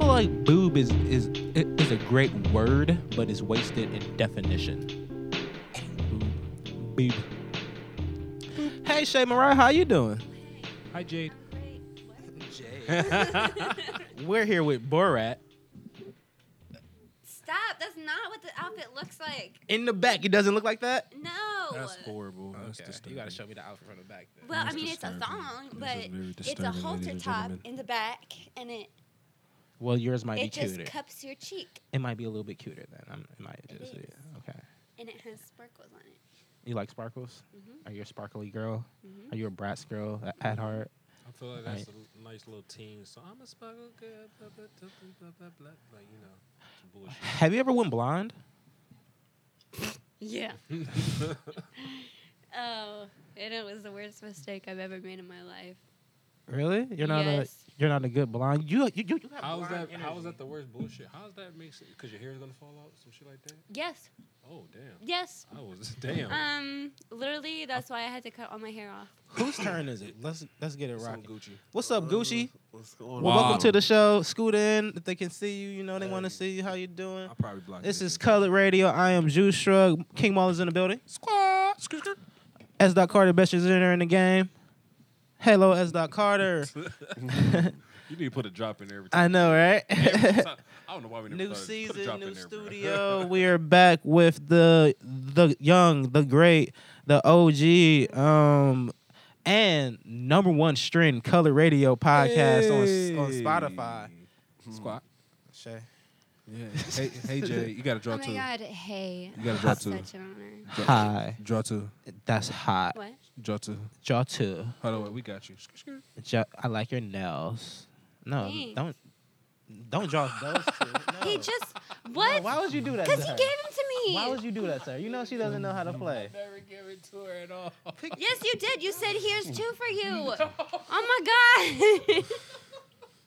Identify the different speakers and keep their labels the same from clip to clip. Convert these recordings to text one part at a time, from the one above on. Speaker 1: like boob is is is a great word, but it's wasted in definition. Boob, boob. Hey Shay Mariah, how you doing?
Speaker 2: Hi, Jade.
Speaker 1: We're here with Borat.
Speaker 3: Stop. That's not what the outfit looks like.
Speaker 1: In the back, it doesn't look like that.
Speaker 3: No.
Speaker 2: That's horrible. That's
Speaker 1: You
Speaker 2: disturbing.
Speaker 1: gotta show me Oh, the outfit from the back. Then.
Speaker 3: well, I
Speaker 2: That's
Speaker 3: mean, it's a
Speaker 2: disturbing.
Speaker 3: thong,
Speaker 2: This
Speaker 3: but
Speaker 2: is very
Speaker 3: it's a
Speaker 2: disturbing, ladies
Speaker 3: halter
Speaker 2: and
Speaker 3: top
Speaker 2: gentlemen.
Speaker 3: in the back, and it
Speaker 1: Well, yours might be
Speaker 3: it just
Speaker 1: cuter.
Speaker 3: cups your cheek,
Speaker 1: it might be a little bit cuter then. I'm, it might just
Speaker 3: is.
Speaker 1: yeah. Okay.
Speaker 3: and it has sparkles on it.
Speaker 1: You like sparkles?
Speaker 3: Mhm.
Speaker 1: Are you a sparkly girl?
Speaker 3: Mhm.
Speaker 1: Are you a bratz girl at, at heart?
Speaker 2: I feel like
Speaker 1: Right.
Speaker 2: that's a nice little teen. So I'm a sparkle girl, blah, blah, blah, blah, blah, blah, blah, like you know, some bullshit.
Speaker 1: Have you ever went blonde?
Speaker 3: Yeah. oh, and it was the worst mistake I've ever made in my life.
Speaker 1: Really? You're not
Speaker 3: Yes.
Speaker 1: a you're not a good blonde. You you you, you have
Speaker 2: How is
Speaker 1: blonde
Speaker 2: that? How is
Speaker 1: energy.
Speaker 2: that the worst bullshit? How is that makes it? Cause your hair is gonna fall out, some shit like that.
Speaker 3: Yes.
Speaker 2: Oh damn!
Speaker 3: Yes.
Speaker 2: I was
Speaker 4: Oh.
Speaker 2: damn.
Speaker 5: Uh,
Speaker 3: Um, literally, that's why I had to cut all my hair off.
Speaker 1: Whose turn is it? Let's let's get it
Speaker 2: Some
Speaker 1: rocking.
Speaker 2: Gucci.
Speaker 1: What's up, Gucci?
Speaker 5: What's going
Speaker 1: Well,
Speaker 5: on?
Speaker 1: welcome to the show. Scoot in if they can see you. You know they want to
Speaker 5: Hey.
Speaker 1: see you. How you doing?
Speaker 5: I probably blocked.
Speaker 1: This is Colored Radio. I am Juice Shrug. King Maul is in the building.
Speaker 2: Squad. Scoot, scoot.
Speaker 1: S. Dot Carter, best is in there in the game. Hello, S. Dot Carter.
Speaker 5: You need to put a drop in there every time.
Speaker 1: I know, right?
Speaker 5: Every time. I don't know why we never
Speaker 1: new
Speaker 5: thought of- put a drop
Speaker 1: season,
Speaker 5: in
Speaker 1: new
Speaker 5: there, bro.
Speaker 1: studio. we are back with the the young, the great, the OG, um, and number one string color radio podcast on on Spotify.
Speaker 2: Squad.
Speaker 1: Shay.
Speaker 5: Yeah. Hey, hey, Jay, you got to
Speaker 3: Oh
Speaker 5: draw
Speaker 3: my
Speaker 5: two.
Speaker 3: god. Hey.
Speaker 5: You gotta drop
Speaker 3: Such
Speaker 5: two.
Speaker 3: an honor.
Speaker 5: Draw-
Speaker 1: Hi.
Speaker 5: Draw two.
Speaker 1: That's hot.
Speaker 3: What?
Speaker 5: Draw two.
Speaker 1: Jaw two.
Speaker 5: Hold on, wait, we got you. Scoot, scoot.
Speaker 1: Ja- I like your nails. No,
Speaker 3: Thanks.
Speaker 1: don't don't draw those two. No.
Speaker 3: He just what?
Speaker 1: Why would you do that?
Speaker 3: Because
Speaker 1: to
Speaker 3: he
Speaker 1: her?
Speaker 3: gave them to me.
Speaker 1: Why would you do that, sir? You know she doesn't know how to play.
Speaker 2: Never give it to her at all.
Speaker 3: Yes, you did. You said here's two for you. Oh my god.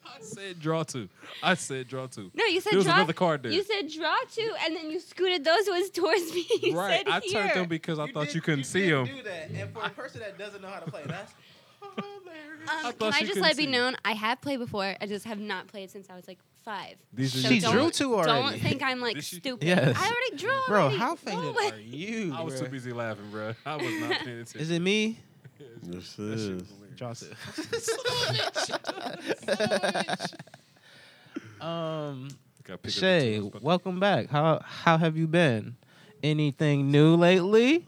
Speaker 5: I said draw two. I said draw two.
Speaker 3: no, you said
Speaker 5: There was
Speaker 3: draw.
Speaker 5: another card there.
Speaker 3: You said draw two, and then you scooted those ones towards me. You
Speaker 5: right.
Speaker 3: said
Speaker 5: I
Speaker 3: here.
Speaker 5: turned them because I thought you couldn't see them.
Speaker 1: Do that, and for a person that doesn't know how to play, that's
Speaker 3: Um,
Speaker 5: I
Speaker 3: can
Speaker 5: thought
Speaker 3: I
Speaker 5: you
Speaker 3: just
Speaker 5: couldn't
Speaker 3: let it be
Speaker 5: see.
Speaker 3: known? I have played before. I just have not played since I was like five.
Speaker 5: These are
Speaker 3: So
Speaker 1: She
Speaker 5: your-
Speaker 3: don't-
Speaker 1: drew two already.
Speaker 3: Don't think I'm like
Speaker 5: Did she-
Speaker 3: stupid.
Speaker 1: Yes.
Speaker 3: I already drew.
Speaker 1: bro.
Speaker 3: already. Oh
Speaker 1: How
Speaker 3: Go
Speaker 1: faded
Speaker 3: away.
Speaker 1: are you?
Speaker 5: I was too
Speaker 1: bro?
Speaker 5: busy laughing, bro. I was not paying attention.
Speaker 1: Is it me?
Speaker 6: This
Speaker 5: That shit
Speaker 6: is.
Speaker 5: was weird.
Speaker 1: Draw two. um,
Speaker 5: Gotta pick up the
Speaker 1: Shay,
Speaker 5: tools, but-
Speaker 1: welcome back. How how have you been? Anything new lately?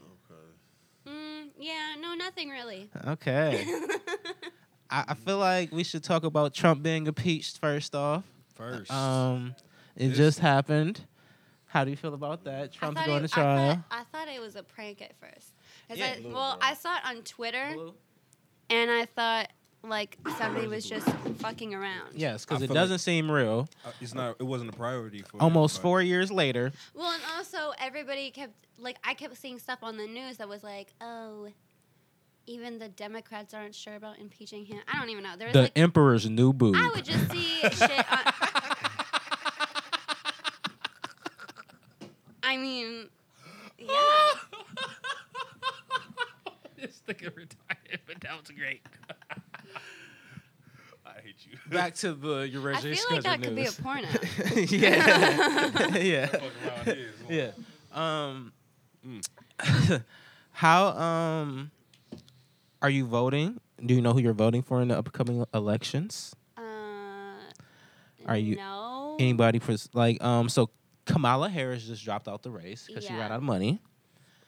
Speaker 3: Mm, yeah. No, nothing really.
Speaker 1: Okay. I, I feel like we should talk about Trump being impeached first off.
Speaker 2: First.
Speaker 1: Um, it
Speaker 5: Yes.
Speaker 1: just happened. How do you feel about that?
Speaker 3: I
Speaker 1: Trump's
Speaker 3: thought
Speaker 1: going
Speaker 3: it,
Speaker 1: to trial.
Speaker 3: I thought, I thought it was a prank at first. 'Cause
Speaker 1: Yeah,
Speaker 3: I-
Speaker 1: blue,
Speaker 3: well, I saw it on Twitter, and I thought like somebody was just fucking around.
Speaker 1: Yes,
Speaker 5: I
Speaker 1: because it
Speaker 5: feel like-
Speaker 1: doesn't seem real.
Speaker 5: Uh, It's not. It wasn't a priority for.
Speaker 1: Almost
Speaker 5: everybody.
Speaker 1: four years later,
Speaker 3: Well, and also everybody kept like I kept seeing stuff on the news that was like, oh, even the Democrats aren't sure about impeaching him. I don't even know. There was
Speaker 1: the
Speaker 3: like
Speaker 1: emperor's new boob.
Speaker 3: I would just see shit. On, I mean, yeah.
Speaker 2: this nigga retired, but that was great.
Speaker 5: I hate you.
Speaker 1: Back to the
Speaker 3: I
Speaker 1: Eurasian
Speaker 3: feel like that could be a porno.
Speaker 1: yeah, yeah,
Speaker 5: Fuck around here, it's
Speaker 1: yeah. Um,
Speaker 5: Mm.
Speaker 1: how um are you voting? Do you know who you're voting for in the upcoming elections?
Speaker 3: Uh,
Speaker 1: Are you-
Speaker 3: no?
Speaker 1: Anybody for s- like um? So Kamala Harris just dropped out the race because she
Speaker 3: Yeah.
Speaker 1: ran out of money.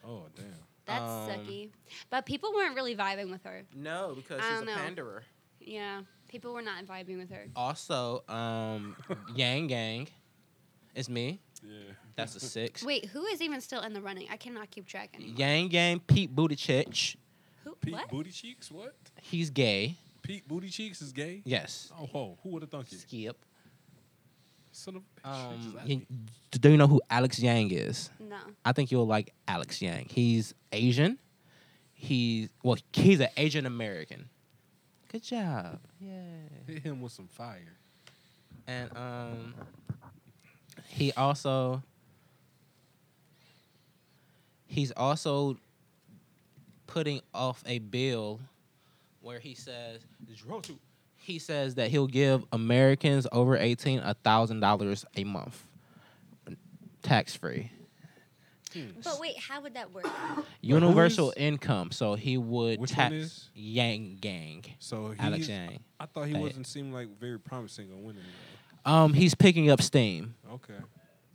Speaker 5: Oh damn.
Speaker 3: That's
Speaker 1: um,
Speaker 3: sucky. But people weren't really vibing with her.
Speaker 1: No, because
Speaker 3: I she's don't a know.
Speaker 1: panderer.
Speaker 3: Yeah, people were not vibing with her.
Speaker 1: Also, um, Yang Gang, it's me.
Speaker 5: Yeah.
Speaker 1: That's a six.
Speaker 3: Wait, who is even still in the running? I cannot keep track anymore.
Speaker 1: Yang Gang, Pete Buttigieg,
Speaker 3: Who?
Speaker 5: Pete
Speaker 3: what?
Speaker 5: Booty Cheeks? What?
Speaker 1: he's gay.
Speaker 5: Pete Booty Cheeks is gay?
Speaker 1: Yes.
Speaker 5: Oh, whoa. Who would have thunk it?
Speaker 1: Skip.
Speaker 5: Son of a bitch. she
Speaker 1: Um,
Speaker 5: just
Speaker 1: y-
Speaker 5: asked me.
Speaker 1: do you know who Alex Yang is?
Speaker 3: No.
Speaker 1: I think you'll like Alex Yang. He's Asian. He's well, he's an Asian American. Good job. Yay.
Speaker 5: Hit him with some fire.
Speaker 1: And um, he also he's also putting off a bill where he says zero to He says that he'll give Americans over 18 $1,000 a month tax free.
Speaker 5: Hmm.
Speaker 3: But wait, how would that work?
Speaker 1: Universal
Speaker 2: is-
Speaker 1: income. So he would
Speaker 2: Which
Speaker 1: tax
Speaker 2: one is?
Speaker 1: Yang Gang.
Speaker 2: So he,
Speaker 1: Alex Yang.
Speaker 2: I thought he
Speaker 1: Bad.
Speaker 2: wasn't seem like very promising on winning.
Speaker 1: Um, he's picking up steam.
Speaker 2: though. Okay,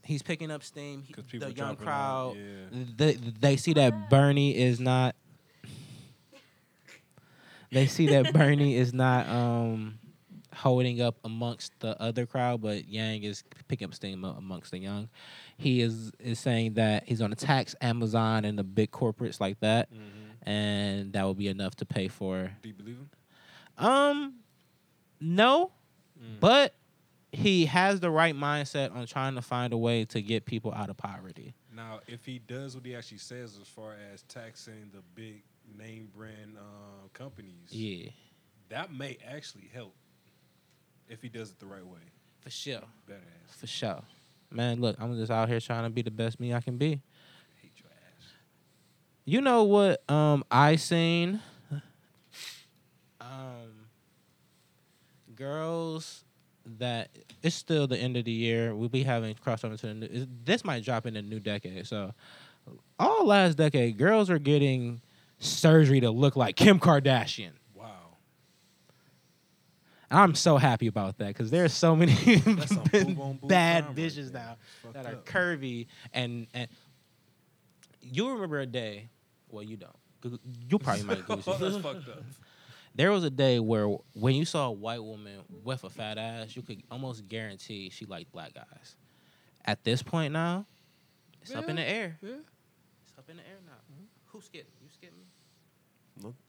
Speaker 1: He's picking up steam. He-
Speaker 2: because people
Speaker 1: the young
Speaker 2: dropping
Speaker 1: crowd.
Speaker 2: Out. Yeah.
Speaker 1: they, they see that Bernie is not. They see that Bernie is not um, holding up amongst the other crowd, but Yang is picking up steam a- amongst the young. He is is saying that he's going to tax Amazon and the big corporates like that,
Speaker 2: Mhm.
Speaker 1: and that will be enough to pay for.
Speaker 2: Do you believe him?
Speaker 1: Um, no,
Speaker 2: Mm.
Speaker 1: but he has the right mindset on trying to find a way to get people out of poverty.
Speaker 2: Now, if he does what he actually says as far as taxing the big name brand uh, companies,
Speaker 1: Yeah,
Speaker 2: that may actually help if he does it the right way.
Speaker 1: for sure.
Speaker 2: Better ass.
Speaker 1: For sure. Man, look, I'm just out here trying to be the best me I can be.
Speaker 2: Hate your ass.
Speaker 1: You know what um I seen? Um girls that it's still the end of the year. We'll be having crossed over to the new is- this might drop in the new decade. So all last decade, girls are getting surgery to look like Kim Kardashian.
Speaker 2: Wow.
Speaker 1: I'm so happy about that because there's so many
Speaker 2: That's some boob on boob
Speaker 1: bad
Speaker 2: crime right
Speaker 1: bitches
Speaker 2: there.
Speaker 1: now
Speaker 2: It's fucked
Speaker 1: that are
Speaker 2: up.
Speaker 1: curvy and and you remember a day. Well, you don't. Goo- You probably might.
Speaker 2: Oh, that's
Speaker 1: Google.
Speaker 2: fucked up.
Speaker 1: there was a day where when you saw a white woman with a fat ass, you could almost guarantee she liked black guys. At this point now, it's up in the air.
Speaker 5: Yeah. Mm-hmm.
Speaker 1: It's up in the air now. Who skipped? You skipped me.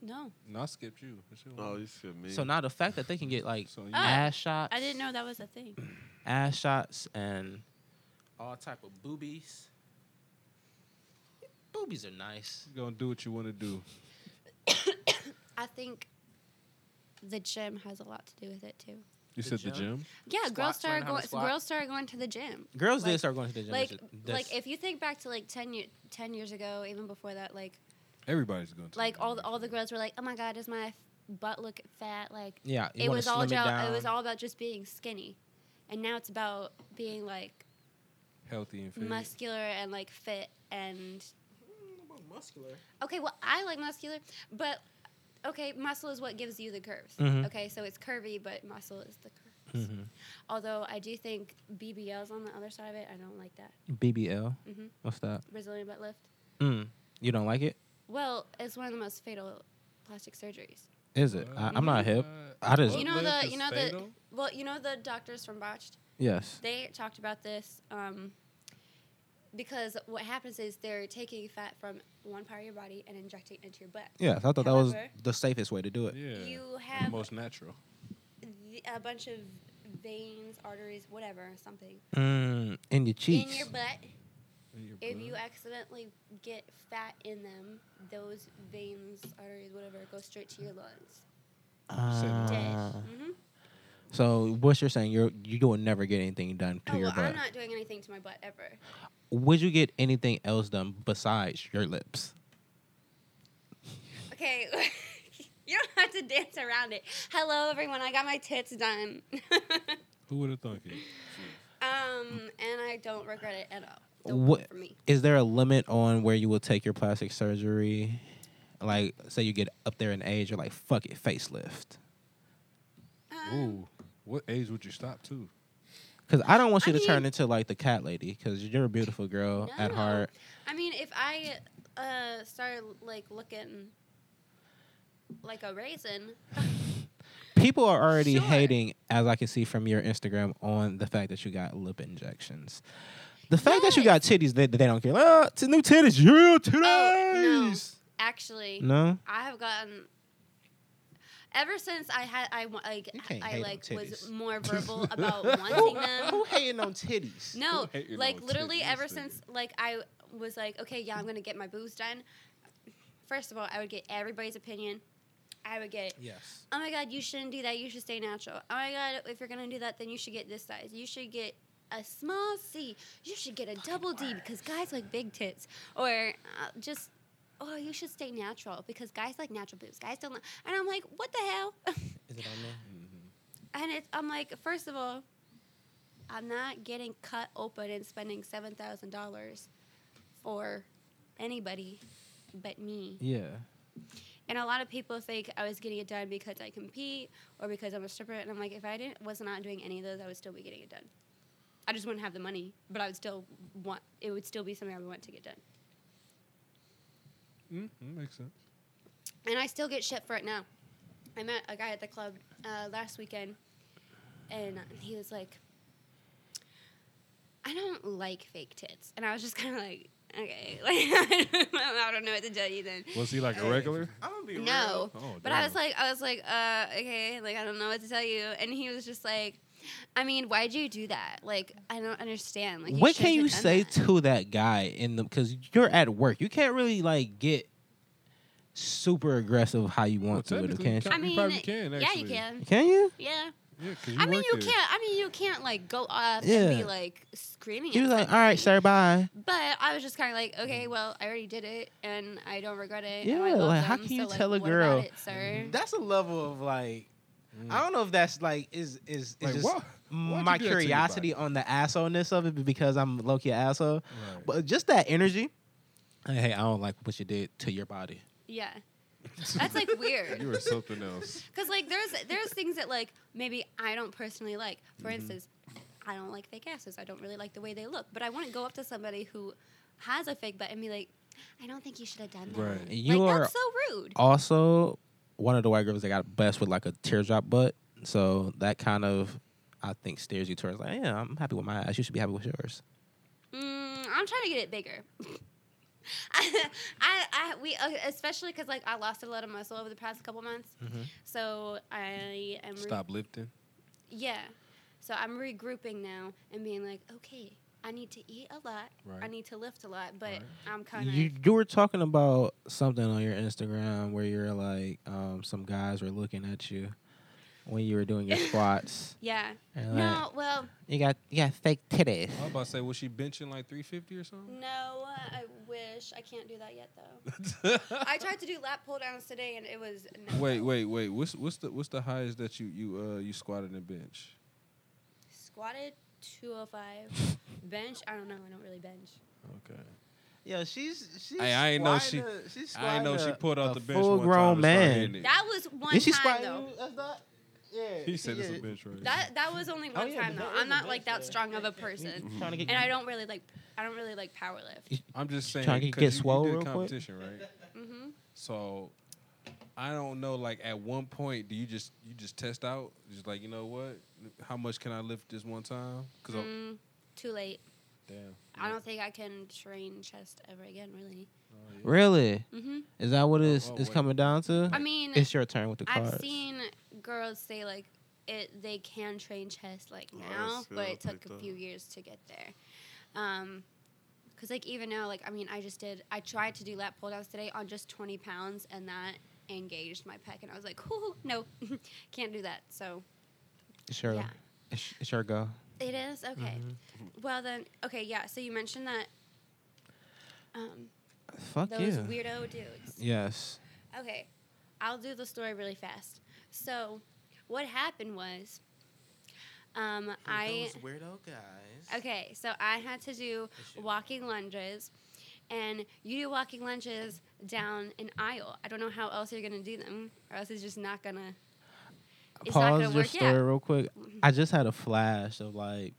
Speaker 3: No,
Speaker 2: No, I skipped you. It's your
Speaker 6: Oh,
Speaker 2: one.
Speaker 6: you should me.
Speaker 1: So now the fact that they can get like
Speaker 2: So you-
Speaker 1: ass shots.
Speaker 3: Uh, I didn't know that was a thing.
Speaker 1: ass shots and all type of boobies. Boobies are nice.
Speaker 2: you gonna do what you want to do.
Speaker 3: I think the gym has a lot to do with it too.
Speaker 2: You
Speaker 1: The
Speaker 2: said the
Speaker 1: gym?
Speaker 2: gym.
Speaker 3: Yeah, girls
Speaker 1: Squats, learn
Speaker 3: started
Speaker 1: how to
Speaker 3: going.
Speaker 1: squat.
Speaker 3: Girls started going to the gym.
Speaker 1: Girls did
Speaker 3: Like-
Speaker 1: start going to the gym.
Speaker 3: Like,
Speaker 1: That's-
Speaker 3: like if you think back to like 10, year, 10 years ago, even before that, like,
Speaker 2: Everybody's going to.
Speaker 3: like
Speaker 2: the
Speaker 3: all the,
Speaker 2: gym.
Speaker 3: all the girls were like, "Oh my god, does my f- butt look fat?" Like,
Speaker 1: yeah, you
Speaker 3: it
Speaker 1: wanna
Speaker 3: was all
Speaker 1: slim it
Speaker 3: about
Speaker 1: down.
Speaker 3: it was all about just being skinny, and now it's about being like
Speaker 2: healthy
Speaker 4: Mm.
Speaker 2: and fit.
Speaker 3: muscular and like fit and
Speaker 1: muscular.
Speaker 3: okay. Well, I like muscular, but okay, muscle is what gives you the curves.
Speaker 1: Mhm.
Speaker 3: Okay, so it's curvy, but muscle is the curves.
Speaker 1: Mm-hmm.
Speaker 3: Although I do think BBLs on the other side of it, I don't like that
Speaker 1: BBL.
Speaker 3: Mhm.
Speaker 1: What's that?
Speaker 3: Brazilian butt lift.
Speaker 1: Mm. You don't like it?
Speaker 3: Well, it's one of the most fatal plastic surgeries.
Speaker 1: Is it? I, I'm
Speaker 3: Mm-hmm.
Speaker 1: not hip. I just-
Speaker 3: You know
Speaker 2: Butt
Speaker 3: the-
Speaker 2: lift
Speaker 3: you
Speaker 2: is
Speaker 3: know the-
Speaker 2: fatal?
Speaker 3: Well, you know the doctors from Botched.
Speaker 1: Yes.
Speaker 3: They talked about this um, because what happens is they're taking fat from one part of your body and injecting it into your butt.
Speaker 1: Yes, I thought that
Speaker 3: However-
Speaker 1: was the safest way to do it.
Speaker 2: Yeah.
Speaker 3: You
Speaker 2: the
Speaker 3: have
Speaker 2: most natural.
Speaker 3: th- a bunch of veins, arteries, whatever, something
Speaker 1: Mm, in your cheeks.
Speaker 3: in your butt.
Speaker 2: In your
Speaker 3: If
Speaker 1: Mm-hmm.
Speaker 2: blood.
Speaker 3: you accidentally get fat in them, those veins, arteries, whatever, go straight to your lungs.
Speaker 1: Ah.
Speaker 3: Dead. hmm
Speaker 1: so what you're saying, you're you will never get anything done to
Speaker 3: Oh,
Speaker 1: your
Speaker 3: well,
Speaker 1: butt.
Speaker 3: I'm not doing anything to my butt ever.
Speaker 1: Would you get anything else done besides your lips?
Speaker 3: Okay. You don't have to dance around it. Hello, everyone. I got my tits done.
Speaker 2: Who would have thunk it?
Speaker 3: Um, and I don't regret it at all. The
Speaker 1: What-
Speaker 3: what for me?
Speaker 1: is there a limit on where you will take your plastic surgery? Like, say you get up there in age, you're like, fuck it, facelift.
Speaker 3: Um,
Speaker 2: Ooh, what age would you stop to?
Speaker 1: Because I don't want you
Speaker 3: I
Speaker 1: to turn
Speaker 3: mean-
Speaker 1: into like the cat lady, because you're a beautiful girl at
Speaker 3: No.
Speaker 1: heart.
Speaker 3: I mean, if I uh started like looking like a raisin,
Speaker 1: People are already
Speaker 3: Sure.
Speaker 1: hating, as I can see from your Instagram, on the fact that you got lip injections. The fact that you got titties, they, they don't care. Ah, it's new titties, yeah, titties.
Speaker 3: actually,
Speaker 1: no.
Speaker 3: I have gotten. Ever since I had, I wa- like,
Speaker 1: You can't
Speaker 3: I
Speaker 1: hate on
Speaker 3: like was
Speaker 1: titties.
Speaker 3: more verbal about wanting them.
Speaker 1: Who hating on titties?
Speaker 3: No,
Speaker 2: hate your
Speaker 3: like
Speaker 2: little
Speaker 3: literally
Speaker 2: titties,
Speaker 3: ever
Speaker 2: nigga?
Speaker 3: since like I was like, okay, yeah, I'm gonna get my boobs done. First of all, I would get everybody's opinion. I would get
Speaker 1: Yes.
Speaker 3: oh my god, you shouldn't do that. You should stay natural. Oh my god, if you're gonna do that, then you should get this size. You should get a small C. You should get a double D because guys like big tits. Or uh, just, oh, you should stay natural because guys like natural boobs. Guys don't. Li-. And I'm like, what the hell?
Speaker 1: Is it on there?
Speaker 2: Mm-hmm.
Speaker 3: and it's I'm like, first of all, I'm not getting cut open and spending seven thousand dollars for anybody but me.
Speaker 1: Yeah.
Speaker 3: And a lot of people think I was getting it done because I compete or because I'm a stripper. And I'm like, if I didn't was not doing any of those, I would still be getting it done. I just wouldn't have the money, but I would still want. It would still be something I would want to get done.
Speaker 2: Mm, mm, makes sense.
Speaker 3: and I still get shit for it now. I met a guy at the club uh, last weekend, and he was like, "I don't like fake tits," and I was just kind of like, "Okay, like I don't know what to tell you then."
Speaker 2: Was he like a regular?
Speaker 1: I'm gonna be
Speaker 3: No,
Speaker 2: Oh,
Speaker 3: but I was
Speaker 2: damn.
Speaker 3: like, I was like, uh, okay, like I don't know what to tell you, and he was just like, "I mean, why'd you do that? Like I don't understand." Like,
Speaker 1: what can
Speaker 3: shouldn't
Speaker 1: you
Speaker 3: have done
Speaker 1: say
Speaker 3: that."
Speaker 1: to that guy in the because you're at work you can't really like get super aggressive how you want to with it
Speaker 2: technically you
Speaker 1: can you
Speaker 3: I
Speaker 2: You
Speaker 3: mean,
Speaker 2: probably can,
Speaker 3: yeah, you
Speaker 2: actually.
Speaker 3: can,
Speaker 1: can you
Speaker 3: yeah.
Speaker 2: Yeah, 'cause you
Speaker 3: I mean,
Speaker 2: work
Speaker 3: you
Speaker 2: there.
Speaker 3: can't. I mean, you can't like go up and
Speaker 1: Yeah.
Speaker 3: be like screaming.
Speaker 1: you
Speaker 3: at
Speaker 1: was like all
Speaker 3: somebody.
Speaker 1: right sir bye
Speaker 3: But I was just kind of like, okay, well, I already did it, and I don't regret it. and I
Speaker 1: Yeah,
Speaker 3: love
Speaker 1: like, how
Speaker 3: them,
Speaker 1: can you
Speaker 3: so, like,
Speaker 1: tell a
Speaker 3: what about
Speaker 1: girl-
Speaker 3: it, sir?
Speaker 1: that's a level of like I don't know if that's Mm. like is is, is
Speaker 2: Like,
Speaker 1: just
Speaker 2: why- why'd you
Speaker 1: my
Speaker 2: do that to your
Speaker 1: curiosity on the assholeness of it because I'm low key asshole,
Speaker 2: Right.
Speaker 1: but just that energy. Like, hey, I don't like what you did to your body.
Speaker 3: Yeah, that's like weird.
Speaker 2: You were something else.
Speaker 3: Because like there's there's things that like maybe I don't personally like. For
Speaker 2: Mm-hmm.
Speaker 3: instance, I don't like fake asses. I don't really like the way they look. But I wouldn't go up to somebody who has a fake butt and be like, I don't think you should have done that.
Speaker 2: Right.
Speaker 3: Like,
Speaker 1: You are
Speaker 3: that's so rude.
Speaker 1: also one of the white girls that got blessed with like a teardrop butt. So that kind of I think steers you towards like, yeah, I'm happy with my ass. You should be happy with yours.
Speaker 3: Mm, I'm trying to get it bigger. I, I, we, uh, especially because like I lost a lot of muscle over the past couple months,
Speaker 1: Mhm.
Speaker 3: so I am re-
Speaker 2: Stop lifting.
Speaker 3: yeah, so I'm regrouping now and being like, okay, I need to eat a lot, I
Speaker 2: Right.
Speaker 3: need to lift a lot, but
Speaker 2: Right.
Speaker 3: I'm kind of
Speaker 1: You, you were talking about something on your Instagram where you're like, um, some guys were looking at you when you were doing your squats.
Speaker 3: yeah.
Speaker 1: And like,
Speaker 3: No, well,
Speaker 1: You got you got fake titties.
Speaker 2: I was about to say, was she benching like 350 or something?
Speaker 3: no, I wish I can't do that yet though. I tried to do lat pull downs today and it was Mm, no
Speaker 2: wait,
Speaker 3: go.
Speaker 2: wait, wait. What's what's the what's the highest that you you uh you squatted and bench?
Speaker 3: squatted 205, bench. I don't know, I don't really bench.
Speaker 2: Okay.
Speaker 1: Yeah, she's she's.
Speaker 2: Hey, I ain't know she-
Speaker 1: squatting a- she's
Speaker 2: I didn't know she
Speaker 1: squatting a-
Speaker 2: pulled out
Speaker 1: a
Speaker 2: the bench.
Speaker 1: Full
Speaker 2: one
Speaker 1: grown
Speaker 2: time and started
Speaker 1: man.
Speaker 2: hitting it.
Speaker 3: That was one
Speaker 1: Is she
Speaker 3: time
Speaker 1: squatting?
Speaker 3: though.
Speaker 1: you? That's not. Yeah.
Speaker 2: He said
Speaker 1: yeah.
Speaker 2: it's a bench right
Speaker 3: That that was only one
Speaker 1: Oh, yeah,
Speaker 3: time
Speaker 1: but
Speaker 3: though.
Speaker 1: that is
Speaker 3: I'm
Speaker 1: a
Speaker 3: not
Speaker 1: bench
Speaker 3: like that
Speaker 1: though.
Speaker 3: strong of
Speaker 1: You-
Speaker 3: a
Speaker 1: you
Speaker 2: Mm-hmm.
Speaker 3: person,
Speaker 1: Trying to get
Speaker 3: and I don't really like I don't really like power lift.
Speaker 2: I'm just saying.
Speaker 1: Trying to get
Speaker 2: 'cause you,
Speaker 1: swole
Speaker 2: you did
Speaker 1: real quick?
Speaker 2: competition, right?
Speaker 3: hmm
Speaker 2: So I don't know. Like at one point, do you just you just test out? Just like you know what? How much can I lift this one time? Because
Speaker 3: Mm, too late.
Speaker 5: Oh,
Speaker 2: damn.
Speaker 3: I don't think I can train chest ever again. Really.
Speaker 1: Really?
Speaker 3: hmm
Speaker 1: Is that what it's,
Speaker 2: oh,
Speaker 1: it's
Speaker 2: wait.
Speaker 1: coming down to?
Speaker 3: I mean,
Speaker 1: it's your turn with the cards.
Speaker 3: I've seen girls say like it they can train chest like
Speaker 6: Oh, I
Speaker 3: now,
Speaker 6: see
Speaker 3: but
Speaker 6: that
Speaker 3: it took
Speaker 6: picked
Speaker 3: a
Speaker 6: up.
Speaker 3: few years to get there. Um, cause like even now, like I mean, I just did. I tried to do lat pull downs today on just twenty pounds, and that engaged my pec, and I was like, "Whoo, no, can't do that." So
Speaker 1: It's your,
Speaker 3: yeah.
Speaker 1: it's, it's your go.
Speaker 3: it is okay.
Speaker 1: Mm-hmm.
Speaker 3: Well then, okay, yeah. So you mentioned that um,
Speaker 1: Fuck
Speaker 3: those
Speaker 1: yeah.
Speaker 3: weirdo dudes.
Speaker 1: Yes.
Speaker 3: Okay, I'll do the story really fast. So, what happened was, um, I
Speaker 1: weirdo guys.
Speaker 3: okay, so I had to do walking lunges, and you do walking lunges down an aisle. I don't know how else you're gonna do them, or else it's just not gonna. It's not
Speaker 1: Pause
Speaker 3: gonna
Speaker 1: your
Speaker 3: work.
Speaker 1: story
Speaker 3: Yeah,
Speaker 1: real quick. I just had a flash of like,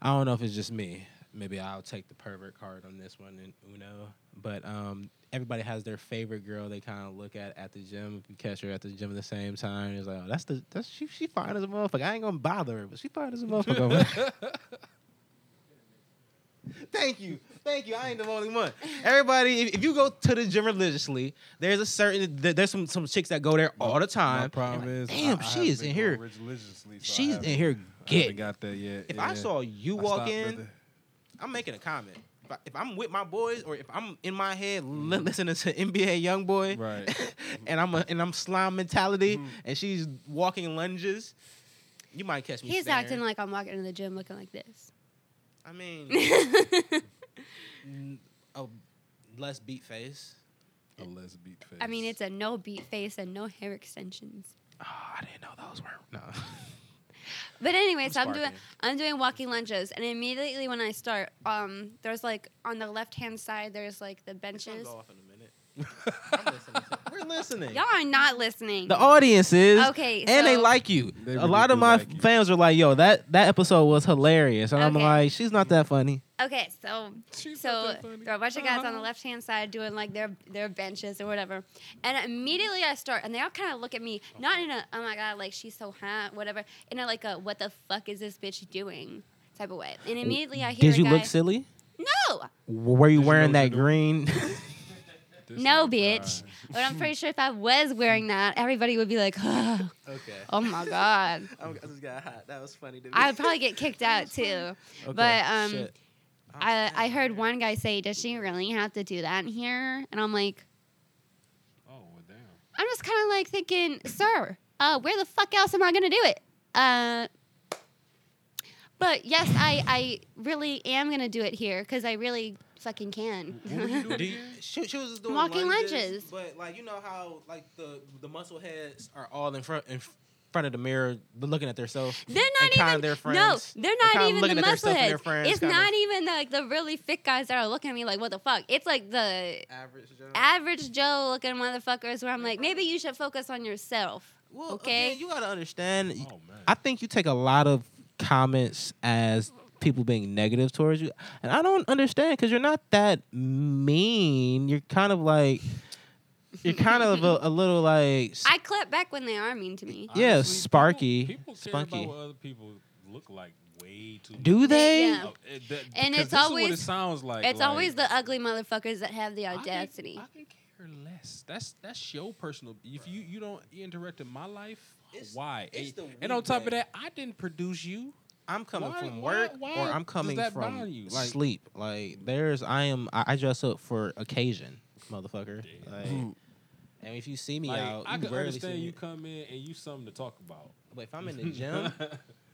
Speaker 1: I don't know if it's just me. Maybe I'll take the pervert card on this one and Uno. But um, everybody has their favorite girl they kind of look at at the gym. If you catch her at the gym at the same time, it's like, oh, that's the that's she she fine as a motherfucker. I ain't gonna bother her, but she fine as a motherfucker. Thank you, thank you. I ain't the only one. Everybody, if, if you go to the gym religiously, there's a certain there- there's some some chicks that go there all the
Speaker 2: My
Speaker 1: time.
Speaker 2: problem
Speaker 1: And
Speaker 2: is,
Speaker 1: like, damn,
Speaker 2: I- I haven't
Speaker 1: she is in
Speaker 2: been
Speaker 1: here.
Speaker 2: going religiously, so I
Speaker 1: She's in
Speaker 2: haven't-
Speaker 1: here
Speaker 2: I haven't
Speaker 1: get.
Speaker 2: got that yet.
Speaker 1: If
Speaker 2: yeah.
Speaker 1: I saw you
Speaker 2: I
Speaker 1: walk
Speaker 2: stopped
Speaker 1: in,
Speaker 2: at the-
Speaker 1: I'm making a comment. If, I, if I'm with my boys or if I'm in my head li- listening to NBA YoungBoy,
Speaker 2: Right.
Speaker 1: and I'm a, and I'm slime mentality,
Speaker 2: Mhm.
Speaker 1: and she's walking lunges, you might catch me.
Speaker 3: he's
Speaker 1: staring.
Speaker 3: acting like I'm walking in the gym looking like this.
Speaker 1: I mean,
Speaker 3: I
Speaker 1: n- a less beat face.
Speaker 2: a lesbian face.
Speaker 3: mean, it's a no beat face and no hair extensions.
Speaker 1: Oh, I didn't know those were. No.
Speaker 3: But anyways, I'm, doing
Speaker 2: sparking.
Speaker 3: I'm doing walking lunges, and immediately when I start, um, there's like on the left hand side, there's like the benches.
Speaker 6: Go off in a minute. I'm listening. to- We're listening.
Speaker 3: Y'all are not listening.
Speaker 1: The audience is.
Speaker 3: okay,
Speaker 1: And they
Speaker 3: so-
Speaker 1: like you.
Speaker 2: They
Speaker 1: a
Speaker 2: really
Speaker 1: lot of
Speaker 2: do
Speaker 1: my
Speaker 2: like you.
Speaker 1: fans were like, "Yo, that that episode was hilarious," and I'm
Speaker 3: Okay.
Speaker 1: like, "She's not that funny."
Speaker 3: Okay, so so there are a bunch of guys on
Speaker 4: Uh-huh.
Speaker 2: Uh-huh.
Speaker 3: the left hand side doing like their their benches or whatever, and immediately I start, and they all kind of look at me, not in a oh my god like she's so hot whatever, in a like a what the fuck is this bitch doing type of way, and immediately I hear
Speaker 1: Did
Speaker 3: a
Speaker 1: you
Speaker 3: guy,
Speaker 1: look silly?
Speaker 3: no,
Speaker 1: Were you
Speaker 2: Did you
Speaker 1: wearing
Speaker 2: know what
Speaker 1: that green?
Speaker 2: This
Speaker 3: no
Speaker 2: nigga
Speaker 3: bitch,
Speaker 2: fried.
Speaker 3: but I'm pretty sure if I was wearing that, everybody would be like, oh,
Speaker 6: Okay.
Speaker 3: oh my god,
Speaker 6: I'm, I just got hot. That was funny to me.
Speaker 3: I'd probably get kicked out too.
Speaker 1: Okay,
Speaker 3: But, um,
Speaker 1: shit.
Speaker 3: I I heard one guy say, does she really have to do that here? And I'm like.
Speaker 5: Oh, well, damn.
Speaker 3: I'm just kind of like thinking, sir, uh, where the fuck else am I gonna do it? Uh, but yes, I, I really am gonna do it here because I really fucking can.
Speaker 6: Do you, she, she was just doing
Speaker 3: Walking
Speaker 6: lunges,
Speaker 3: lunges.
Speaker 6: But like you know how like the the muscle heads
Speaker 1: are all in front in f- front of the mirror, looking at themselves.
Speaker 3: they're
Speaker 1: and
Speaker 3: not
Speaker 1: kind
Speaker 3: even
Speaker 1: of their
Speaker 3: no,
Speaker 1: friends.
Speaker 3: they're
Speaker 1: kind of
Speaker 3: not even
Speaker 1: looking
Speaker 3: the
Speaker 1: at their stuff and their
Speaker 3: muscleheads.
Speaker 1: friends,
Speaker 3: It's
Speaker 1: kind of-
Speaker 3: not even like the really fit guys that are looking at me like, what the fuck? It's like the
Speaker 6: average Joe.
Speaker 5: Oh.
Speaker 3: average Joe looking motherfuckers where I'm like, maybe you should focus on yourself.
Speaker 1: Well,
Speaker 3: okay.
Speaker 1: again, you gotta understand.
Speaker 5: Oh, man.
Speaker 1: I think you take a lot of comments as people being negative towards you, and I don't understand because you're not that mean. You're kind of like, you're kind of a, a little like,
Speaker 3: I clap back when they are mean to me.
Speaker 1: Yeah,
Speaker 5: Honestly,
Speaker 1: sparky,
Speaker 5: People, people care
Speaker 1: spunky.
Speaker 5: about what other people look like way too much.
Speaker 1: do they?
Speaker 3: Yeah.
Speaker 5: Oh, it- that-
Speaker 3: And
Speaker 5: because
Speaker 3: it's
Speaker 5: this is what
Speaker 3: always-
Speaker 5: it sounds like.
Speaker 3: It's
Speaker 5: like,
Speaker 3: always the ugly motherfuckers that have the
Speaker 5: I could-
Speaker 3: audacity.
Speaker 5: I could care less. That's that's your personal. If you you don't interrupt in my life,
Speaker 6: It's-
Speaker 5: why?
Speaker 6: it's
Speaker 5: and,
Speaker 6: the
Speaker 5: and on top of
Speaker 6: weed
Speaker 5: that, I didn't produce you.
Speaker 1: I'm coming
Speaker 5: Why-
Speaker 1: from
Speaker 5: why-
Speaker 1: work
Speaker 5: why
Speaker 1: or I'm
Speaker 5: does
Speaker 1: coming
Speaker 5: that
Speaker 1: from
Speaker 5: bother you? Like-
Speaker 1: sleep. Like there's I am I, I dress up for occasion, motherfucker.
Speaker 5: Damn.
Speaker 1: Like, and if you see me
Speaker 5: Like,
Speaker 1: out,
Speaker 5: I
Speaker 1: you
Speaker 5: could
Speaker 1: rarely
Speaker 5: understand
Speaker 1: see
Speaker 5: you
Speaker 1: me.
Speaker 5: come in and you something to talk about.
Speaker 1: But if I'm in the gym,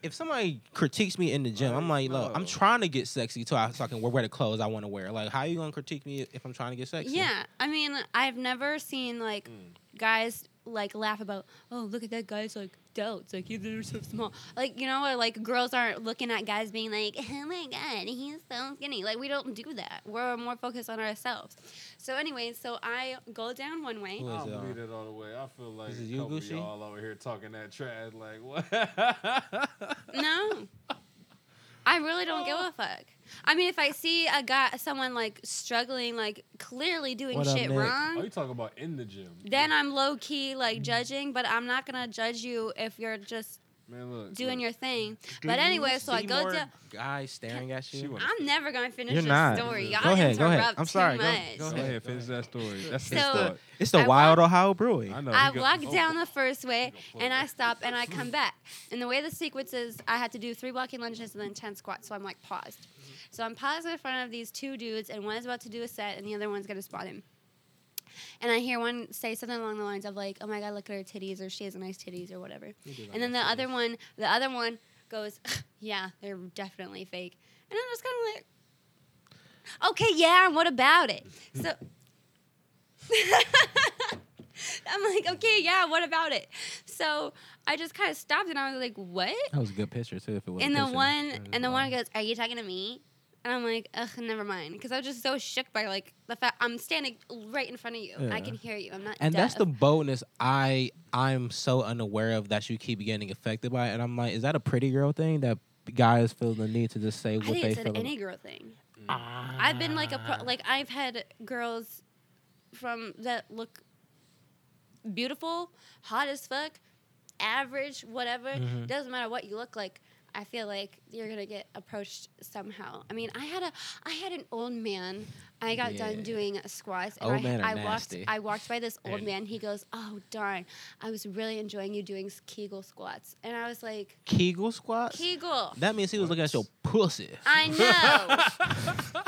Speaker 1: if somebody critiques me in the gym, I'm like,
Speaker 5: Like,
Speaker 1: look, I'm
Speaker 5: no.
Speaker 1: trying to get sexy too, I- so I can wear, wear the clothes I want to wear. Like, how you gonna critique me if I'm trying to get sexy?
Speaker 3: Yeah, I mean, I've never seen like
Speaker 5: Mm.
Speaker 3: guys like laugh about, oh, look at that guy's like doubts, like "Yeah, they're so small, like you know, or like girls aren't looking at guys being like, oh my god, he's so skinny. Like we don't do that. We're more focused on ourselves. So, anyways, so I go down one way.
Speaker 1: Who is
Speaker 5: I don't
Speaker 1: it on?
Speaker 5: believe it all the way. I feel like
Speaker 1: This is
Speaker 5: a
Speaker 1: you,
Speaker 5: couple of
Speaker 1: Gucci?
Speaker 5: y'all over here talking that trash. Like what?
Speaker 3: No. I really don't give a fuck. I mean, if I see a guy, someone like struggling, like clearly doing
Speaker 1: What up,
Speaker 3: shit
Speaker 1: Nick?
Speaker 3: wrong,
Speaker 5: Oh, you talking about in the gym?
Speaker 3: then I'm low key
Speaker 1: Mm.
Speaker 3: like judging, but I'm not gonna judge you if you're just
Speaker 5: man, look,
Speaker 3: doing
Speaker 5: look.
Speaker 3: your thing.
Speaker 1: Do
Speaker 3: but
Speaker 1: you
Speaker 3: anyway, so I
Speaker 1: see
Speaker 3: go
Speaker 1: more
Speaker 3: down.
Speaker 1: guys staring at
Speaker 5: She
Speaker 1: you.
Speaker 5: wanna-
Speaker 3: I'm never gonna finish
Speaker 1: You're
Speaker 3: this
Speaker 1: not.
Speaker 3: story.
Speaker 1: Go
Speaker 3: Y'all
Speaker 1: ahead,
Speaker 3: interrupt
Speaker 1: go ahead. I'm
Speaker 3: too
Speaker 1: sorry, go-
Speaker 3: much.
Speaker 1: go
Speaker 5: Go ahead, finish that story. That's his
Speaker 3: So-
Speaker 5: thought.
Speaker 1: It's the
Speaker 3: I
Speaker 1: Wild
Speaker 3: walk-
Speaker 1: Ohio Brewery.
Speaker 5: I know.
Speaker 3: I
Speaker 5: you
Speaker 3: walk
Speaker 5: got-
Speaker 3: down
Speaker 5: oh,
Speaker 3: the first way
Speaker 5: gonna pull
Speaker 3: and I
Speaker 5: that.
Speaker 3: stop and I come back. And the way the sequence is, I had to do three walking lunges and then 10 squats. So I'm like paused. So I'm paused in front of these two dudes, and one is about to do a set, and the other one's going to spot him. And I hear one say something along the lines of, like, oh my God, look at her titties, or she has nice titties, or whatever. And then the other one, the other one goes, yeah, they're definitely fake. And I'm just kind of like, okay, yeah, and what about it? So I'm like, okay, yeah, what about it? So I just kind of stopped and I was like, what?
Speaker 1: That was a good picture too. If it was.
Speaker 3: And the one, and the one goes, are you talking to me? And I'm like, ugh, never mind, because I was just so shook by like the fact I'm standing right in front of you. I
Speaker 1: Yeah.
Speaker 3: can hear you. I'm not.
Speaker 1: And that's the
Speaker 3: deaf.
Speaker 1: boldness I I'm so unaware of that you keep getting affected by, and I'm like, is that a pretty girl thing that guys feel the need to just say
Speaker 3: I
Speaker 1: what
Speaker 3: think
Speaker 1: they
Speaker 3: it's
Speaker 1: feel?
Speaker 3: an
Speaker 1: about-
Speaker 3: any girl thing. I've been like a pro- like I've had girls from that look beautiful, hot as fuck, average, whatever.
Speaker 1: Mhm.
Speaker 3: Doesn't matter what you look like. I feel like you're gonna get approached somehow. I mean, I had a I had an old man. I got
Speaker 1: Yeah.
Speaker 3: done doing squats, and
Speaker 1: Old
Speaker 3: I,
Speaker 1: men are
Speaker 3: I
Speaker 1: nasty.
Speaker 3: walked I walked by this old
Speaker 1: And-
Speaker 3: man. He goes, "Oh darn, I was really enjoying you doing s- Kegel squats," and I was like,
Speaker 1: Kegel squats.
Speaker 3: "Kegel."
Speaker 1: That means he was looking at your pussy.
Speaker 3: I know.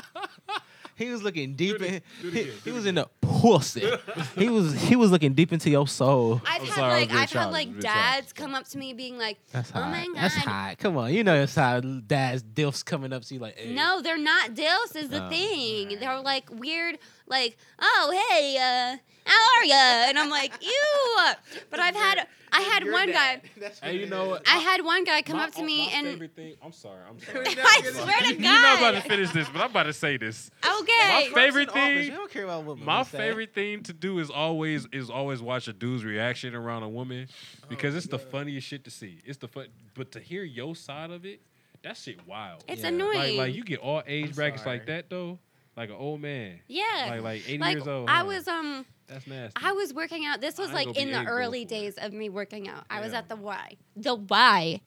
Speaker 1: He was looking deep
Speaker 5: Do it-
Speaker 1: in.
Speaker 5: do it
Speaker 1: He,
Speaker 5: again,
Speaker 1: he
Speaker 5: do it
Speaker 1: was in the pussy. he was he was looking deep into your soul.
Speaker 3: I've
Speaker 5: I'm
Speaker 3: had
Speaker 5: sorry, I was
Speaker 3: like
Speaker 5: being
Speaker 3: I've had
Speaker 5: childish,
Speaker 3: like
Speaker 5: being
Speaker 3: dads
Speaker 5: childish.
Speaker 3: come up to me being like,
Speaker 1: That's
Speaker 3: "Oh
Speaker 1: hot.
Speaker 3: my god,
Speaker 1: That's hot. Come on, you know that's how dad's dilfs coming up to you like. Hey.
Speaker 3: no, they're not dilfs is the
Speaker 1: Oh.
Speaker 3: thing. They're like weird, like oh hey, uh, how are ya? And I'm like ew. But I've had I had had one guy.
Speaker 6: That's
Speaker 5: Hey, you know what?
Speaker 3: I had one guy come
Speaker 5: My-
Speaker 3: up to
Speaker 5: oh,
Speaker 3: me
Speaker 5: my
Speaker 3: and
Speaker 5: favorite thing. I'm sorry. I'm sorry.
Speaker 3: I swear to
Speaker 4: You know I'm about
Speaker 3: God.
Speaker 4: to finish this, but I'm about to say this.
Speaker 3: Okay.
Speaker 4: My favorite
Speaker 6: You
Speaker 4: thing.
Speaker 6: don't care about women.
Speaker 4: My
Speaker 6: you say.
Speaker 4: favorite thing to do is always is always watch a dude's reaction around a woman because it's the funniest shit to see. It's the fun, but to hear your side of it, that shit wild.
Speaker 3: It's
Speaker 6: Yeah.
Speaker 3: annoying.
Speaker 4: Like like you get all age brackets like
Speaker 6: sorry.
Speaker 4: that though, like an old man,
Speaker 3: yeah.
Speaker 4: like like eighty
Speaker 3: Like,
Speaker 4: years old.
Speaker 3: I
Speaker 4: huh?
Speaker 3: was um
Speaker 4: that's nasty.
Speaker 3: I was working out. This was
Speaker 4: I ain't
Speaker 3: like
Speaker 4: gonna
Speaker 3: in
Speaker 4: be
Speaker 3: the
Speaker 4: able
Speaker 3: early
Speaker 4: for it.
Speaker 3: days of me working out. I was
Speaker 4: Yeah.
Speaker 3: at the Y. The Y.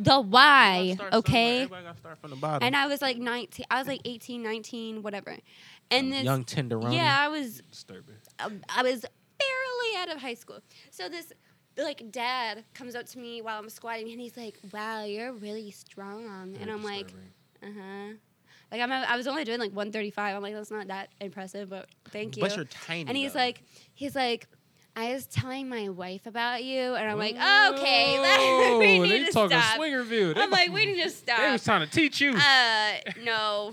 Speaker 3: The Y. Okay.
Speaker 1: Everybody gotta start from the bottom.
Speaker 3: And I was like 19. I was like 18, 19, whatever. And this
Speaker 1: young tenderoni.
Speaker 3: Yeah, I was
Speaker 4: disturbing.
Speaker 3: um, I was barely out of high school. So this like dad comes up to me while I'm squatting and he's like, "Wow, you're really strong." And I'm like, "Uh huh." Like I'm, I was only doing like 135. I'm like, that's not that impressive, but thank you.
Speaker 1: But you're tiny.
Speaker 3: and he's
Speaker 1: though.
Speaker 3: like, he's like, I was telling my wife about you, and I'm like, okay,
Speaker 4: Oh,
Speaker 3: we need to stop.
Speaker 4: Swingerville. They,
Speaker 3: I'm like, we need
Speaker 4: they
Speaker 3: to stop.
Speaker 4: was trying to teach you.
Speaker 3: Uh, no.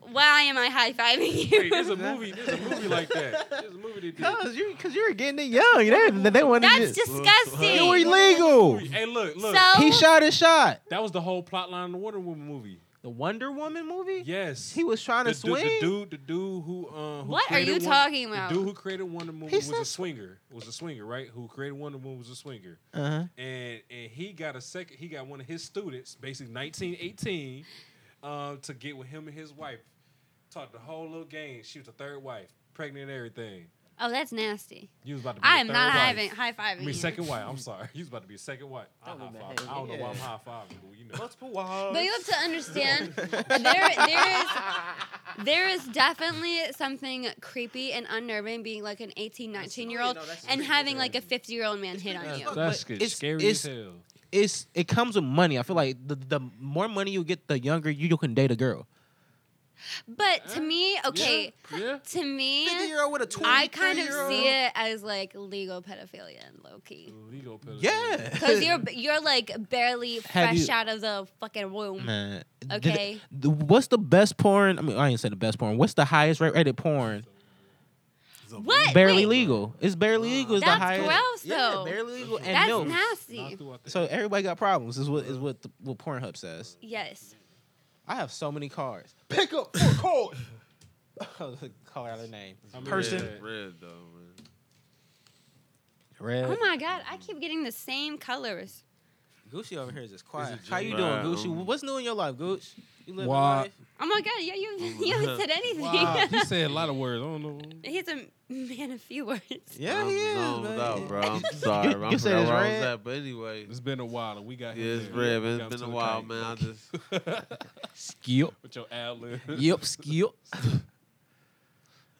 Speaker 3: Why am I high fiving
Speaker 5: Hey,
Speaker 3: you?
Speaker 5: there's a movie. There's a movie like that. There's a movie they did.
Speaker 1: Cause you, cause you were getting it young. They, they wanted
Speaker 3: That's
Speaker 1: this.
Speaker 3: disgusting.
Speaker 1: You were illegal.
Speaker 5: Hey, look, look.
Speaker 3: So
Speaker 1: He shot his shot.
Speaker 5: that was the whole plot line of the Wonder Woman movie.
Speaker 1: The Wonder Woman movie.
Speaker 5: Yes.
Speaker 1: He was trying
Speaker 5: the,
Speaker 1: to swing.
Speaker 5: The, dude, the dude who. Uh, who
Speaker 3: What are
Speaker 5: created
Speaker 3: you
Speaker 5: Wonder-
Speaker 3: talking about?
Speaker 5: The dude who created Wonder Woman
Speaker 1: He's
Speaker 5: was
Speaker 1: not
Speaker 5: a
Speaker 1: sw-
Speaker 5: swinger. Was a swinger, right? Who created Wonder Woman was a swinger.
Speaker 1: uh-huh.
Speaker 5: and and he got a second. He got one of his students, basically 1918, um, to get with him and his wife. Talked the whole little game. She was the third wife, pregnant and everything.
Speaker 3: Oh, that's nasty.
Speaker 5: You was about to be.
Speaker 3: I
Speaker 5: the
Speaker 3: am
Speaker 5: third
Speaker 3: not
Speaker 5: wife.
Speaker 3: high high fiving.
Speaker 5: I mean, second wife. I'm sorry. You was about to be a second wife. I high
Speaker 6: That would've been
Speaker 5: five. I don't know why I'm
Speaker 6: heavy.
Speaker 5: high fiving, but you know.
Speaker 6: multiple wives.
Speaker 3: But you have to understand there there is there is definitely something creepy and unnerving being like an 18, 19 year old
Speaker 6: no, that's
Speaker 3: and
Speaker 6: creepy,
Speaker 3: having like a 50 year old man hit on you.
Speaker 1: That's
Speaker 5: good.
Speaker 1: it's- scary as it's-
Speaker 5: hell.
Speaker 1: It's it comes with money. I feel like the, the more money you get, the younger you can date a girl.
Speaker 3: But to me, okay,
Speaker 5: Yeah.
Speaker 3: to me,
Speaker 6: Fifty year old with a twenty.
Speaker 3: I kind of
Speaker 6: 30-year-old.
Speaker 3: see it as like legal pedophilia and low key.
Speaker 5: Legal pedophilia.
Speaker 1: Yeah,
Speaker 3: Cause you're you're like barely
Speaker 1: Have
Speaker 3: fresh
Speaker 1: you-
Speaker 3: out of the fucking womb.
Speaker 1: man. the-
Speaker 3: Okay.
Speaker 1: the- what's the best porn? I mean, I ain't say the best porn. What's the highest rate rated porn?
Speaker 3: What?
Speaker 1: barely
Speaker 3: Wait,
Speaker 1: legal. It's barely legal. Is the
Speaker 3: That's
Speaker 1: highest.
Speaker 3: gross
Speaker 1: Yeah,
Speaker 3: though.
Speaker 1: barely legal and
Speaker 3: That's
Speaker 1: no.
Speaker 3: nasty.
Speaker 1: So everybody got problems. Is what is what the, what Pornhub says.
Speaker 3: Yes.
Speaker 1: I have so many cars. Pick up four cars. I was like, Call out her name. Person.
Speaker 2: Red, red though, man.
Speaker 1: Red.
Speaker 3: Oh my god, I keep getting the same colors.
Speaker 1: Gucci over here is just quiet.
Speaker 2: It's a
Speaker 1: How you doing,
Speaker 2: joke.
Speaker 1: Gucci?
Speaker 2: Wow.
Speaker 1: What's new in your life, Gucci? You living
Speaker 2: Wow.
Speaker 1: life?
Speaker 3: Oh my god, yeah, you you haven't said anything.
Speaker 2: Wow, he said a lot of words. I don't know.
Speaker 3: He's a man of few words.
Speaker 1: Yeah,
Speaker 7: I'm
Speaker 1: he is.
Speaker 7: zoned
Speaker 1: Man.
Speaker 7: out, bro. I'm sorry.
Speaker 1: you
Speaker 7: bro. I
Speaker 1: said it's
Speaker 7: forgot where I
Speaker 1: red?
Speaker 7: was at, but anyway.
Speaker 2: It's been a while, and we got.
Speaker 7: Yeah,
Speaker 2: him
Speaker 7: it's
Speaker 2: there.
Speaker 7: red,
Speaker 2: We
Speaker 7: man.
Speaker 2: got
Speaker 7: It's
Speaker 2: him to
Speaker 7: been a
Speaker 2: the
Speaker 7: while,
Speaker 2: kite.
Speaker 7: man. I just
Speaker 1: Skip.
Speaker 5: With your ad lib.
Speaker 1: Yep, skip.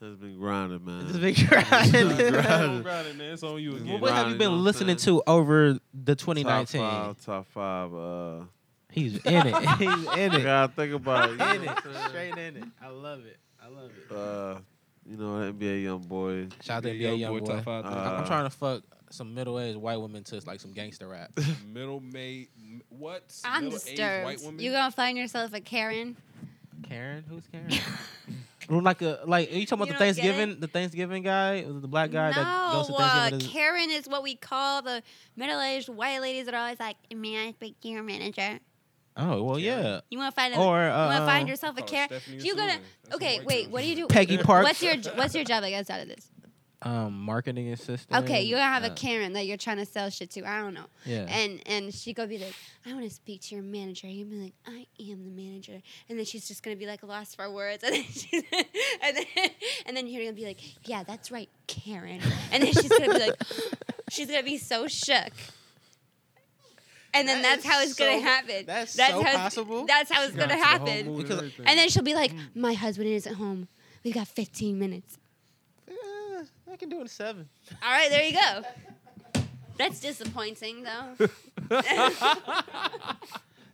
Speaker 7: has been grinding, man.
Speaker 1: Just been grinding.
Speaker 7: grinding.
Speaker 5: Brandon, man, it's on you again.
Speaker 1: what have you
Speaker 7: grinding, you know what
Speaker 1: been
Speaker 7: I'm
Speaker 1: listening
Speaker 7: saying?
Speaker 1: to over the
Speaker 7: Top
Speaker 1: 2019?
Speaker 7: five, top five. Uh,
Speaker 1: He's in it. He's in
Speaker 7: I
Speaker 1: it.
Speaker 7: gotta think about it. You know
Speaker 6: in it,
Speaker 7: what I'm saying?
Speaker 6: straight in it. I love it. I love it.
Speaker 7: Uh, you know, NBA young boy.
Speaker 1: Shout out to
Speaker 2: Yeah,
Speaker 1: NBA young boy. Uh-huh.
Speaker 2: top five.
Speaker 7: Uh,
Speaker 1: I'm trying to fuck some middle-aged white women to like some gangster rap.
Speaker 2: middle mate. m- What?
Speaker 3: I'm
Speaker 2: Middle-aged
Speaker 3: disturbed.
Speaker 2: White woman?
Speaker 3: You're gonna find yourself a Karen.
Speaker 1: Karen, who's Karen? Or like a like are you talking about the
Speaker 3: You don't get it?
Speaker 1: Thanksgiving the Thanksgiving guy the black guy that
Speaker 3: no,
Speaker 1: goes to
Speaker 3: uh,
Speaker 1: Thanksgiving? with his-
Speaker 3: Karen is what we call the middle-aged white ladies that are always like, "May I speak to your manager?"
Speaker 1: oh well yeah
Speaker 3: You wanna find a,
Speaker 1: or
Speaker 3: you wanna
Speaker 1: uh,
Speaker 3: find yourself a
Speaker 2: Call her
Speaker 3: Karen?
Speaker 2: Stephanie or
Speaker 3: You gonna?
Speaker 2: Susan. Oh, That's
Speaker 3: Okay,
Speaker 2: white
Speaker 3: wait.
Speaker 2: girl.
Speaker 3: What do you do?
Speaker 1: Peggy Park.
Speaker 3: What's your What's your job? I guess out of this.
Speaker 1: um marketing assistant.
Speaker 3: Okay, you're gonna have a
Speaker 1: Uh,
Speaker 3: Karen that you're trying to sell shit to. I don't know.
Speaker 1: Yeah.
Speaker 3: And and she go be like, I want to speak to your manager. You'd be like, I am the manager. And then she's just gonna be like lost for words. And then she's, and then and then you're gonna be like, Yeah, that's right, Karen. And then she's gonna be like, she's gonna be so shook. And then
Speaker 6: That
Speaker 3: that's how
Speaker 6: is
Speaker 3: it's gonna
Speaker 6: so-
Speaker 3: happen.
Speaker 6: that's so
Speaker 3: how it's-
Speaker 6: possible.
Speaker 3: That's how it's
Speaker 2: Got
Speaker 3: gonna
Speaker 2: to the whole
Speaker 3: happen.
Speaker 2: mood
Speaker 1: Because-
Speaker 2: everything.
Speaker 3: And then she'll be like, My husband isn't home. We got 15 minutes.
Speaker 1: Eh, I can do it in seven.
Speaker 3: All right, there you go. That's disappointing though.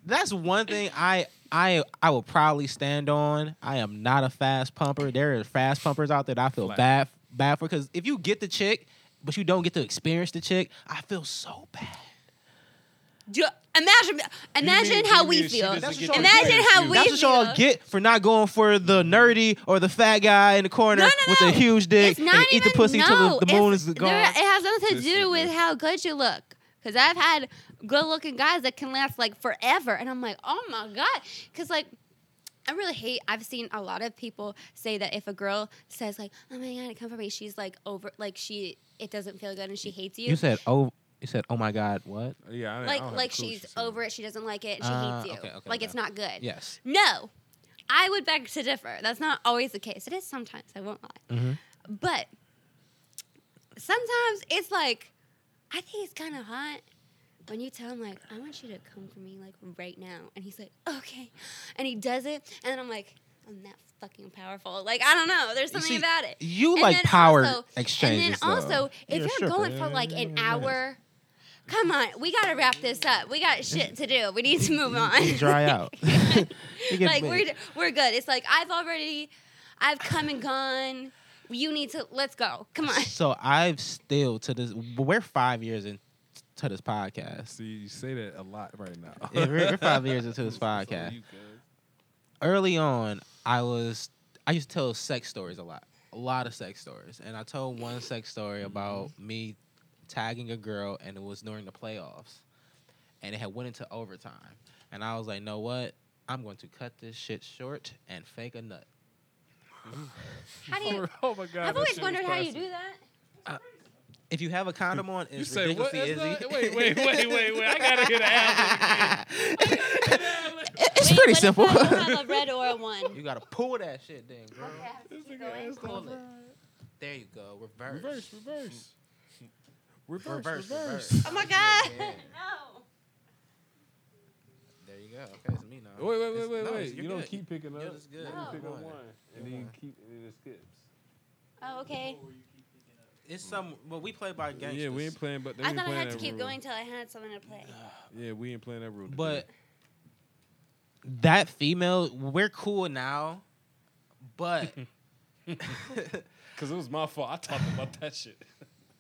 Speaker 1: That's one thing I I I will probably stand on. I am not a fast pumper. There are fast pumpers out there that I feel bad bad for because if you get the chick but you don't get to experience the chick, I feel so bad.
Speaker 3: Do, imagine, imagine
Speaker 5: mean-
Speaker 3: how
Speaker 5: you
Speaker 3: we
Speaker 5: mean she
Speaker 3: feel.
Speaker 5: doesn't
Speaker 1: get to
Speaker 3: Imagine how we
Speaker 1: That's
Speaker 3: feel.
Speaker 1: what y'all get for not going for the nerdy or the fat guy in the corner
Speaker 3: No, no,
Speaker 1: with a
Speaker 3: no.
Speaker 1: huge dick
Speaker 3: It's not
Speaker 1: and
Speaker 3: even
Speaker 1: eat the pussy
Speaker 3: no.
Speaker 1: till the, the moon
Speaker 3: It's-
Speaker 1: is
Speaker 3: there-
Speaker 1: gone.
Speaker 3: it has nothing to
Speaker 2: This
Speaker 3: do
Speaker 2: is
Speaker 3: with
Speaker 2: it.
Speaker 3: how good you look. Cause I've had good-looking guys that can last like forever, and I'm like, oh my god. Cause like, I really hate. I've seen a lot of people say that if a girl says like, oh my god, come for me, she's like over, like she, it doesn't feel good, and she hates you.
Speaker 1: You said oh. You said oh my god. What?
Speaker 2: Yeah, I didn't- I don't
Speaker 3: like
Speaker 2: have a
Speaker 3: like
Speaker 2: clue
Speaker 3: she's
Speaker 2: Oh, she said.
Speaker 3: over it, she doesn't like it, and she
Speaker 1: Ah,
Speaker 3: hates you.
Speaker 1: okay, okay,
Speaker 3: like
Speaker 1: yeah.
Speaker 3: it's not good.
Speaker 1: Yes.
Speaker 3: No, I would beg to differ. That's not always the case. It is sometimes. I won't lie.
Speaker 1: Mhm.
Speaker 3: But sometimes it's like I think it's kind of hot when you tell him like I want you to come for me like right now, and he's like okay, and he does it, and then I'm like I'm that fucking powerful. Like I don't know. There's something
Speaker 1: See,
Speaker 3: about it.
Speaker 1: You
Speaker 3: And
Speaker 1: like
Speaker 3: then
Speaker 1: power
Speaker 3: also-
Speaker 1: exchanges.
Speaker 3: And then also,
Speaker 1: though. You're
Speaker 3: if
Speaker 1: a
Speaker 3: you're,
Speaker 1: stripper,
Speaker 3: going
Speaker 1: yeah,
Speaker 3: for like
Speaker 1: yeah,
Speaker 3: an
Speaker 1: yeah, yeah.
Speaker 3: hour, come on, we gotta wrap this up. We got shit to do. We need to move on.
Speaker 1: You dry out. You get
Speaker 3: like
Speaker 1: big.
Speaker 3: we're we're good. It's like I've already, I've come and gone. You need to let's go. Come on.
Speaker 1: So I've still to this. We're five years into this podcast.
Speaker 2: See, you say that a lot right now.
Speaker 1: Yeah, we're we're five years into this podcast. Early on, I was I used to tell sex stories a lot, a lot of sex stories, and I told one sex story about
Speaker 4: Mm-hmm.
Speaker 1: me tagging a girl, and it was during the playoffs, and it had went into overtime, and I was like, know what? I'm going to cut this shit short and fake a nut.
Speaker 3: How do you?
Speaker 4: oh my god!
Speaker 3: I've always wondered how you do that.
Speaker 1: If you have a condom on, it's
Speaker 4: You say what?
Speaker 1: ridiculously
Speaker 4: That's
Speaker 1: easy.
Speaker 4: not, wait, wait, wait, wait, wait! I gotta hear the ad.
Speaker 1: it's pretty
Speaker 3: Wait, what if
Speaker 1: simple.
Speaker 3: I don't have a red or a one.
Speaker 1: You gotta pull that shit, then, girl.
Speaker 3: Okay, I have to keep going.
Speaker 1: Pull it. There you go. Reverse.
Speaker 2: Reverse, reverse. Reverse,
Speaker 1: Reverse,
Speaker 2: reverse.
Speaker 1: reverse.
Speaker 3: Oh my god.
Speaker 1: Yeah.
Speaker 3: No.
Speaker 1: There you go. Okay, it's me now.
Speaker 2: Wait, wait,
Speaker 1: It's-
Speaker 2: wait, wait,
Speaker 1: no,
Speaker 2: wait.
Speaker 1: it's-
Speaker 2: You
Speaker 1: you're
Speaker 2: don't
Speaker 1: good.
Speaker 2: keep picking up.
Speaker 1: You're just good.
Speaker 2: You
Speaker 3: No.
Speaker 2: pick up one, and then you
Speaker 1: One.
Speaker 2: keep, and then it skips.
Speaker 3: Oh okay.
Speaker 1: It's some. Well, we play by gangsters.
Speaker 2: Yeah, we ain't playing, but
Speaker 3: I thought I had to keep going till I had something to play.
Speaker 2: Yeah, we ain't playing that rule.
Speaker 1: But that female, we're cool now, but
Speaker 4: Because it was my fault. I talked about that shit.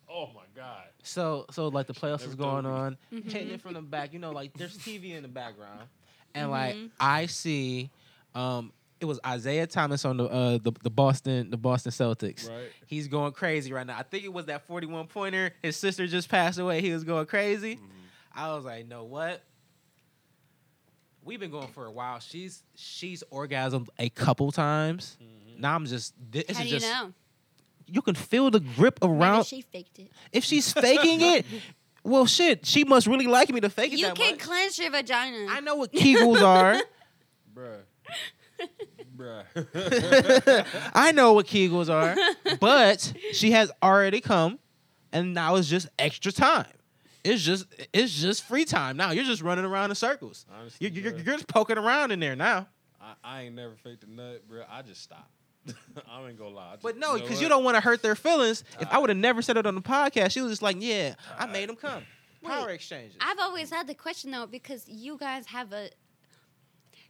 Speaker 4: Oh my god!
Speaker 1: So so like the playoffs is
Speaker 4: Every
Speaker 1: going
Speaker 4: time we-
Speaker 1: on,
Speaker 3: Mm-hmm.
Speaker 1: hitting it from the back. You know, like there's TV in the background, and like I see, um, it was Isaiah Thomas on the uh the, the Boston the Boston Celtics.
Speaker 2: Right.
Speaker 1: He's going crazy right now. I think it was that 41 pointer. His sister just passed away. He was going crazy. I was like, know what? We've been going for a while. She's she's orgasmed a couple times. Now I'm just this
Speaker 3: How
Speaker 1: is
Speaker 3: do you
Speaker 1: just
Speaker 3: know?
Speaker 1: you can feel the grip
Speaker 3: Maybe
Speaker 1: around
Speaker 3: she faked it.
Speaker 1: if she's faking it, well, shit, she must really like me to fake it
Speaker 3: You
Speaker 1: that
Speaker 3: can
Speaker 1: much.
Speaker 3: cleanse your vagina.
Speaker 1: I know what Kegels are.
Speaker 2: bruh, bruh.
Speaker 1: I know what Kegels are, but she has already come, and now it's just extra time. It's just it's just free time now. You're just running around in circles.
Speaker 2: Honestly,
Speaker 1: You're, you're,
Speaker 2: bruh,
Speaker 1: you're just poking around in there now.
Speaker 2: I, I ain't never faked a nut, bruh. I just stopped. I ain't gonna lie. I just-
Speaker 1: But no,
Speaker 2: know
Speaker 1: because
Speaker 2: what?
Speaker 1: you don't want to hurt their feelings. If I would have never said it on the podcast, she was just like, "Yeah, I made them come." Power exchanges.
Speaker 3: I've always had the question though because you guys have a,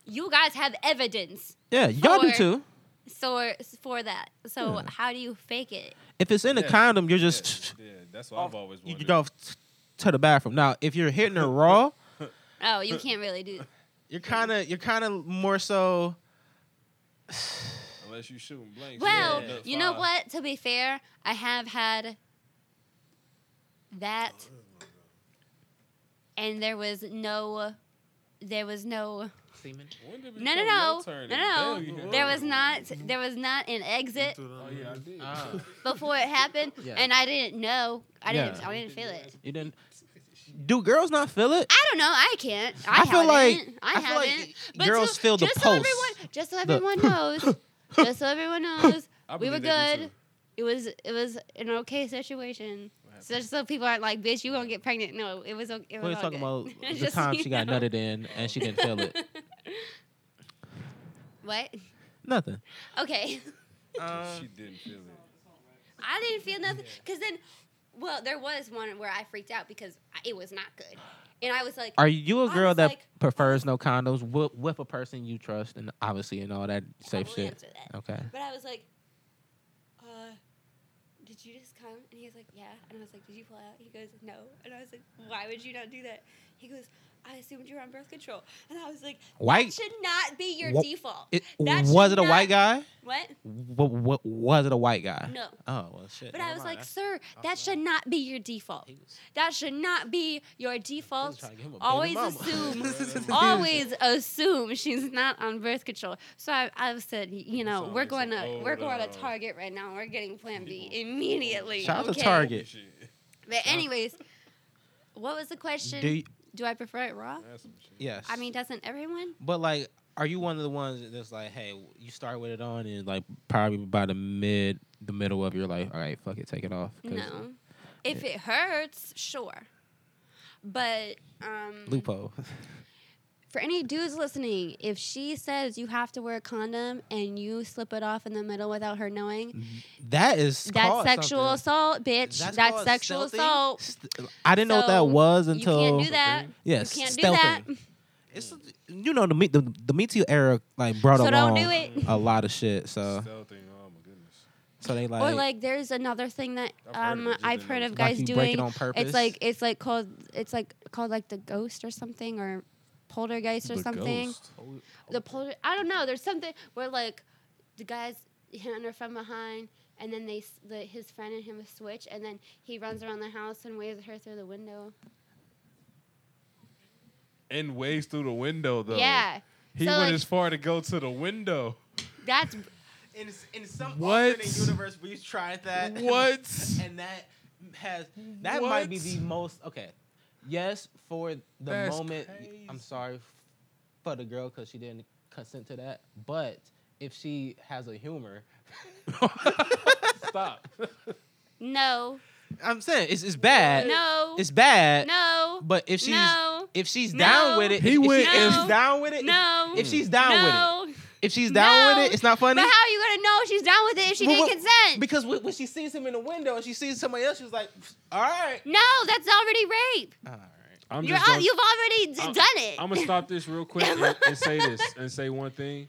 Speaker 3: you guys have evidence
Speaker 1: yeah, y'all do
Speaker 3: Or-
Speaker 1: too.
Speaker 3: so for that. So how do you fake it?
Speaker 1: If it's in a
Speaker 2: Yeah.
Speaker 1: condom, you're
Speaker 2: Yeah,
Speaker 1: just
Speaker 2: yeah, that's what I've always
Speaker 1: you
Speaker 2: wanted.
Speaker 1: go t- to the bathroom. Now, if you're hitting her raw,
Speaker 3: Oh, you can't really do.
Speaker 1: you're kind of you're kind of more so.
Speaker 2: Unless you shooting blanks.
Speaker 3: Well,
Speaker 2: Yeah.
Speaker 3: you know
Speaker 2: Fire.
Speaker 3: what? To be fair, I have had that, and there was no, there was no,
Speaker 2: When did it
Speaker 3: no, no,
Speaker 2: become
Speaker 3: no,
Speaker 2: your
Speaker 3: no,
Speaker 2: turn to
Speaker 3: no.
Speaker 2: beg?
Speaker 4: Oh.
Speaker 3: There was not,
Speaker 1: Mm-hmm.
Speaker 3: there was not an exit
Speaker 7: Mm-hmm.
Speaker 2: Oh yeah, I did.
Speaker 4: Uh,
Speaker 3: before it happened,
Speaker 1: Yeah.
Speaker 3: and I didn't know. I didn't,
Speaker 1: Yeah.
Speaker 3: I didn't feel it.
Speaker 1: You didn't. Do girls not feel it?
Speaker 3: I don't know. I can't. I,
Speaker 1: I feel like-
Speaker 3: haven't. I,
Speaker 1: I feel like
Speaker 3: haven't.
Speaker 1: girls feel the
Speaker 3: just So
Speaker 1: pulse.
Speaker 3: everyone, just so everyone knows. just so everyone knows,
Speaker 2: I
Speaker 3: we were
Speaker 2: believe they do,
Speaker 3: good.
Speaker 2: too.
Speaker 3: It was it was an okay situation. So just so people aren't like, bitch, you gonna get pregnant. No, it was. o- It was
Speaker 1: We're
Speaker 3: all
Speaker 1: talking
Speaker 3: good.
Speaker 1: about the
Speaker 3: Just so
Speaker 1: time
Speaker 3: you
Speaker 1: she got
Speaker 3: know.
Speaker 1: nutted in and she didn't feel it.
Speaker 3: What?
Speaker 1: Nothing.
Speaker 3: Okay.
Speaker 4: Uh, Um,
Speaker 2: she didn't feel it.
Speaker 3: I didn't feel nothing because then, well, there was one where I freaked out because I- it was not good, and I was like,
Speaker 1: Are you a
Speaker 3: I
Speaker 1: girl
Speaker 3: was
Speaker 1: that
Speaker 3: like-
Speaker 1: prefers no condoms with, with a person you trust and obviously and all that safe
Speaker 3: will
Speaker 1: shit?
Speaker 3: answer that.
Speaker 1: Okay.
Speaker 3: But I was like, uh, did you just come? And he was like, yeah. And I was like, did you pull out? He goes, no. And I was like, why would you not do that? He goes, I assumed you were on birth control. And I was like,
Speaker 1: White-
Speaker 3: That should not be your
Speaker 1: Wha-
Speaker 3: default.
Speaker 1: It,
Speaker 3: That
Speaker 1: was it
Speaker 3: should
Speaker 1: a white
Speaker 3: not-
Speaker 1: guy?
Speaker 3: What?
Speaker 1: W- w- was it a white guy?
Speaker 3: No.
Speaker 1: Oh well, shit.
Speaker 3: But
Speaker 1: never
Speaker 3: I was
Speaker 1: mind.
Speaker 3: like, sir, that should not be your default. That should not be your default.
Speaker 1: trying to give him a baby
Speaker 3: Always
Speaker 1: mama.
Speaker 3: assume, always assume she's not on birth control. So I, I said, you know,
Speaker 4: Sound
Speaker 3: we're
Speaker 4: like
Speaker 3: going
Speaker 4: some
Speaker 3: to we're
Speaker 4: old,
Speaker 3: going to
Speaker 4: uh,
Speaker 3: Target right now. and We're getting Plan B immediately.
Speaker 1: Shout out
Speaker 3: okay?
Speaker 1: to Target.
Speaker 3: But anyways, what was the question?
Speaker 1: Do
Speaker 3: Do,
Speaker 1: you-
Speaker 3: I prefer it raw?
Speaker 2: That's some shit.
Speaker 1: yes.
Speaker 3: I mean, doesn't everyone?
Speaker 1: but like, are you one of the ones that's like, hey, you start with it on, and like probably by the mid, the middle of your life, all right, fuck it, take it off. 'cause
Speaker 3: No. If it hurts, sure. But um
Speaker 1: Lupo.
Speaker 3: for any dudes listening, if she says you have to wear a condom and you slip it off in the middle without her knowing,
Speaker 1: that is
Speaker 3: that's
Speaker 1: called
Speaker 3: sexual
Speaker 1: something.
Speaker 3: assault, bitch. That's,
Speaker 1: That's called
Speaker 3: sexual
Speaker 1: stealthing?
Speaker 3: assault.
Speaker 1: St- I didn't know what that
Speaker 3: So,
Speaker 1: was until
Speaker 3: you can't do that.
Speaker 1: Yes,
Speaker 3: you can't do
Speaker 1: stealthing.
Speaker 3: that.
Speaker 1: It's you know the Me- the, the Me Too era like brought
Speaker 3: So don't
Speaker 1: along
Speaker 3: do it.
Speaker 1: a lot of shit.
Speaker 4: uh,
Speaker 1: So
Speaker 2: Stealthing, oh my goodness.
Speaker 1: so they like
Speaker 3: or like there's another thing that
Speaker 2: I've heard of
Speaker 3: um
Speaker 2: it, just
Speaker 3: I've
Speaker 2: didn't
Speaker 3: heard
Speaker 2: know
Speaker 3: of
Speaker 2: it.
Speaker 1: like
Speaker 3: guys
Speaker 1: you break
Speaker 3: doing.
Speaker 1: it on purpose.
Speaker 3: It's like it's like called it's like called like the ghost or something or poltergeist or something. The polter I don't know. There's something where like the guys hitting her from behind, and then they s- the, his friend and him switch, and then he runs around the house and waves at her through the window.
Speaker 4: And waves through the window though.
Speaker 3: Yeah.
Speaker 4: He
Speaker 3: so
Speaker 4: went
Speaker 3: like,
Speaker 4: as far to go to the window.
Speaker 3: that's
Speaker 6: In, s- in some
Speaker 4: What?
Speaker 6: alternate universe, we tried that.
Speaker 4: What?
Speaker 6: And that has
Speaker 1: that might be
Speaker 4: What?
Speaker 1: the most okay. Yes, for the
Speaker 4: That's
Speaker 1: moment,
Speaker 4: crazy.
Speaker 1: I'm sorry f- for the girl because she didn't consent to that. But if she has a humor,
Speaker 4: Stop.
Speaker 3: no,
Speaker 1: I'm saying it's it's bad.
Speaker 3: no,
Speaker 1: it's bad.
Speaker 3: no,
Speaker 1: But if she's
Speaker 3: no,
Speaker 1: if she's
Speaker 3: No.
Speaker 1: down with it,
Speaker 4: He
Speaker 1: if
Speaker 4: went
Speaker 1: she-
Speaker 3: and-
Speaker 1: if she's down with it,
Speaker 3: no.
Speaker 1: if she's down with it,
Speaker 3: no.
Speaker 1: If she's down
Speaker 3: No.
Speaker 1: with it, it's not funny.
Speaker 3: But how are you gonna know she's down with it if she
Speaker 1: Well,
Speaker 3: didn't
Speaker 1: well,
Speaker 3: consent?
Speaker 1: Because when when she sees him in the window and she sees somebody else, she's like, "All right,
Speaker 3: no, that's already rape.
Speaker 1: all right."
Speaker 4: I'm
Speaker 3: You're
Speaker 4: just
Speaker 3: al-
Speaker 4: gonna-
Speaker 3: you've already d-
Speaker 4: I'm-
Speaker 3: done it.
Speaker 4: I'm gonna stop this real quick and, and say this and say one thing.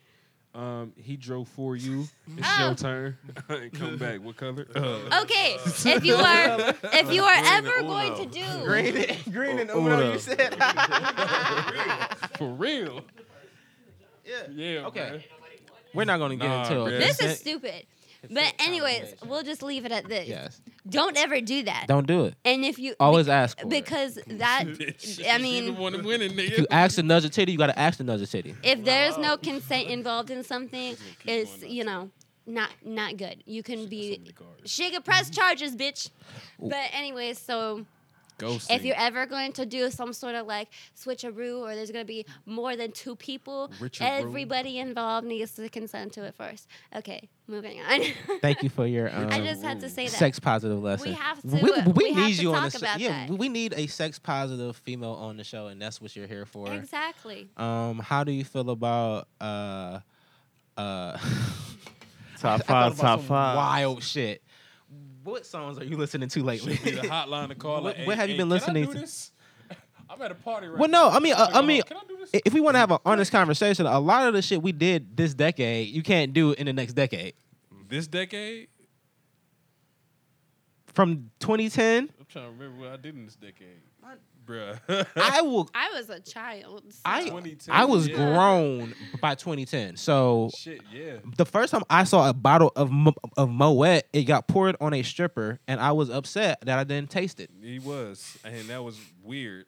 Speaker 4: Um, he drove for you. It's
Speaker 3: Oh.
Speaker 4: your turn. Come back. What color? Uh,
Speaker 3: Okay, if you are if you are ever going to do
Speaker 6: green and, green and
Speaker 7: Oh,
Speaker 6: Uno,
Speaker 7: Uno.
Speaker 6: you said.
Speaker 4: for real.
Speaker 6: Yeah.
Speaker 4: Yeah.
Speaker 1: Uh. Okay.
Speaker 4: man.
Speaker 1: We're not gonna get
Speaker 4: Nah,
Speaker 1: into it.
Speaker 4: bruh.
Speaker 3: this is stupid. But anyways,
Speaker 1: conversation.
Speaker 3: we'll just leave it at this.
Speaker 1: yes.
Speaker 3: Don't ever do that.
Speaker 1: Don't do it.
Speaker 3: And if you
Speaker 1: Always
Speaker 3: bec-
Speaker 1: ask for it.
Speaker 3: because that I mean
Speaker 4: one winning
Speaker 1: If you
Speaker 4: nigga.
Speaker 1: ask to nudge a titty, you gotta ask to nudge a titty.
Speaker 3: if there's no consent involved in something, it's you know not not good. You can be she could press charges, bitch. But anyways, so
Speaker 2: Ghosting.
Speaker 3: if you're ever going to do some sort of like switcheroo or there's going to be more than two people,
Speaker 2: Richaroo.
Speaker 3: everybody involved needs to consent to it first. Okay, moving on.
Speaker 1: Thank you for your um,
Speaker 3: I just had to say that.
Speaker 1: sex positive lesson.
Speaker 3: have to- we
Speaker 1: need
Speaker 3: have to
Speaker 1: you on
Speaker 3: talk
Speaker 1: the,
Speaker 3: about
Speaker 1: yeah.
Speaker 3: that.
Speaker 1: We need a sex positive female on the show, and that's what you're here for.
Speaker 3: Exactly.
Speaker 1: Um, how do you feel about uh uh
Speaker 7: Top
Speaker 1: I thought
Speaker 7: five,
Speaker 1: about
Speaker 7: top
Speaker 1: some
Speaker 7: five.
Speaker 1: wild shit? What songs are you listening to lately?
Speaker 4: Should be the hotline to call.
Speaker 1: What-
Speaker 4: like,
Speaker 1: what
Speaker 4: "Hey,
Speaker 1: have you
Speaker 4: hey,
Speaker 1: been
Speaker 4: can I
Speaker 1: listening
Speaker 4: do
Speaker 1: to?"
Speaker 4: this? I'm at a party right
Speaker 1: Well,
Speaker 4: now.
Speaker 1: no, I mean, uh, I
Speaker 4: Hold on,
Speaker 1: mean,
Speaker 4: can I do this?
Speaker 1: i- if we want to have an honest conversation, a lot of the shit we did this decade, you can't do in the next decade.
Speaker 2: this decade,
Speaker 1: From 2010,
Speaker 4: I'm trying to remember what I did in this decade,
Speaker 2: bruh.
Speaker 1: I will.
Speaker 3: I was a child. so-
Speaker 1: I,
Speaker 4: 2010,
Speaker 1: I was
Speaker 4: yeah.
Speaker 1: grown by 2010. So
Speaker 4: Shit, yeah.
Speaker 1: the first time I saw a bottle of Mo- of Moet, it got poured on a stripper, and I was upset that I didn't taste it.
Speaker 2: he was, and that was weird.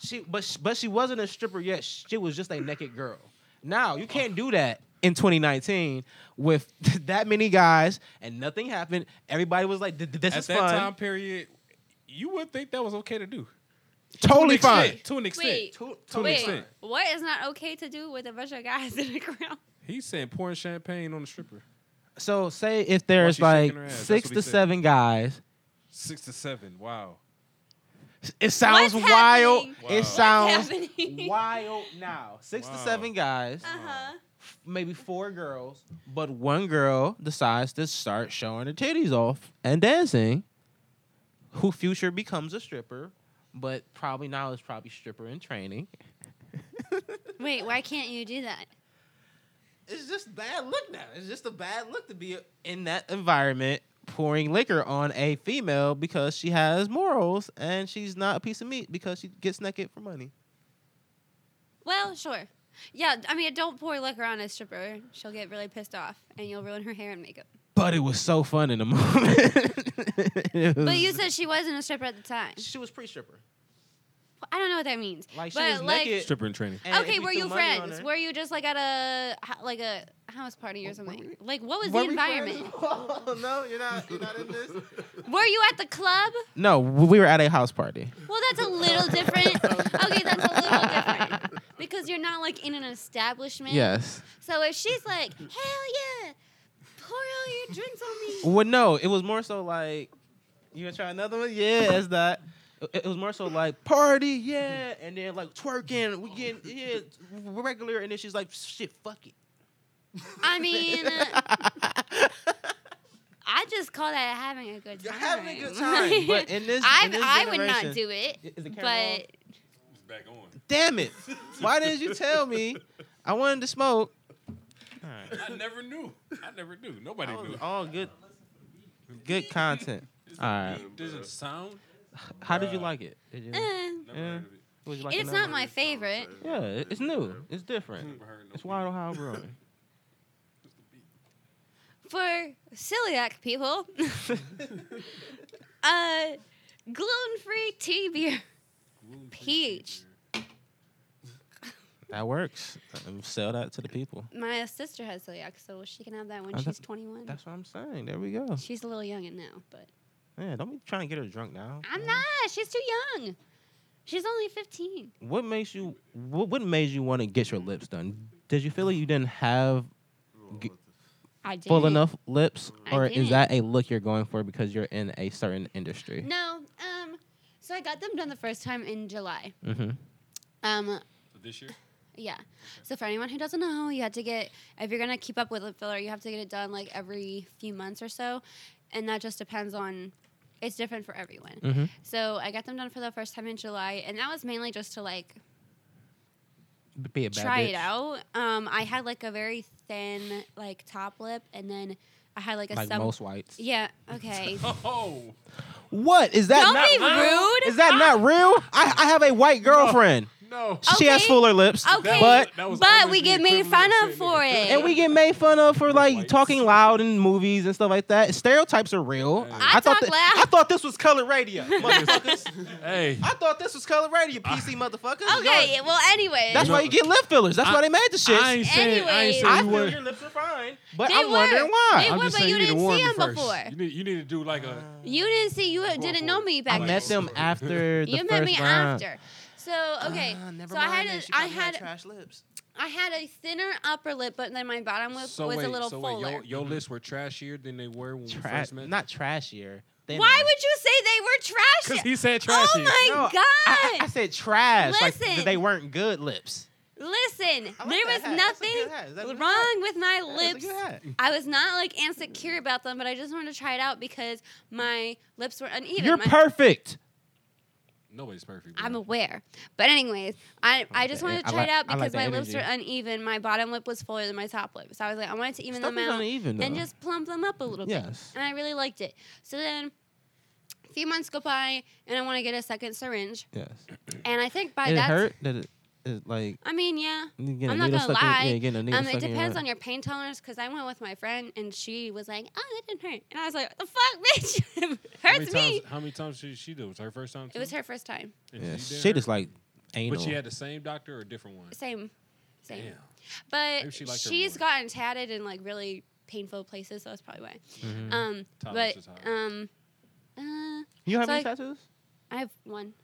Speaker 1: She, but sh- but she wasn't a stripper yet. She was just a naked girl. Now you can't do that in 2019 with that many guys and nothing happened. Everybody was like, "Th- th- "This
Speaker 2: At
Speaker 1: is
Speaker 2: that
Speaker 1: fun,
Speaker 2: time period, you would think that was okay to do.
Speaker 1: totally
Speaker 2: To an
Speaker 1: fine."
Speaker 2: extent, To an extent.
Speaker 3: Wait,
Speaker 2: To an
Speaker 3: wait.
Speaker 2: extent.
Speaker 3: What is not okay to do with a bunch of guys in the crowd?
Speaker 2: He's saying pouring champagne on the stripper.
Speaker 1: So say if there's
Speaker 2: Why she shaking
Speaker 1: like
Speaker 2: her ass? That's
Speaker 1: six
Speaker 2: what he
Speaker 1: to
Speaker 2: said.
Speaker 1: seven guys,
Speaker 2: Six to seven. Wow.
Speaker 1: it sounds
Speaker 3: What's
Speaker 1: wild.
Speaker 3: happening?
Speaker 1: It
Speaker 2: What's
Speaker 1: sounds
Speaker 3: happening?
Speaker 1: wild now. Six to
Speaker 2: Wow.
Speaker 1: seven guys.
Speaker 3: Uh huh.
Speaker 1: maybe four girls, but one girl decides to start showing her titties off and dancing. Who future becomes a stripper, but probably now is probably stripper in training.
Speaker 3: Wait, why can't you do that?
Speaker 1: It's just bad look now. It's just a bad look to be in that environment pouring liquor on a female because she has morals and she's not a piece of meat because she gets naked for money.
Speaker 3: Well, sure. Yeah, I mean, don't pour liquor on a stripper. She'll get really pissed off, and you'll ruin her hair and makeup.
Speaker 1: But it was so fun in the moment. It
Speaker 3: But
Speaker 1: was-
Speaker 3: you said she wasn't a stripper at the time.
Speaker 1: she was pre-stripper.
Speaker 3: Well, I don't know what that means.
Speaker 1: Like she
Speaker 3: But,
Speaker 1: was
Speaker 3: like-
Speaker 1: naked.
Speaker 2: Stripper in training.
Speaker 1: and
Speaker 3: okay,
Speaker 1: if
Speaker 3: were
Speaker 1: threw
Speaker 3: you
Speaker 1: money on
Speaker 3: friends?
Speaker 1: her-
Speaker 3: Were you just like at a ho- like a house party or something? like, what was
Speaker 1: Were
Speaker 3: the
Speaker 1: we friends?
Speaker 3: environment?
Speaker 6: no, you're not. You're not in this.
Speaker 3: Were you at the club?
Speaker 1: No, we were at a house party.
Speaker 3: Well, that's a little different. Okay, that's a little different because you're not like in an establishment.
Speaker 1: Yes.
Speaker 3: So if she's like, hell yeah, pour all your drinks on me.
Speaker 1: Well, no, it was more so like, you gonna try another one? Yeah, it's that. It it was more so like party, yeah, and then like twerking, we getting yeah, regular, and then she's like, shit, fuck it.
Speaker 3: I mean, uh, I just call that having a good
Speaker 1: You're
Speaker 3: time.
Speaker 1: having a good time, but in this,
Speaker 3: I
Speaker 1: in this
Speaker 3: I would not
Speaker 1: generation-
Speaker 3: do it.
Speaker 1: Is the camera on?
Speaker 3: But
Speaker 4: back on.
Speaker 1: Damn it! Why didn't you tell me? I wanted to smoke. All right.
Speaker 4: I never knew. I never knew. Nobody
Speaker 1: That was
Speaker 4: knew.
Speaker 1: all good, good content. All right.
Speaker 4: Doesn't sound.
Speaker 1: How did you like it? Did you,
Speaker 3: eh,
Speaker 4: Never
Speaker 1: Yeah.
Speaker 4: heard of it.
Speaker 1: would you like
Speaker 3: it's
Speaker 1: another
Speaker 3: not my favorite.
Speaker 1: one? Yeah, it- it's new. It's different.
Speaker 4: Never heard no
Speaker 1: It's Wild Ohio Brewing.
Speaker 3: uh, for celiac people, uh, gluten-free tea beer, peach.
Speaker 1: That works. Um, sell that to the people.
Speaker 3: My sister has celiac, so she can have that when
Speaker 1: Oh, that-
Speaker 3: she's 21.
Speaker 1: That's what I'm saying. There we go.
Speaker 3: she's a little youngin' now, but
Speaker 1: Yeah, don't be trying to get her drunk now.
Speaker 3: I'm not. She's too young. She's only 15.
Speaker 1: What makes you? What, what made you want to get your lips done? Did you feel like you didn't have
Speaker 3: I did.
Speaker 1: full enough lips,
Speaker 3: I
Speaker 1: or is
Speaker 3: didn't.
Speaker 1: that a look you're going for because you're in a certain industry?
Speaker 3: No. Um. So I got them done the first time in July.
Speaker 1: Mm-hmm.
Speaker 3: Um.
Speaker 4: This year,
Speaker 3: Yeah. So for anyone who doesn't know, you have to get if you're gonna keep up with lip filler, you have to get it done like every few months or so, and that just depends on. It's different for everyone.
Speaker 1: Mhm.
Speaker 3: So I got them done for the first time in July, and that was mainly just to like
Speaker 1: Be a bad
Speaker 3: try
Speaker 1: bitch.
Speaker 3: it out. Um, I had like a very thin like top lip, and then I had like a
Speaker 1: Like
Speaker 3: sub-
Speaker 1: most whites.
Speaker 3: Yeah. Okay.
Speaker 4: oh,
Speaker 1: What is that?
Speaker 3: Don't
Speaker 1: not
Speaker 3: be
Speaker 1: real?
Speaker 3: rude.
Speaker 1: Is that not real? I, I have a white girlfriend.
Speaker 4: no.
Speaker 1: She has
Speaker 3: Okay.
Speaker 1: fuller lips,
Speaker 3: Okay.
Speaker 1: but
Speaker 4: That was
Speaker 3: but
Speaker 4: always
Speaker 3: we
Speaker 4: the
Speaker 3: get made fun
Speaker 4: equivalent of saying
Speaker 3: of for it.
Speaker 1: and we get made fun of for like
Speaker 4: Whites.
Speaker 1: talking loud in movies and stuff like that. Stereotypes are real.
Speaker 3: I
Speaker 1: thought
Speaker 3: talk
Speaker 1: that,
Speaker 3: loud.
Speaker 1: I thought this was color radio, motherfuckers.
Speaker 4: Hey,
Speaker 1: I thought this was color radio, PC motherfuckers.
Speaker 3: Okay. Well, anyway.
Speaker 1: That's why Ah. you get lip fillers. That's
Speaker 4: I-
Speaker 1: why they made the shit.
Speaker 4: I ain't saying. I ain't
Speaker 3: Anyways.
Speaker 4: saying
Speaker 1: I
Speaker 4: you
Speaker 1: feel
Speaker 4: were.
Speaker 1: your lips are fine, but
Speaker 3: They
Speaker 1: I'm
Speaker 3: were.
Speaker 1: wondering why.
Speaker 3: They
Speaker 4: I'm
Speaker 3: were,
Speaker 4: just
Speaker 3: but
Speaker 4: saying
Speaker 3: you
Speaker 4: need to
Speaker 3: didn't
Speaker 4: warn
Speaker 3: see
Speaker 4: me
Speaker 3: them
Speaker 4: first.
Speaker 3: before.
Speaker 4: You need, you need to do like a.
Speaker 3: You didn't see you didn't know me back
Speaker 1: I met
Speaker 3: then.
Speaker 1: them after the
Speaker 3: You
Speaker 1: first
Speaker 3: met me
Speaker 1: round.
Speaker 3: after. So okay,
Speaker 1: Ah, never
Speaker 3: so I had
Speaker 1: mind then.
Speaker 3: a,
Speaker 1: She
Speaker 3: I
Speaker 1: probably
Speaker 3: had
Speaker 1: trash lips.
Speaker 3: I had a thinner upper lip, but then my bottom lip was
Speaker 4: wait,
Speaker 3: a little
Speaker 4: so wait,
Speaker 3: fuller.
Speaker 4: your, your lists were trashier than they were when we
Speaker 1: Trash,
Speaker 4: first met.
Speaker 1: not trashier. Thinner.
Speaker 3: Why would you say they were
Speaker 4: because
Speaker 3: trashy?
Speaker 4: he said trashier.
Speaker 3: Oh my
Speaker 1: No,
Speaker 3: god!
Speaker 1: I, I said trash. Like
Speaker 3: Listen.
Speaker 1: th- they weren't good lips.
Speaker 3: Listen,
Speaker 1: I like that
Speaker 3: there was
Speaker 1: hat. That's a good hat. Is that a
Speaker 3: nothing
Speaker 1: good
Speaker 3: wrong with my
Speaker 1: That's a
Speaker 3: lips.
Speaker 1: good hat.
Speaker 3: I was not like insecure about them, but I just wanted to try it out because my lips were uneven.
Speaker 1: You're
Speaker 3: My-
Speaker 1: perfect.
Speaker 4: Nobody's perfect.
Speaker 3: I'm
Speaker 4: bro.
Speaker 3: aware. But anyways, I, I just
Speaker 1: the en-
Speaker 3: wanted
Speaker 1: I
Speaker 3: to try
Speaker 1: like-
Speaker 3: it out
Speaker 1: I like
Speaker 3: because
Speaker 1: the
Speaker 3: my lips were
Speaker 1: energy.
Speaker 3: uneven. My bottom lip was fuller than my top lip. So I was like, I wanted to even
Speaker 1: Stuff
Speaker 3: them
Speaker 1: is
Speaker 3: out
Speaker 1: uneven,
Speaker 3: and
Speaker 1: though.
Speaker 3: just plump them up a little
Speaker 1: Yes.
Speaker 3: bit. And I really liked it. So then a few months go by and I want to get a second syringe.
Speaker 1: Yes.
Speaker 3: And I think by
Speaker 1: Did it
Speaker 3: that
Speaker 1: hurt? Did it, it like?
Speaker 3: I mean, yeah.
Speaker 1: you getting a
Speaker 3: I'm not
Speaker 1: needle
Speaker 3: gonna
Speaker 1: stuck in-
Speaker 3: lie.
Speaker 1: yeah, getting a needle
Speaker 3: Um, it
Speaker 1: stuck in your
Speaker 3: depends
Speaker 1: arm.
Speaker 3: on your pain tolerance because I went with my friend and she was like, "Oh, that didn't hurt," and I was like, "The fuck, bitch, It
Speaker 4: How many
Speaker 3: hurts me."
Speaker 4: times? How many times did she do? it? Was her first time?
Speaker 3: It
Speaker 4: too?
Speaker 3: was her first time.
Speaker 4: And
Speaker 1: Yeah,
Speaker 4: she did
Speaker 1: shit
Speaker 4: her-
Speaker 1: is like anal.
Speaker 4: But she had the same doctor or a different one?
Speaker 3: Same, same.
Speaker 4: Damn. Maybe
Speaker 3: But
Speaker 4: she liked her
Speaker 3: she's
Speaker 4: more.
Speaker 3: gotten tatted in like really painful places, so that's probably why.
Speaker 1: Mm-hmm.
Speaker 3: Um,
Speaker 4: Tolerance is
Speaker 3: but
Speaker 4: high.
Speaker 3: um, uh,
Speaker 1: you have
Speaker 3: so
Speaker 1: any
Speaker 3: I-
Speaker 1: tattoos?
Speaker 3: I have one.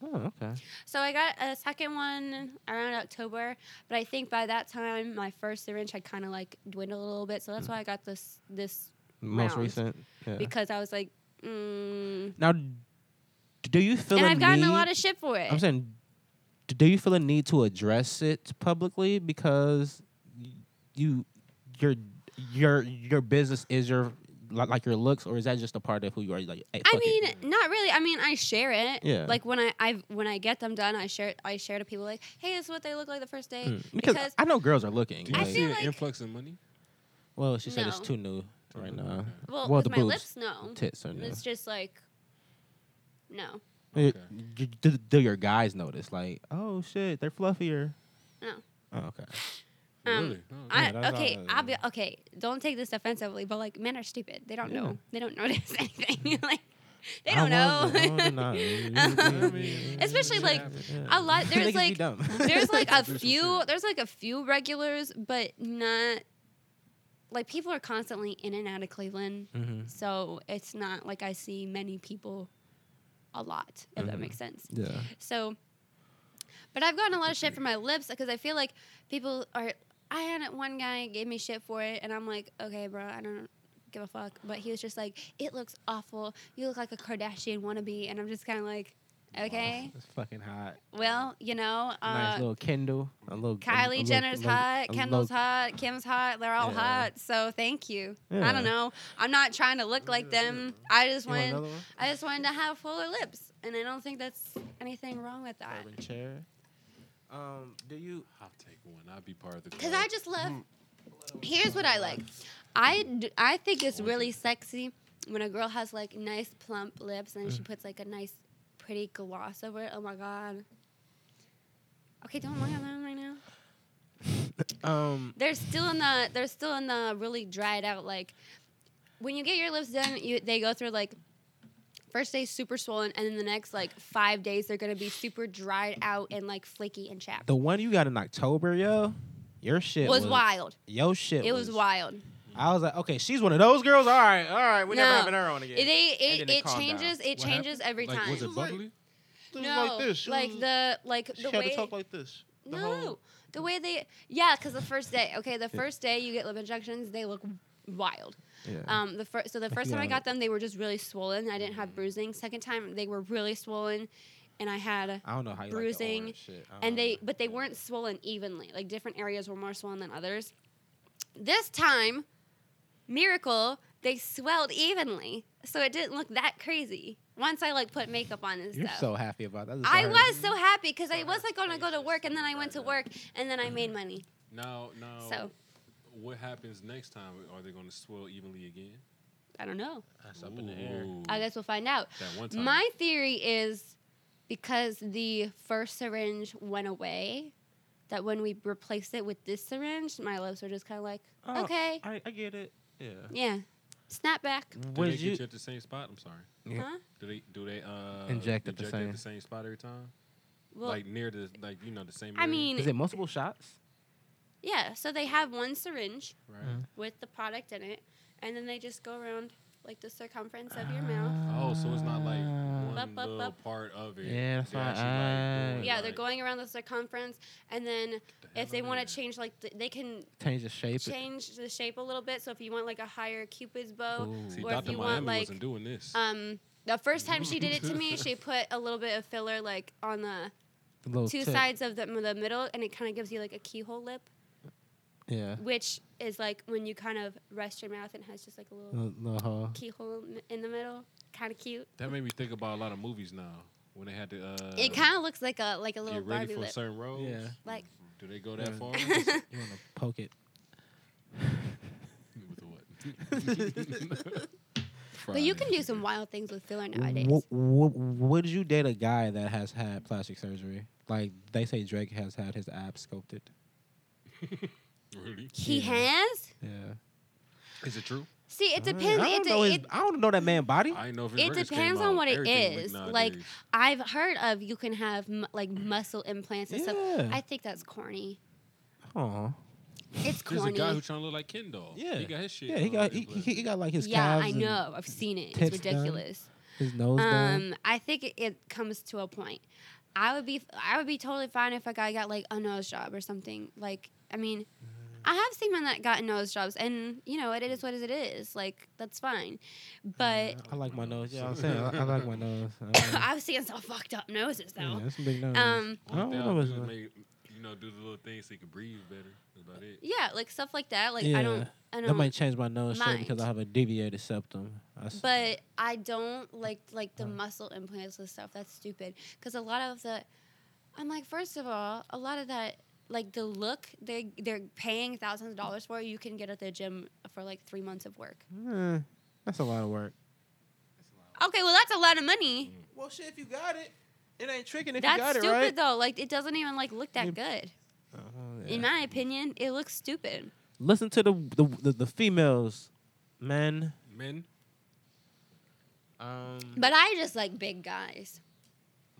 Speaker 1: Oh, okay.
Speaker 3: So I got a second one around October, but I think by that time my first syringe had kind of like dwindled a little bit, so that's why I got this this
Speaker 1: Most
Speaker 3: round,
Speaker 1: recent. Mm. Yeah.
Speaker 3: because I was like. Mm,
Speaker 1: now, d- do you feel?
Speaker 3: and
Speaker 1: i
Speaker 3: I've gotten
Speaker 1: need,
Speaker 3: a lot of shit for it.
Speaker 1: I'm saying, d- do you feel a need to address it publicly because y- you, your, your, your business is your li- like your looks, or is that just a part of who you are? Like, hey,
Speaker 3: I
Speaker 1: fuck it.
Speaker 3: mean, not really. I mean, I share it.
Speaker 1: Yeah.
Speaker 3: Like when I I when I get them done, I share I share to people like, hey, this is what they look like the first day
Speaker 1: Mm, because, Mm, I know girls are looking.
Speaker 4: Do you
Speaker 3: I
Speaker 1: like-
Speaker 4: see
Speaker 3: feel
Speaker 4: an
Speaker 3: like-
Speaker 4: influx of money?
Speaker 1: well, she said it's
Speaker 3: No.
Speaker 1: too new. right now.
Speaker 3: Well,
Speaker 1: Well,
Speaker 3: with
Speaker 1: the
Speaker 3: my
Speaker 1: boobs.
Speaker 3: lips, no.
Speaker 1: Tits are new.
Speaker 3: It's just like, no,
Speaker 1: Y- y- Do, do your guys notice? Like, oh shit, they're fluffier.
Speaker 3: no.
Speaker 1: Oh, okay.
Speaker 3: Um,
Speaker 2: really?
Speaker 3: I,
Speaker 1: that's all
Speaker 3: okay,
Speaker 1: that is.
Speaker 3: I'll be okay. Don't take this offensively, but like men are stupid. They don't
Speaker 1: Yeah. Mm.
Speaker 3: know. They don't notice anything. like they don't
Speaker 1: I won't- I won't
Speaker 3: know.
Speaker 1: deny it.
Speaker 3: Especially like
Speaker 1: Yeah.
Speaker 3: a lot.
Speaker 1: Niggas
Speaker 3: There's
Speaker 1: be
Speaker 3: like
Speaker 1: dumb.
Speaker 3: there's like a
Speaker 2: Do some
Speaker 3: few
Speaker 2: shit.
Speaker 3: there's like a few regulars, but not like people are constantly in and out of Cleveland,
Speaker 1: Mhm.
Speaker 3: so it's not like I see many people a lot. If that
Speaker 1: Mhm.
Speaker 3: makes sense.
Speaker 1: Yeah.
Speaker 3: So, but I've gotten a lot of shit for my lips because I feel like people are. I had it- one guy gave me shit for it, and I'm like, okay, bro, I don't give a fuck. But he was just like, it looks awful. You look like a Kardashian wannabe, and I'm just kind of like, okay,
Speaker 1: Oh, It's fucking hot.
Speaker 3: well, you know,
Speaker 1: nice
Speaker 3: uh,
Speaker 1: little Kendall. A little a- a
Speaker 3: Kylie
Speaker 1: little-
Speaker 3: Jenner's
Speaker 1: a little-
Speaker 3: hot,
Speaker 1: a
Speaker 3: Kendall's
Speaker 1: little-
Speaker 3: hot, Kim's hot. They're all
Speaker 1: Yeah.
Speaker 3: hot, so thank you. I
Speaker 1: Yeah.
Speaker 3: don't know. I'm not trying to look like them. I just
Speaker 1: You want
Speaker 3: want,
Speaker 1: another one?
Speaker 3: I just wanted to have fuller lips, and I don't think that's anything wrong with that.
Speaker 1: Urban chair. Um, do you?
Speaker 2: I'll take one. I'll be part of the.
Speaker 3: Because I just love. Here's what I like. I, d- I think it's really sexy when a girl has like nice plump lips and she puts like a nice pretty gloss over it. Oh my god. Okay, don't look at them right now.
Speaker 1: Um,
Speaker 3: They're still in the they're still in the really dried out like. When you get your lips done, you they go through like. First day super swollen, and then the next like five days they're gonna be super dried out and like flaky and chapped.
Speaker 1: the one you got in October, yo, your shit
Speaker 3: was wild.
Speaker 1: Yo, shit.
Speaker 3: It was wild.
Speaker 1: I was like, okay, she's one of those girls. All right, all right, we never
Speaker 3: No.
Speaker 1: having her on again.
Speaker 3: They,
Speaker 1: And
Speaker 3: it,
Speaker 1: then it
Speaker 3: it
Speaker 1: calmed down.
Speaker 3: changes
Speaker 2: What
Speaker 3: it
Speaker 2: happened?
Speaker 3: changes every
Speaker 2: like,
Speaker 3: time.
Speaker 2: Was it bubbly?
Speaker 7: She was
Speaker 3: no,
Speaker 7: like this. She
Speaker 3: like
Speaker 7: was-
Speaker 3: the like
Speaker 7: She
Speaker 3: the
Speaker 7: had
Speaker 3: way
Speaker 7: to talk like this. The
Speaker 3: no
Speaker 7: whole-
Speaker 3: the way they yeah because the first day okay the first day you get lip injections they look wild.
Speaker 1: Yeah.
Speaker 3: Um, the first so the first time I
Speaker 1: yeah.
Speaker 3: got them they were just really swollen. I didn't have bruising. Second time they were really swollen, and I had
Speaker 1: I don't know how you
Speaker 3: bruising,
Speaker 1: Like the orange shit. I don't
Speaker 3: and they
Speaker 1: know.
Speaker 3: but they
Speaker 1: Oh, Yeah.
Speaker 3: weren't swollen evenly. Like different areas were more swollen than others. This time, miracle, they swelled evenly, so it didn't look that crazy. Once I like put makeup on and
Speaker 1: You're
Speaker 3: stuff.
Speaker 1: so happy about that. That's
Speaker 3: I
Speaker 1: hard.
Speaker 3: was so happy because I was like going to go to work, and then I went to work, and then I made money.
Speaker 2: No, no.
Speaker 3: So
Speaker 2: What happens next time? Are they going to swirl evenly again?
Speaker 3: I don't know.
Speaker 1: That's up in the air.
Speaker 3: I guess we'll find out.
Speaker 2: That one time.
Speaker 3: My theory is because the first syringe went away, that when we replaced it with this syringe, my lips were just kind of like,
Speaker 1: Oh,
Speaker 3: okay,
Speaker 1: I, I get it. Yeah.
Speaker 3: yeah, snap back.
Speaker 2: Do they
Speaker 1: Would
Speaker 2: get
Speaker 1: you?
Speaker 2: you at the same spot? I'm sorry.
Speaker 1: Yeah.
Speaker 3: Huh?
Speaker 2: Do they do they uh
Speaker 1: Inject at the
Speaker 2: you
Speaker 1: same-
Speaker 2: spot every time?
Speaker 3: Well,
Speaker 2: like near the like you know the same.
Speaker 3: I
Speaker 2: area,
Speaker 3: mean,
Speaker 1: Is it multiple shots?
Speaker 3: yeah, so they have one syringe
Speaker 2: right?
Speaker 3: with the product in it, and then they just go around like the circumference of your mouth.
Speaker 2: Oh, so it's not like
Speaker 1: Ah.
Speaker 2: one
Speaker 3: Bup, bup,
Speaker 2: little
Speaker 3: bup.
Speaker 2: part of it.
Speaker 1: Yeah, that's
Speaker 2: They're
Speaker 1: what
Speaker 2: actually,
Speaker 1: I-
Speaker 2: doing,
Speaker 3: Yeah, they're
Speaker 2: like,
Speaker 3: going around the circumference, and then
Speaker 2: the hell
Speaker 3: if they
Speaker 2: outta
Speaker 3: want
Speaker 2: here.
Speaker 3: to change, like th- they can
Speaker 1: Change the shape.
Speaker 3: change the shape a little bit. So if you want like a higher cupid's bow,
Speaker 1: Ooh.
Speaker 2: See,
Speaker 3: or if
Speaker 2: Dr.
Speaker 3: you
Speaker 2: Miami
Speaker 3: want like
Speaker 2: wasn't doing this.
Speaker 3: um the first time she did it to me, she put a little bit of filler like on the
Speaker 1: The little
Speaker 3: two
Speaker 1: tip.
Speaker 3: sides of the, the middle, and it kind of gives you like a keyhole lip,
Speaker 1: Yeah.
Speaker 3: which is like when you kind of rest your mouth and it has just like a little
Speaker 1: Little, little uh, hole.
Speaker 3: keyhole in- in the middle. Kind of cute.
Speaker 2: that made me think about a lot of movies now when they had to. Uh,
Speaker 3: it kind of looks like a like a little
Speaker 2: get ready
Speaker 3: Barbie
Speaker 2: for
Speaker 3: lip.
Speaker 2: certain roles.
Speaker 1: Yeah.
Speaker 3: Like
Speaker 2: Do they go that far?
Speaker 1: Yeah. You want to poke it.
Speaker 2: With what?
Speaker 3: but you can do some wild things with filler nowadays.
Speaker 1: W- w- would you date a guy that has had plastic surgery? Like they say, Drake has had his abs sculpted.
Speaker 2: Really?
Speaker 3: He
Speaker 1: Yeah.
Speaker 3: has.
Speaker 1: Yeah.
Speaker 2: Is it true?
Speaker 3: See, it
Speaker 1: I don't-
Speaker 3: depends.
Speaker 1: Mm, I
Speaker 3: It,
Speaker 1: don't,
Speaker 3: de-
Speaker 1: know his,
Speaker 3: it,
Speaker 1: I don't know that man body.
Speaker 2: I didn't know if his
Speaker 3: It
Speaker 2: records came
Speaker 3: depends on
Speaker 2: out.
Speaker 3: what it
Speaker 2: Everything leaked
Speaker 3: is. Like,
Speaker 2: nowadays.
Speaker 3: I've heard of you can have m- like muscle implants and
Speaker 1: Yeah.
Speaker 3: stuff. I think that's corny.
Speaker 1: Aw.
Speaker 3: It's
Speaker 2: there's a
Speaker 3: corny.
Speaker 2: guy who trying to look like Ken doll.
Speaker 1: Yeah.
Speaker 2: he got his shit.
Speaker 1: Yeah, he
Speaker 2: uh,
Speaker 1: got he,
Speaker 2: implanted.
Speaker 1: he, he got like his
Speaker 3: yeah,
Speaker 1: calves
Speaker 3: I
Speaker 1: and
Speaker 3: know. I've seen it. It's
Speaker 1: tits done.
Speaker 3: ridiculous.
Speaker 1: his nose down.
Speaker 3: Um, I think it, it comes to a point. I would be I would be totally fine if a guy got like a nose job or something. Like, I mean, I have seen men that got nose jobs, and you know, it is what it is. Like, that's fine. But
Speaker 1: I like my nose. Yeah, I'm saying I, I like my nose. I
Speaker 3: I've seen some fucked up noses
Speaker 1: don't know.
Speaker 3: though.
Speaker 1: yeah, that's a big nose.
Speaker 3: Um,
Speaker 1: I don't
Speaker 2: Only thing
Speaker 1: know
Speaker 2: I'll
Speaker 1: what's
Speaker 2: do is
Speaker 1: up.
Speaker 2: make, you know, do the little things so he can breathe better. That's about it.
Speaker 3: Yeah, like stuff like that. Like
Speaker 1: Yeah,
Speaker 3: I don't, I
Speaker 1: that
Speaker 3: don't.
Speaker 1: might change my nose shape
Speaker 3: mind.
Speaker 1: because I have a deviated septum. I s-
Speaker 3: but I don't like like the
Speaker 1: Oh.
Speaker 3: muscle implants and stuff. That's stupid. Because a lot of the, I'm like, first of all, a lot of that like the look they they're paying thousands of dollars for, you can get at the gym for like three months of work.
Speaker 1: Eh, that's a lot of work.
Speaker 3: Okay, well that's a lot of money.
Speaker 1: Well, shit, Mm. if you got it, it ain't tricking if
Speaker 3: that's
Speaker 1: you got
Speaker 3: stupid
Speaker 1: it, right?
Speaker 3: though. Like it doesn't even like look
Speaker 1: Yeah.
Speaker 3: that good.
Speaker 1: Oh, yeah.
Speaker 3: In my opinion, it looks stupid.
Speaker 1: Listen to the the, the, the females, men.
Speaker 5: Men.
Speaker 1: Um,
Speaker 3: But I just like big guys.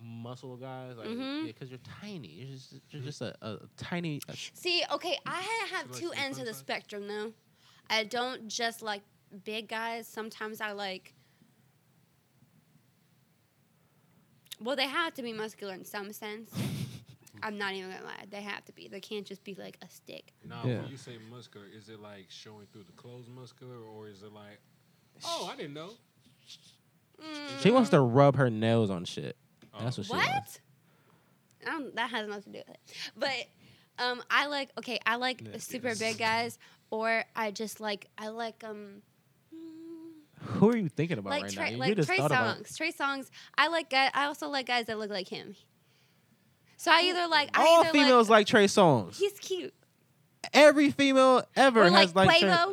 Speaker 1: muscle guys, like
Speaker 3: Mhm.
Speaker 1: yeah, because you're tiny. You're just you're just a, a tiny. a-
Speaker 3: See, okay, I ha- have
Speaker 5: like
Speaker 3: two
Speaker 5: the
Speaker 3: ends of the
Speaker 5: fun size?
Speaker 3: spectrum though. I don't just like big guys. Sometimes I like. Well, they have to be muscular in some sense. I'm not even gonna lie. They have to be. They can't just be like a stick.
Speaker 5: Now,
Speaker 1: Yeah.
Speaker 5: when you say muscular, is it like showing through the clothes muscular, or is it like, oh, I didn't know.
Speaker 1: She wants to rub her nails on shit. That's what she wants.
Speaker 3: What? I don't, that has nothing to do with it. But um, I like okay, I like
Speaker 1: Yeah,
Speaker 3: super big guys, or I just like I like um.
Speaker 1: Who are you thinking about
Speaker 3: Like,
Speaker 1: right
Speaker 3: Trey,
Speaker 1: now? you
Speaker 3: like
Speaker 1: just
Speaker 3: Trey
Speaker 1: thought
Speaker 3: songs,
Speaker 1: about.
Speaker 3: Trey songs. I like guys. I also like guys that look like him. So I either like I
Speaker 1: All
Speaker 3: either
Speaker 1: females like, Trey songs.
Speaker 3: he's cute.
Speaker 1: Every female ever
Speaker 3: Or
Speaker 1: has
Speaker 3: like
Speaker 1: like Trey.
Speaker 3: Quavo.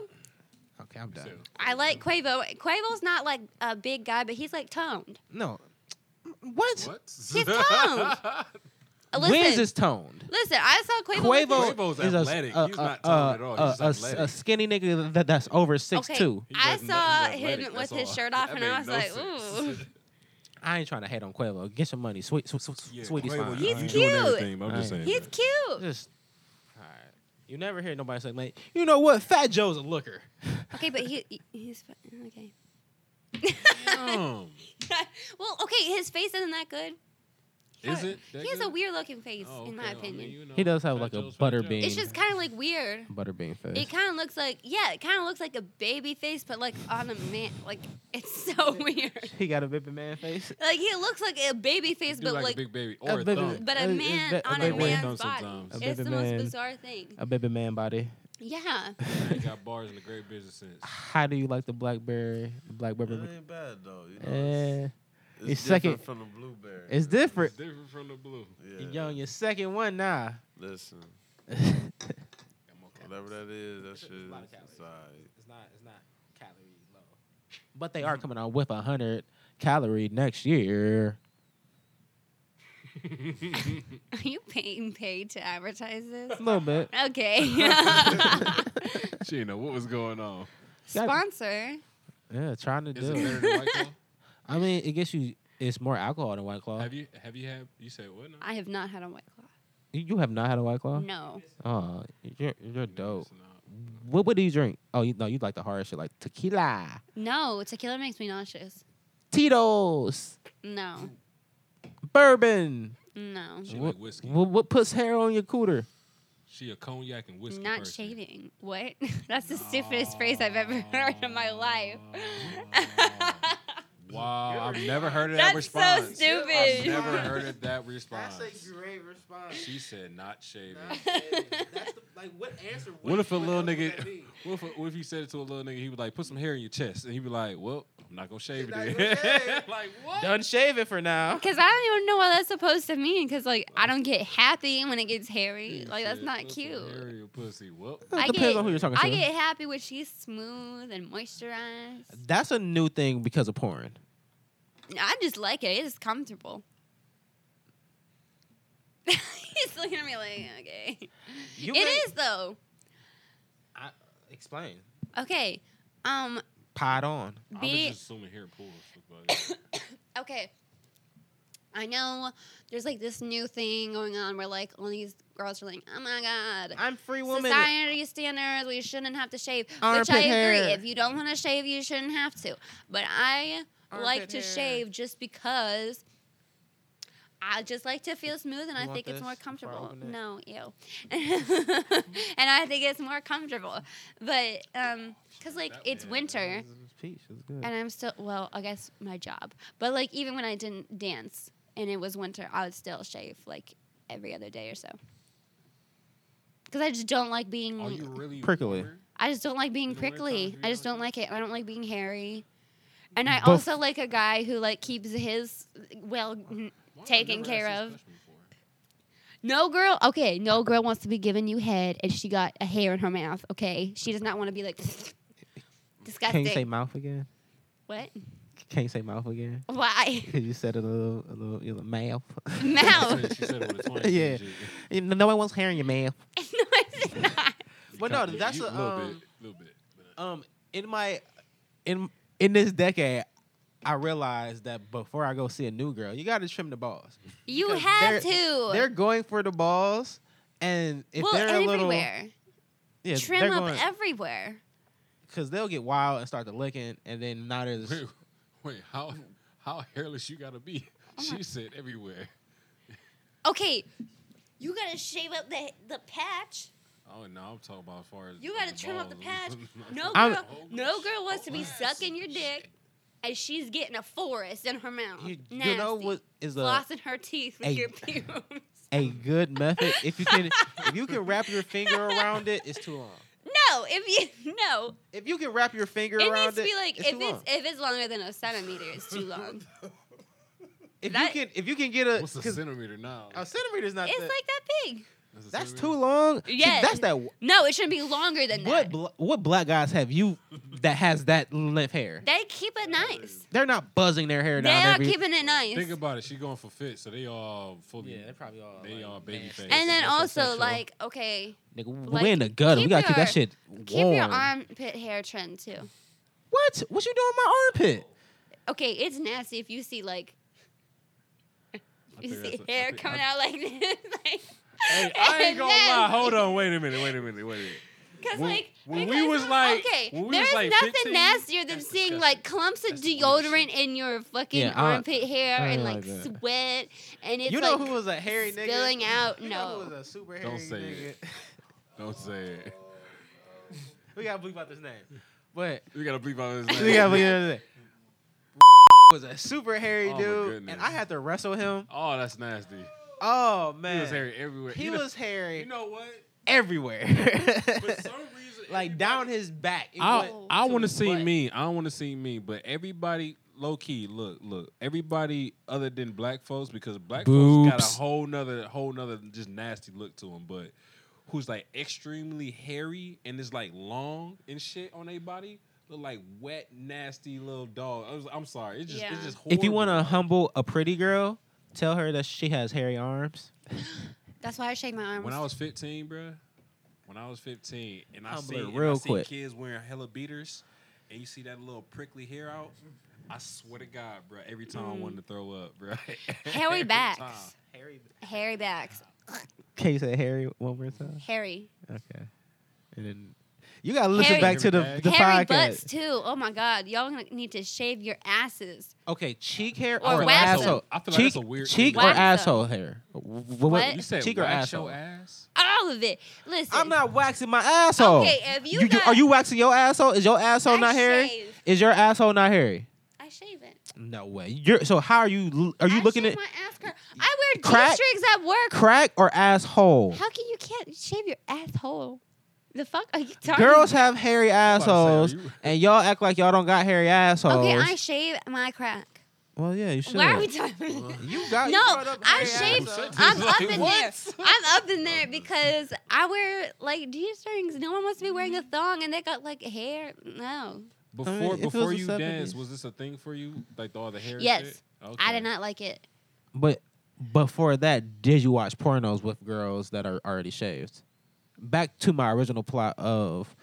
Speaker 1: Okay,
Speaker 2: Oh,
Speaker 1: I'm done.
Speaker 3: I like Quavo. Quavo's not like a big guy, but he's like toned.
Speaker 1: No, what?
Speaker 5: What?
Speaker 3: He's toned. Uh,
Speaker 1: When is
Speaker 3: listen,
Speaker 1: this toned?
Speaker 3: listen. I saw Quavo. with
Speaker 1: Quavo
Speaker 3: his-
Speaker 5: Quavo's
Speaker 1: is a-
Speaker 5: athletic.
Speaker 1: A,
Speaker 5: He's
Speaker 1: a-
Speaker 5: not
Speaker 1: a-
Speaker 5: toned at all. He's
Speaker 1: a-
Speaker 5: just
Speaker 1: a-
Speaker 5: athletic.
Speaker 1: a skinny nigga that, that's over six two.
Speaker 5: He's
Speaker 3: I
Speaker 5: athletic-
Speaker 3: saw
Speaker 5: he's
Speaker 3: him
Speaker 5: athletic,
Speaker 3: with
Speaker 5: that's
Speaker 3: his
Speaker 5: all.
Speaker 3: shirt off,
Speaker 5: That
Speaker 3: and I
Speaker 5: made
Speaker 3: was
Speaker 5: no
Speaker 3: like, ooh.
Speaker 5: sense.
Speaker 1: I ain't trying to hate on Quavo. Get some money, sweet, sweet, sweet,
Speaker 5: Yeah,
Speaker 1: sweetie's
Speaker 5: Quavo,
Speaker 1: fine.
Speaker 5: you-
Speaker 3: He's
Speaker 5: Alright.
Speaker 3: cute.
Speaker 4: I'm just saying.
Speaker 3: He's cute.
Speaker 1: Just, all right. You never hear nobody say, like, you know what? Fat Joe's a looker.
Speaker 3: Okay, but he he- he's fu- okay.
Speaker 4: Damn.
Speaker 3: well, okay, his face isn't that good. He
Speaker 5: Is
Speaker 3: has-
Speaker 5: it that
Speaker 3: He has a
Speaker 5: good?
Speaker 3: weird looking face,
Speaker 5: Oh,
Speaker 3: in
Speaker 5: okay.
Speaker 3: my
Speaker 5: I mean,
Speaker 3: opinion.
Speaker 5: you know,
Speaker 1: He does have
Speaker 4: Fat
Speaker 1: like a
Speaker 4: Joe's Fat
Speaker 1: butter
Speaker 4: Joe.
Speaker 1: bean,
Speaker 3: it's just kind of like weird.
Speaker 1: butterbean face.
Speaker 3: It kind of looks like yeah, it kind of looks like a baby face, but like on a man. Like it's so weird.
Speaker 1: he got a baby man face.
Speaker 3: Like he looks like a baby face,
Speaker 5: do
Speaker 3: but
Speaker 5: like,
Speaker 3: like,
Speaker 5: a big baby
Speaker 1: a
Speaker 5: or a,
Speaker 1: baby-
Speaker 5: thumb.
Speaker 3: but
Speaker 1: a-
Speaker 3: a
Speaker 1: a
Speaker 3: man
Speaker 1: ba- a
Speaker 3: on a,
Speaker 1: baby
Speaker 3: man's
Speaker 5: thumb
Speaker 3: body.
Speaker 5: sometimes.
Speaker 1: A
Speaker 3: It's
Speaker 1: baby
Speaker 3: the
Speaker 1: man. Uh,
Speaker 3: most bizarre thing.
Speaker 1: A baby man body.
Speaker 3: Yeah.
Speaker 5: He got bars and a great business sense.
Speaker 1: How do you like the blackberry? The blackberry.
Speaker 7: It ain't bad though. Mm, You know,
Speaker 1: Eh,
Speaker 7: it's, it's
Speaker 1: it's
Speaker 7: different
Speaker 1: second-
Speaker 7: from the blueberry.
Speaker 1: it's different.
Speaker 5: It's different from the blue.
Speaker 7: Yeah.
Speaker 1: Young, your second one, nah.
Speaker 7: Listen, whatever that is, that shit.
Speaker 1: a lot of
Speaker 7: is-
Speaker 1: calories.
Speaker 7: It's alright.
Speaker 1: It's not. It's not calorie low. But they are coming out with a hundred calorie next year.
Speaker 3: Are you being paid to advertise this?
Speaker 1: A little bit.
Speaker 3: Okay.
Speaker 4: She didn't know what was going on.
Speaker 3: Sponsor.
Speaker 1: Yeah, trying to
Speaker 5: Is it
Speaker 1: do.
Speaker 5: better
Speaker 1: it.
Speaker 5: than White Claw?
Speaker 1: I mean, it gets you. It's more alcohol than White Claw.
Speaker 5: Have you have you had you said what? now?
Speaker 3: I have not had a white claw.
Speaker 1: You, you have not had a White Claw.
Speaker 3: No.
Speaker 1: Oh, you're you're dope.
Speaker 5: It's not.
Speaker 1: What what do you drink? Oh, you, no, you like the hard shit like tequila,
Speaker 3: No, tequila makes me nauseous.
Speaker 1: Tito's,
Speaker 3: No.
Speaker 1: bourbon.
Speaker 3: No.
Speaker 5: She
Speaker 1: What-
Speaker 5: like whiskey.
Speaker 1: What, what puts hair on your cooter?
Speaker 5: She a cognac and whiskey.
Speaker 3: Not
Speaker 5: person.
Speaker 3: shaving. What? That's the stupidest phrase I've ever heard in my life.
Speaker 5: Wow, I've never heard of that
Speaker 3: That's so
Speaker 5: response. I've
Speaker 3: stupid.
Speaker 5: never heard of that response.
Speaker 6: That's a great response.
Speaker 5: She said not shaving.
Speaker 6: Nah, hey, that's the, like what answer?
Speaker 5: What if a little
Speaker 6: else would
Speaker 5: nigga-
Speaker 6: that be?
Speaker 5: What if, what if you said it to a little nigga? He would like put some hair in your chest, and he'd be like, "Well, I'm not gonna shave it."
Speaker 6: Not gonna
Speaker 5: then."
Speaker 6: shave.
Speaker 5: like what?
Speaker 1: Done shaving for now.
Speaker 3: Because I don't even know what that's supposed to mean. Because, like, I don't get happy when it gets hairy.
Speaker 5: He
Speaker 3: Like, that's
Speaker 5: said,
Speaker 3: not
Speaker 5: "Put some hair
Speaker 3: cute.
Speaker 5: in your pussy. Well,
Speaker 3: I
Speaker 1: Depends
Speaker 3: get-
Speaker 1: on who you're talking
Speaker 3: I
Speaker 1: to.
Speaker 3: get happy when she's smooth and moisturized.
Speaker 1: That's a new thing because of porn.
Speaker 3: I just like it. It's comfortable. He's looking at me like, okay.
Speaker 1: You
Speaker 3: it is though.
Speaker 1: Explain.
Speaker 3: Okay. Um.
Speaker 1: Pod on.
Speaker 4: I was
Speaker 3: Be
Speaker 4: just assuming hair pulls. But
Speaker 3: okay. I know there's like this new thing going on where like all these girls are like, oh my god,
Speaker 1: I'm free woman.
Speaker 3: society standards, we shouldn't have to shave.
Speaker 1: Armpit
Speaker 3: Which I agree.
Speaker 1: hair.
Speaker 3: If you don't want to shave, you shouldn't have to. But I like
Speaker 1: Armpit
Speaker 3: to
Speaker 1: hair.
Speaker 3: shave just because I just like to feel smooth and I
Speaker 1: You want
Speaker 3: think it's
Speaker 1: this
Speaker 3: more
Speaker 1: before I
Speaker 3: comfortable.
Speaker 1: open it?
Speaker 3: No, ew. and I think it's more comfortable. But um 'cause cuz like it's winter
Speaker 1: Peach. It's good.
Speaker 3: and I'm still well, I guess my job. But like even when I didn't dance and it was winter, I would still shave like every other day or so. Cuz I just don't like being
Speaker 5: are you really
Speaker 1: Prickly.
Speaker 5: weird?
Speaker 3: I just don't like being
Speaker 5: the wintertime,
Speaker 3: prickly.
Speaker 5: do
Speaker 3: I
Speaker 5: you
Speaker 3: just
Speaker 5: like
Speaker 3: don't like it. I don't like being hairy. And I
Speaker 1: Buff-
Speaker 3: also like a guy who like keeps his well n-
Speaker 5: Why have I
Speaker 3: taken
Speaker 5: never
Speaker 3: care
Speaker 5: asked
Speaker 3: of.
Speaker 5: this question before?
Speaker 3: No girl, okay, no girl wants to be giving you head and she got a hair in her mouth, okay? She does not want to be like
Speaker 1: Can
Speaker 3: disgusting.
Speaker 1: you say mouth again?
Speaker 3: what?
Speaker 1: Can you say mouth again?
Speaker 3: Why?
Speaker 1: Because you said a little, a little, your mouth.
Speaker 3: Mouth.
Speaker 4: She said it with a 20.
Speaker 1: Yeah. You know, no one wants hearing your mouth.
Speaker 3: no, it's not.
Speaker 1: But no, that's
Speaker 4: a
Speaker 1: a
Speaker 4: little
Speaker 1: um,
Speaker 4: bit, little bit.
Speaker 1: um in my in in this decade, I realized that before I go see a new girl, you got to trim the balls.
Speaker 3: You
Speaker 1: Because
Speaker 3: have
Speaker 1: they're-
Speaker 3: to.
Speaker 1: They're going for the balls, and if
Speaker 3: well,
Speaker 1: they're a little,
Speaker 3: everywhere.
Speaker 1: yeah,
Speaker 3: Trim up everywhere.
Speaker 1: because they'll get wild and start to licking, and then now there's
Speaker 4: Wait, wait, how how hairless you gotta be?
Speaker 3: Oh
Speaker 4: She said everywhere.
Speaker 3: Okay, you gotta shave up the the patch.
Speaker 4: Oh no, I'm talking about as far as
Speaker 3: You gotta
Speaker 4: the
Speaker 3: trim up the
Speaker 4: balls.
Speaker 3: patch. No
Speaker 1: I'm-
Speaker 3: girl, no girl wants to be sucking your dick, and she's getting a forest in her mouth.
Speaker 1: you,
Speaker 3: Nasty.
Speaker 1: you know what is a
Speaker 3: Flossing her teeth with
Speaker 1: Hey.
Speaker 3: your pubes.
Speaker 1: a good method if you can if you can wrap your finger around it, it's too long.
Speaker 3: No, if you no,
Speaker 1: If you can wrap your finger
Speaker 3: it
Speaker 1: around
Speaker 3: needs to
Speaker 1: it,
Speaker 3: be like
Speaker 1: it's
Speaker 3: if
Speaker 1: too
Speaker 3: it's
Speaker 1: long.
Speaker 3: if it's longer than a centimeter, it's too long.
Speaker 1: if
Speaker 3: that-
Speaker 1: you can if you can get a,
Speaker 4: What's a
Speaker 1: 'cause
Speaker 4: centimeter now?
Speaker 1: a centimeter's not
Speaker 3: it's
Speaker 1: that.
Speaker 3: like that big.
Speaker 4: That's, a
Speaker 1: That's too
Speaker 4: centimeter?
Speaker 1: long. See,
Speaker 3: Yeah.
Speaker 1: that's that.
Speaker 3: No, it shouldn't be longer than
Speaker 1: What
Speaker 3: that.
Speaker 1: bla- what black guys have you that has that length hair?
Speaker 3: They keep it nice.
Speaker 1: They're not buzzing their hair
Speaker 3: They
Speaker 1: down
Speaker 3: are
Speaker 1: every.
Speaker 3: keeping it nice.
Speaker 4: Think about it. She going for fit, so they all fully.
Speaker 1: yeah, they probably all.
Speaker 4: They
Speaker 1: like,
Speaker 4: all baby
Speaker 1: nasty.
Speaker 4: face.
Speaker 3: and then also
Speaker 1: sexual.
Speaker 3: like okay,
Speaker 1: Nigga, we-
Speaker 3: like,
Speaker 1: we in the gutter. We
Speaker 3: keep
Speaker 1: gotta keep that
Speaker 3: your-
Speaker 1: shit warm.
Speaker 3: Keep your armpit hair trimmed too.
Speaker 1: What? What you doing in my armpit?
Speaker 3: Okay, it's nasty if you see like
Speaker 4: I
Speaker 3: you
Speaker 4: think
Speaker 3: see
Speaker 4: that's a- I
Speaker 3: hair
Speaker 4: think-
Speaker 3: coming out like this, like
Speaker 4: Hey, I ain't gonna lie.
Speaker 3: Nasty.
Speaker 4: Hold on. Wait a minute. Wait a minute. Wait a minute.
Speaker 3: Cause
Speaker 4: When-
Speaker 3: like
Speaker 4: when
Speaker 3: because-
Speaker 4: we was like-
Speaker 3: okay,
Speaker 4: when we
Speaker 3: there's
Speaker 4: was like
Speaker 3: nothing
Speaker 4: 15,
Speaker 3: nastier than
Speaker 4: that's
Speaker 3: seeing like clumps of deodorant in your fucking
Speaker 1: Yeah, I-
Speaker 3: armpit hair
Speaker 1: I
Speaker 3: and
Speaker 1: like
Speaker 3: like
Speaker 1: that.
Speaker 3: sweat and it's
Speaker 1: you know
Speaker 3: like
Speaker 1: who was a hairy nigga?
Speaker 3: spilling out.
Speaker 1: You know who
Speaker 3: No,
Speaker 1: was a super hairy
Speaker 4: Don't say
Speaker 1: nigga?
Speaker 4: it. Don't say it.
Speaker 1: we gotta bleep out this name. But
Speaker 4: We gotta bleep out his
Speaker 1: we
Speaker 4: name.
Speaker 1: gotta bleep out this name. was a super hairy
Speaker 4: Oh, my
Speaker 1: dude,
Speaker 4: goodness.
Speaker 1: and I had to wrestle him.
Speaker 4: Oh, that's nasty.
Speaker 1: Oh man,
Speaker 4: He was hairy everywhere.
Speaker 1: He
Speaker 4: You know-
Speaker 1: was hairy
Speaker 4: You know what?
Speaker 1: everywhere.
Speaker 4: For some reason,
Speaker 1: like down his back. It
Speaker 4: I
Speaker 1: went
Speaker 4: I
Speaker 1: to
Speaker 4: want to
Speaker 1: his
Speaker 4: see
Speaker 1: butt.
Speaker 4: me. I want to see me. But everybody, low key, look, look. Everybody other than black folks, because black folks got
Speaker 1: Boobs.
Speaker 4: a whole nother, whole nother, just nasty look to them. But who's like extremely hairy and is like long and shit on their body, look like wet, nasty little dog. I was, I'm sorry. It's just,
Speaker 3: Yeah.
Speaker 4: it's just. Horrible.
Speaker 1: If you want to humble a pretty girl, tell her that she has hairy arms.
Speaker 3: that's why I shake my arms.
Speaker 4: When I was 15, bruh, when I was 15, and I
Speaker 1: Humble
Speaker 4: see
Speaker 1: it
Speaker 4: and
Speaker 1: real
Speaker 4: I see
Speaker 1: quick.
Speaker 4: kids wearing hella beaters, and you see that little prickly hair out. I swear to God, bruh, every time I
Speaker 3: Mm.
Speaker 4: wanted to throw up, bruh.
Speaker 3: hairy
Speaker 4: Every
Speaker 3: backs,
Speaker 4: time.
Speaker 3: hairy backs,
Speaker 1: Can you say hairy one more time?
Speaker 3: hairy,
Speaker 1: Okay. And then you gotta listen
Speaker 3: Hairy-
Speaker 1: back to the,
Speaker 4: Hairy
Speaker 1: the
Speaker 3: hairy
Speaker 1: podcast.
Speaker 3: butts too. Oh my god, y'all gonna need to shave your asses.
Speaker 1: Okay, cheek hair
Speaker 3: Or
Speaker 1: or,
Speaker 3: wax 'em.
Speaker 1: asshole.
Speaker 4: I feel like
Speaker 1: cheek,
Speaker 4: that's a weird
Speaker 1: cheek or
Speaker 3: Wax 'em.
Speaker 1: asshole hair. What?
Speaker 3: What?
Speaker 4: You said
Speaker 1: cheek or
Speaker 4: wax
Speaker 1: asshole?
Speaker 4: your ass?
Speaker 3: All of it. Listen,
Speaker 1: I'm not waxing my asshole.
Speaker 3: Okay, if you got-
Speaker 1: are you waxing your asshole? Is your asshole
Speaker 3: I
Speaker 1: not hairy?
Speaker 3: shave.
Speaker 1: Is your asshole not hairy?
Speaker 3: I shave it.
Speaker 1: No way. You're so how are you? Are you
Speaker 3: I
Speaker 1: looking
Speaker 3: shave
Speaker 1: at
Speaker 3: my ass crack. I wear
Speaker 1: Crack?
Speaker 3: G-strings at work.
Speaker 1: crack or asshole?
Speaker 3: How can you can't shave your asshole? The fuck are you talking?
Speaker 1: Girls have hairy assholes,
Speaker 4: you-
Speaker 1: and y'all act like y'all don't got hairy assholes.
Speaker 3: Okay, I shave my crack.
Speaker 1: well, yeah, you should.
Speaker 3: Why are we talking?
Speaker 1: you got
Speaker 3: no,
Speaker 1: you brought up
Speaker 3: I
Speaker 1: hairy
Speaker 3: shave.
Speaker 1: assholes.
Speaker 3: I'm up in there.
Speaker 1: What?
Speaker 3: I'm up in there because I wear like G-strings. No one wants to be wearing a
Speaker 1: Mm.
Speaker 3: thong, and they got like hair. No,
Speaker 4: Before
Speaker 1: if it was
Speaker 4: before
Speaker 1: the
Speaker 4: you
Speaker 1: 70s.
Speaker 4: dance, was this a thing for you? Like all the hair? and
Speaker 3: Yes.
Speaker 4: shit?
Speaker 3: I
Speaker 4: Okay.
Speaker 3: did not like it.
Speaker 1: But before that, did you watch pornos with girls that are already shaved? Back to my original plot of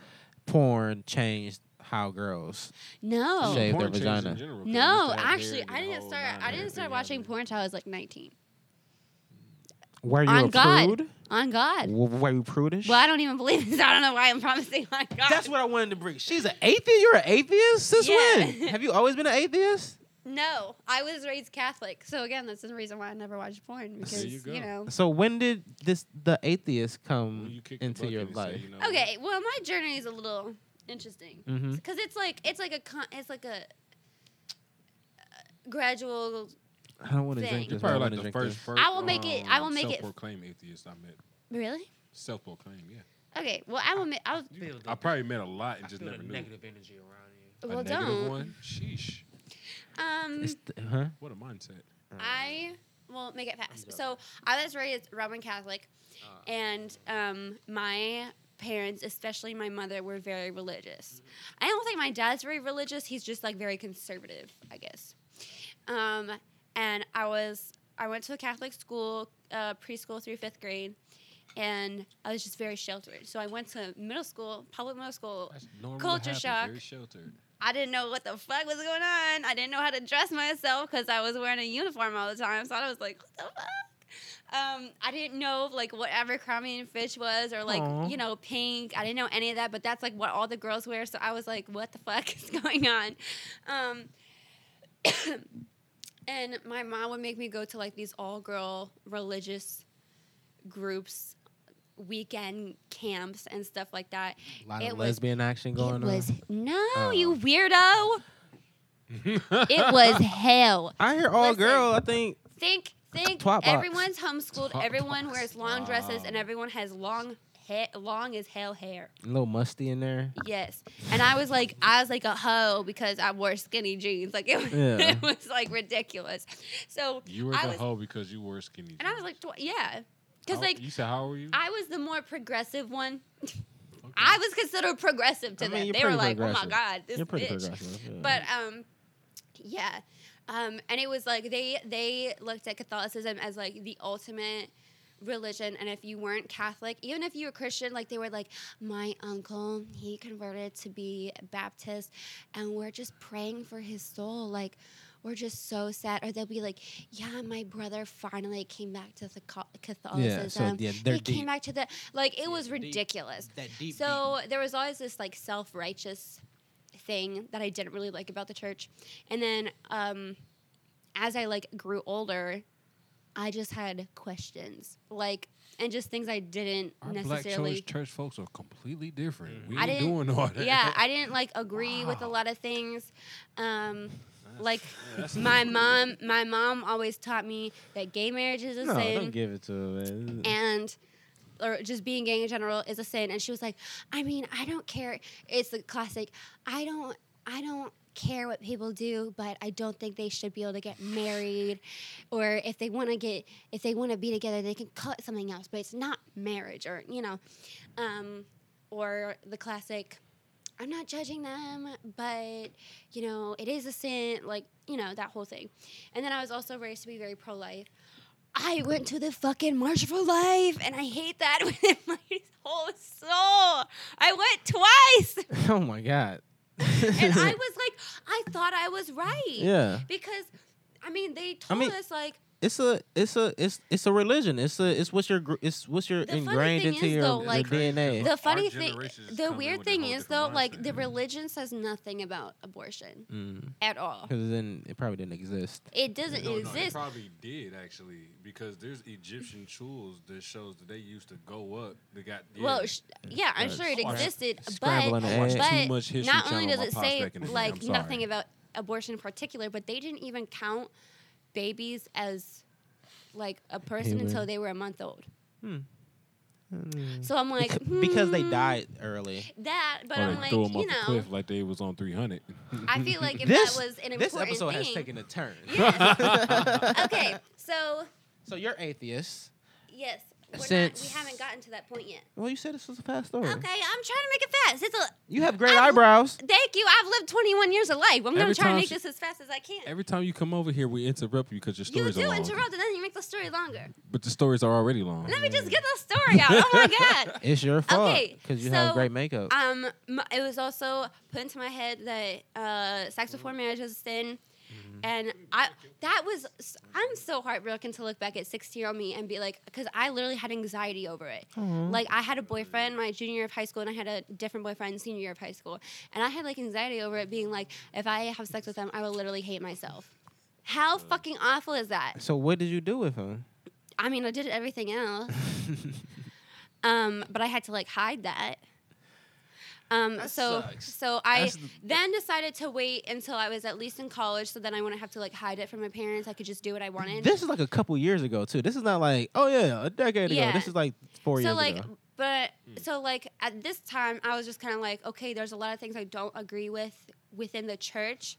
Speaker 1: porn changed how girls.
Speaker 3: No.
Speaker 1: Shave
Speaker 4: Porn
Speaker 1: their
Speaker 4: changed in
Speaker 1: vagina.
Speaker 4: general, 'cause we used
Speaker 3: No,
Speaker 4: to have hair
Speaker 3: actually,
Speaker 4: and the
Speaker 3: I didn't
Speaker 4: whole
Speaker 3: start.
Speaker 4: nine
Speaker 3: I
Speaker 4: and
Speaker 3: didn't
Speaker 4: everything
Speaker 3: start watching
Speaker 4: happened.
Speaker 3: porn until I was like 19.
Speaker 1: Were you
Speaker 3: On
Speaker 1: a
Speaker 3: God.
Speaker 1: prude?
Speaker 3: On God.
Speaker 1: W- Were you prudish?
Speaker 3: Well, I don't even believe this. I don't know why I'm promising my God.
Speaker 1: That's what I wanted to bring. She's an atheist. You're an atheist since
Speaker 3: Yeah.
Speaker 1: when? Have you always been an atheist?
Speaker 3: No, I was raised Catholic, so again, that's the reason why I never watched porn because
Speaker 4: you go.
Speaker 3: you, know.
Speaker 1: So when did this the atheist come
Speaker 4: When you kick the
Speaker 1: into
Speaker 4: bucket
Speaker 1: your
Speaker 4: and say,
Speaker 1: life?
Speaker 4: you know,
Speaker 3: Okay, well, my journey is a little interesting
Speaker 1: Mm-hmm.
Speaker 3: because it's like it's like a con- it's like a uh, gradual.
Speaker 1: I don't want to
Speaker 3: Thing.
Speaker 1: drink
Speaker 4: You're
Speaker 1: this.
Speaker 4: probably
Speaker 1: I
Speaker 4: like
Speaker 1: don't
Speaker 4: the
Speaker 1: wanna drink
Speaker 4: first.
Speaker 1: this.
Speaker 4: first
Speaker 3: I will make it- I will make it-
Speaker 4: Self-proclaim atheist. I met
Speaker 3: Really?
Speaker 4: self-proclaim. Yeah.
Speaker 3: Okay. Well, I will. Ma- I was.
Speaker 4: I probably met a lot and just never knew.
Speaker 6: energy around you.
Speaker 4: A
Speaker 3: Well,
Speaker 4: negative
Speaker 3: don't.
Speaker 4: one? Sheesh.
Speaker 3: Um,
Speaker 1: It's th- huh?
Speaker 4: What a mindset.
Speaker 3: I We'll make it fast. So I was raised Roman Catholic, and um, my parents, especially my mother, were very religious. I don't think my dad's very religious. He's just like very conservative, I guess. Um, and I was I went to a Catholic school, uh, preschool through fifth grade. And I was just very sheltered. So I went to middle school, public middle school, culture shock.
Speaker 4: sheltered.
Speaker 3: I didn't know what the fuck was going on. I didn't know how to dress myself because I was wearing a uniform all the time. So I was like, what the fuck? Um, I didn't know like what Abercrombie and Fitch was or like
Speaker 1: Aw.
Speaker 3: you know pink. I didn't know any of that, but that's like what all the girls wear. So I was like, what the fuck is going on? Um, and my mom would make me go to like these all girl religious groups, weekend camps and stuff like that.
Speaker 1: A lot
Speaker 3: It
Speaker 1: of
Speaker 3: was-
Speaker 1: lesbian action going
Speaker 3: it was
Speaker 1: on. Oh.
Speaker 3: no, you weirdo. it was hell.
Speaker 1: I hear all
Speaker 3: Listen.
Speaker 1: girl. I think
Speaker 3: Think, think.
Speaker 1: Twat box.
Speaker 3: everyone's homeschooled. everyone wears long dresses, and everyone has long, hair, long as hell hair.
Speaker 1: a little musty in there.
Speaker 3: Yes. And I was like, I was like a hoe because I wore skinny jeans. Like it, was-
Speaker 1: Yeah.
Speaker 3: it was like ridiculous. So
Speaker 4: You were
Speaker 3: I
Speaker 4: the
Speaker 3: was-
Speaker 4: hoe because you were skinny.
Speaker 3: and I was like, tw- yeah,
Speaker 4: How-
Speaker 1: Oh,
Speaker 3: because like
Speaker 4: you said, how were you?
Speaker 3: I was the more progressive one.
Speaker 4: Okay.
Speaker 3: I was considered progressive to
Speaker 1: I mean,
Speaker 3: them.
Speaker 1: you're
Speaker 3: They were
Speaker 1: pretty
Speaker 3: like, oh my
Speaker 1: progressive.
Speaker 3: god, this
Speaker 1: You're pretty
Speaker 3: bitch.
Speaker 1: progressive. yeah.
Speaker 3: But um, yeah, um, and it was like they they looked at Catholicism as like the ultimate religion and if you weren't catholic even if you were christian like they were like my uncle he converted to be baptist and we're just praying for his soul like we're just so sad or they'll be like yeah my brother finally came back to the co- catholicism
Speaker 1: yeah,
Speaker 3: he
Speaker 1: they're
Speaker 3: came
Speaker 1: deep.
Speaker 3: back to the like it was
Speaker 1: they're deep.
Speaker 3: ridiculous
Speaker 1: that deep.
Speaker 3: so there was always this like self righteous thing that I didn't really like about the church. And then um, as I like grew older, I just had questions like and just things I didn't
Speaker 2: Our black
Speaker 3: necessarily.
Speaker 2: church, church folks are completely different.
Speaker 4: Mm-hmm.
Speaker 2: We
Speaker 3: I
Speaker 2: ain't
Speaker 3: didn't-
Speaker 2: doing all that.
Speaker 3: yeah, I didn't like agree with a lot of things. Um, like my mom, my mom always taught me that gay marriage is a
Speaker 1: no,
Speaker 3: sin
Speaker 1: don't give it to him. man.
Speaker 3: and or just being gay in general is a sin and she was like i mean i don't care it's the classic i don't i don't care what people do but i don't think they should be able to get married or if they want to get if they want to be together they can call it something else but it's not marriage or you know um, or the classic i'm not judging them but you know it is a sin like you know that whole thing and then i was also raised to be very pro-life I went to the fucking March for Life, and I hate that with my whole soul. I went twice,
Speaker 1: oh my god.
Speaker 3: and I was like, I thought I was right.
Speaker 1: yeah.
Speaker 3: Because, I mean, they
Speaker 1: I
Speaker 3: told
Speaker 1: mean,
Speaker 3: us like
Speaker 1: It's a it's a it's it's a religion. It's a it's what's your gr- it's what's your
Speaker 3: The funny
Speaker 1: ingrained
Speaker 3: thing
Speaker 1: into
Speaker 3: is,
Speaker 1: your,
Speaker 3: though,
Speaker 1: your
Speaker 3: like,
Speaker 1: DNA.
Speaker 3: the funny thing.
Speaker 4: generation's just
Speaker 3: The
Speaker 4: coming
Speaker 3: weird
Speaker 4: with a
Speaker 3: thing
Speaker 4: whole
Speaker 3: is though,
Speaker 4: different
Speaker 3: like the
Speaker 4: mindset.
Speaker 3: religion says nothing about abortion
Speaker 1: Because
Speaker 3: at all.
Speaker 1: then it probably didn't exist.
Speaker 3: It doesn't
Speaker 4: No, no, they
Speaker 3: exist.
Speaker 4: probably did actually because there's Egyptian tools that shows that they used to go up. They got yeah.
Speaker 3: Well, sh- yeah, I'm sure it
Speaker 1: Scramble-
Speaker 3: existed,
Speaker 1: scramble
Speaker 3: but
Speaker 1: an egg.
Speaker 3: but
Speaker 4: much History
Speaker 3: not only
Speaker 4: Channel on
Speaker 3: does it
Speaker 4: my
Speaker 3: say
Speaker 4: prospecting today, I'm
Speaker 3: like
Speaker 4: sorry.
Speaker 3: nothing about abortion in particular, but they didn't even count babies as like a person
Speaker 1: Human.
Speaker 3: until they were a month old.
Speaker 1: Hmm.
Speaker 3: So I'm like,
Speaker 1: Bec- because they
Speaker 3: hmm,
Speaker 1: died early.
Speaker 3: That, but
Speaker 4: Or
Speaker 3: I'm
Speaker 4: they
Speaker 3: like,
Speaker 4: threw 'em
Speaker 3: you
Speaker 4: off the
Speaker 3: know,
Speaker 4: cliff like they was on 300.
Speaker 3: I feel like if
Speaker 1: This-
Speaker 3: that was an important
Speaker 1: This episode
Speaker 3: thing.
Speaker 1: has taken a turn.
Speaker 3: Yes. okay, so
Speaker 1: So you're atheist.
Speaker 3: yes, we're not, we
Speaker 1: Since-
Speaker 3: haven't gotten to that point yet.
Speaker 1: Well, you said this was a fast
Speaker 4: Hmm.
Speaker 1: story.
Speaker 3: Okay, Um, I'm trying to make it fast. It's a
Speaker 1: You have great
Speaker 3: I'm-
Speaker 1: eyebrows.
Speaker 3: thank you. I've lived 21 years of life. I'm gonna
Speaker 4: Every
Speaker 3: try to
Speaker 4: time
Speaker 3: make
Speaker 4: she-
Speaker 3: this as fast as I can.
Speaker 4: Every time you come over here, we interrupt you because your
Speaker 3: You
Speaker 4: stories
Speaker 3: do
Speaker 4: are long.
Speaker 3: interrupt, and then you make the story longer.
Speaker 4: But the stories are already long.
Speaker 3: Let me just get the story out. Oh my god.
Speaker 1: It's your fault
Speaker 3: Okay,
Speaker 1: because you have
Speaker 3: so,
Speaker 1: great makeup.
Speaker 3: Um, m- it was also put into my head that uh, sex before marriage was a sin, and I that was s- I'm so heartbroken to look back at 16 year old me and be like, because I literally had anxiety over it.
Speaker 1: Oh
Speaker 3: Like I had a boyfriend my junior year of high school, and I had a different boyfriend senior year of high school, and I had like anxiety over it being like, if I have sex with them, I will literally hate myself. How fucking awful is that?
Speaker 1: so what did you do with him?
Speaker 3: I mean, I did everything else. um, but I had to like hide that. Um, so so I then decided to wait until I was at least in college, so then I wouldn't have to like hide it from my parents. I could just do what I wanted.
Speaker 1: This is like a couple years ago too. This is not like oh yeah a decade ago.
Speaker 3: Yeah.
Speaker 1: This is like four
Speaker 3: so
Speaker 1: years
Speaker 3: like,
Speaker 1: ago.
Speaker 3: but so like at this time, I was just kind of like, okay, there's a lot of things I don't agree with within the church.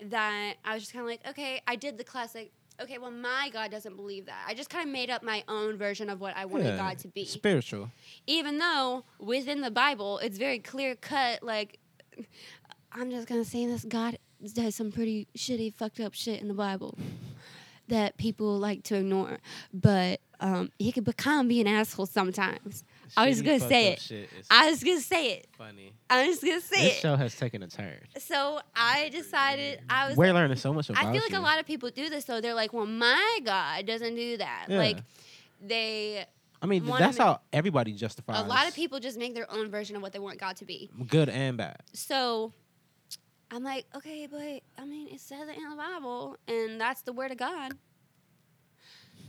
Speaker 3: That I was just kind of like, okay, I did the classic. Okay, well, my God doesn't believe that. I just kind of made up my own version of what I wanted
Speaker 1: Yeah.
Speaker 3: God to be.
Speaker 1: Spiritual.
Speaker 3: Even though within the Bible, it's very clear cut, like, I'm just going to say this God does some pretty shitty, fucked up shit in the Bible that people like to ignore. But um, he could become be an asshole sometimes. I was
Speaker 1: Shitty,
Speaker 3: gonna
Speaker 1: fucked up
Speaker 3: say it.
Speaker 1: Shit is
Speaker 3: I was going to say it.
Speaker 1: funny.
Speaker 3: I was going to say
Speaker 1: This
Speaker 3: it.
Speaker 1: show has taken a turn.
Speaker 3: So I decided, I was
Speaker 1: We're learning so much about
Speaker 3: I feel like
Speaker 1: you.
Speaker 3: a lot of people do this though. They're like, "Well, my God doesn't do that."
Speaker 1: Yeah.
Speaker 3: Like they
Speaker 1: I mean, th-
Speaker 3: wanna
Speaker 1: that's
Speaker 3: ma-
Speaker 1: how everybody justifies
Speaker 3: a lot of people just make their own version of what they want God to be.
Speaker 1: good and bad.
Speaker 3: So I'm like, "Okay, but I mean, it says it in the Bible and that's the word of God."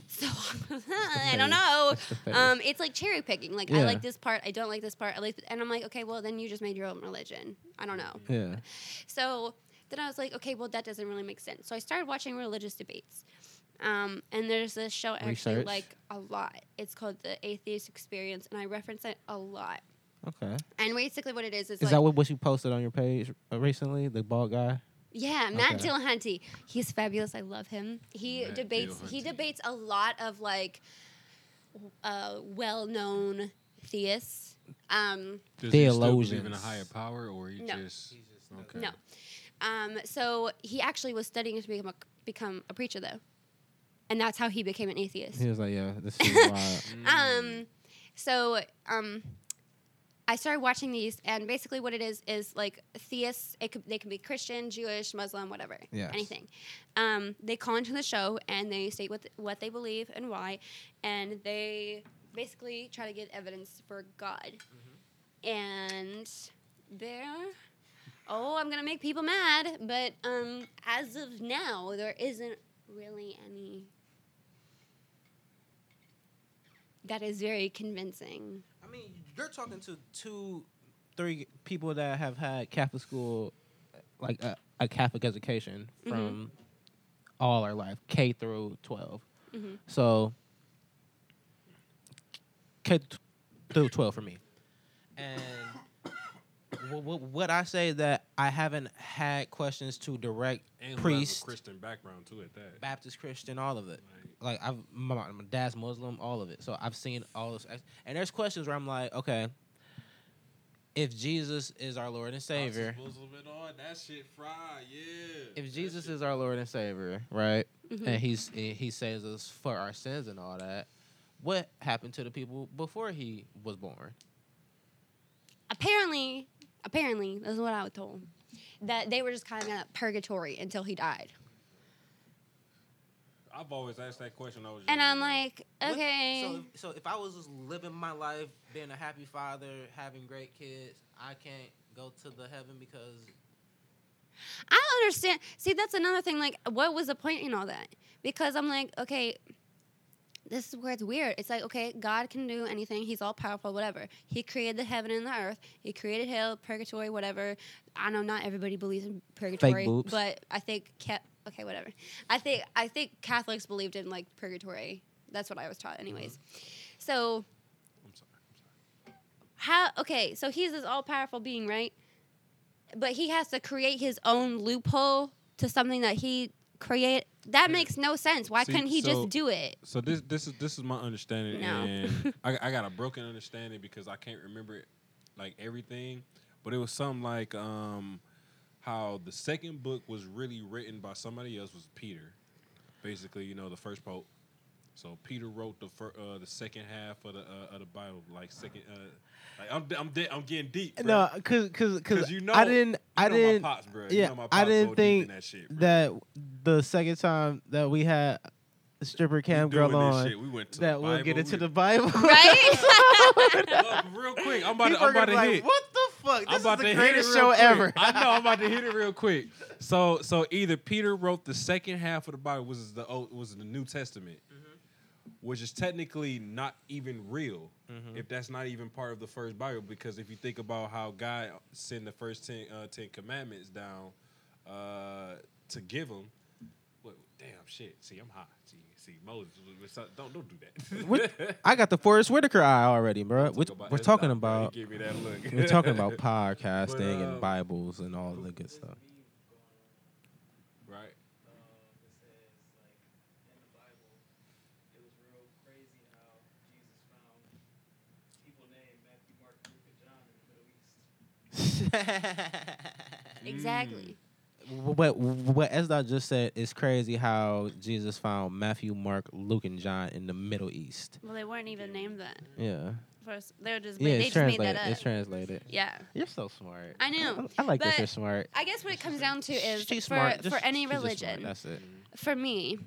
Speaker 3: So I don't
Speaker 1: phase.
Speaker 3: know.
Speaker 1: It's the phase.
Speaker 3: Um, it's like cherry picking. Like I
Speaker 1: Yeah.
Speaker 3: like this part, I don't like this part. I like, and I'm like, okay, well then you just made your own religion. I don't know.
Speaker 1: yeah.
Speaker 3: So then I was like, okay, well, that doesn't really make sense. So I started watching religious debates. Um, and there's this show I actually
Speaker 1: Research.
Speaker 3: like a lot. It's called The Atheist Experience, and I reference it a lot.
Speaker 1: Okay.
Speaker 3: And basically, what it is is,
Speaker 1: Is
Speaker 3: like,
Speaker 1: that what, what you posted on your page uh, recently? The bald guy.
Speaker 3: yeah, Matt
Speaker 1: Okay.
Speaker 3: Dillahunty. He's fabulous. I love him. He
Speaker 8: Matt
Speaker 3: debates. He
Speaker 8: Dillahunty.
Speaker 3: debates a lot of like w- uh, well-known theists. Um,
Speaker 8: Does he still believe in a
Speaker 1: Theologians.
Speaker 8: higher power, or he
Speaker 3: No.
Speaker 8: just okay?
Speaker 3: No. Um, so he actually was studying to become a, become a preacher, though. And that's how he became an atheist.
Speaker 1: He was like, yeah, this is wild.
Speaker 3: Um, so um, I started watching these, and basically what it is is like theists. It could, they can be Christian, Jewish, Muslim, whatever,
Speaker 1: Yes.
Speaker 3: anything. Um, they call into the show and they state what what they believe and why, and they basically try to get evidence for God. And there, oh, I'm gonna make people mad, but um, as of now, there isn't really any that is very convincing.
Speaker 1: I mean, you're talking to two, three people that have had Catholic school, like a, a Catholic education from all our life, K through 12.
Speaker 3: Mhm.
Speaker 1: So, K th- through 12 for me. And wh- wh- what I say that I haven't had questions to direct
Speaker 4: And who has a
Speaker 1: priest,
Speaker 4: Christian background too at that.
Speaker 1: Baptist, Christian, all of it. Like I've my, my dad's Muslim, all of it. So I've seen all this, and there's questions where I'm like, okay, if Jesus is our Lord and Savior,
Speaker 4: That shit fried, yeah.
Speaker 1: if Jesus is our Lord and Savior, right, and he's and he saves us for our sins and all that, what happened to the people before he was born?
Speaker 3: Apparently, apparently, this is what I was told that they were just kind of in a purgatory until he died.
Speaker 4: I've always asked that question. I was
Speaker 3: And I'm
Speaker 4: younger.
Speaker 3: like,
Speaker 1: What-
Speaker 3: okay,
Speaker 1: So, if- so if I was just living my life, being a happy father, having great kids, I can't go to the heaven because
Speaker 3: I don't understand. See, that's another thing. Like, what was the point in all that? Because I'm like, okay, this is where it's weird. It's like, okay, God can do anything. He's all powerful, whatever. He created the heaven and the earth. He created hell, purgatory, whatever. I know not everybody believes in purgatory,
Speaker 1: boobs.
Speaker 3: but I think kept. Okay, whatever. I think I think Catholics believed in like purgatory. That's what I was taught, anyways. So,
Speaker 4: I'm sorry. I'm sorry.
Speaker 3: how? Okay, so he's this all powerful being, right? But he has to create his own loophole to something that he create. That makes no sense. Why
Speaker 4: See,
Speaker 3: couldn't he
Speaker 4: so-
Speaker 3: just do it?
Speaker 4: So this this is this is my understanding,
Speaker 3: No.
Speaker 4: and I, I got a broken understanding because I can't remember it, like everything, but it was something like um, how the second book was really written by somebody else was Peter, basically you know the first pope. So Peter wrote the fir- uh, the second half of the uh, of the Bible, like second. Uh, like I'm I'm de- I'm getting deep. Bro.
Speaker 1: No, cause, cause,
Speaker 4: 'Cause
Speaker 1: cause
Speaker 4: you know-
Speaker 1: I didn't, I
Speaker 4: You know my
Speaker 1: didn't,
Speaker 4: pops, bro. You
Speaker 1: yeah,
Speaker 4: know my
Speaker 1: I
Speaker 4: pops
Speaker 1: didn't
Speaker 4: go deep
Speaker 1: think
Speaker 4: in that shit. Bro.
Speaker 1: that the second time that we had a stripper
Speaker 4: We
Speaker 1: cam
Speaker 4: doing
Speaker 1: girl
Speaker 4: this
Speaker 1: on,
Speaker 4: shit. We went to the
Speaker 1: that we'll
Speaker 4: Bible.
Speaker 1: get into
Speaker 4: We-
Speaker 1: the Bible,
Speaker 3: Mm. Right?
Speaker 4: Look, real quick. I'm about to,
Speaker 1: People
Speaker 4: I'm
Speaker 1: are
Speaker 4: about
Speaker 1: gonna
Speaker 4: to
Speaker 1: be like,
Speaker 4: hit.
Speaker 1: What the fuck? This
Speaker 4: I'm about
Speaker 1: is the
Speaker 4: to
Speaker 1: greatest
Speaker 4: hit it real
Speaker 1: show
Speaker 4: quick.
Speaker 1: ever.
Speaker 4: I know. I'm about to hit it real quick. So, so either Peter wrote the second half of the Bible, which is the old, was the New Testament,
Speaker 1: Mm-hmm.
Speaker 4: which is technically not even real, if that's not even part of the first Bible, because if you think about how God sent the first ten, uh, 10 commandments down uh, to give them, what, damn shit. See, I'm hot. See, see Moses, was- was- don't don't do that.
Speaker 1: What- I got the Forrest Whitaker eye already, bro. Which,
Speaker 4: Talk
Speaker 1: we're
Speaker 4: Esther,
Speaker 1: talking
Speaker 4: bro. He
Speaker 1: about,
Speaker 4: gave me that look.
Speaker 1: we're talking about podcasting
Speaker 4: But, um,
Speaker 1: and Bibles and all the good stuff.
Speaker 4: right.
Speaker 5: It says, like,
Speaker 3: Exactly.
Speaker 1: what what Esdar just said is crazy. How Jesus found Matthew, Mark, Luke, and John in the Middle East.
Speaker 3: Well, they weren't even named that.
Speaker 1: Yeah,
Speaker 3: First, they were just
Speaker 1: yeah.
Speaker 3: Mm. they
Speaker 1: It's
Speaker 3: just made that
Speaker 1: translated.
Speaker 3: up.
Speaker 1: It's translated.
Speaker 3: yeah.
Speaker 1: You're so smart.
Speaker 3: I know,
Speaker 1: I, I like that
Speaker 3: but
Speaker 1: you're smart.
Speaker 3: I guess what it comes down to is
Speaker 1: She's
Speaker 3: for
Speaker 1: smart.
Speaker 3: for
Speaker 1: Just-
Speaker 3: any
Speaker 1: she's just smart.
Speaker 3: religion,
Speaker 1: That's it.
Speaker 3: for me,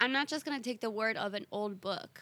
Speaker 3: I'm not just going to take the word of an old book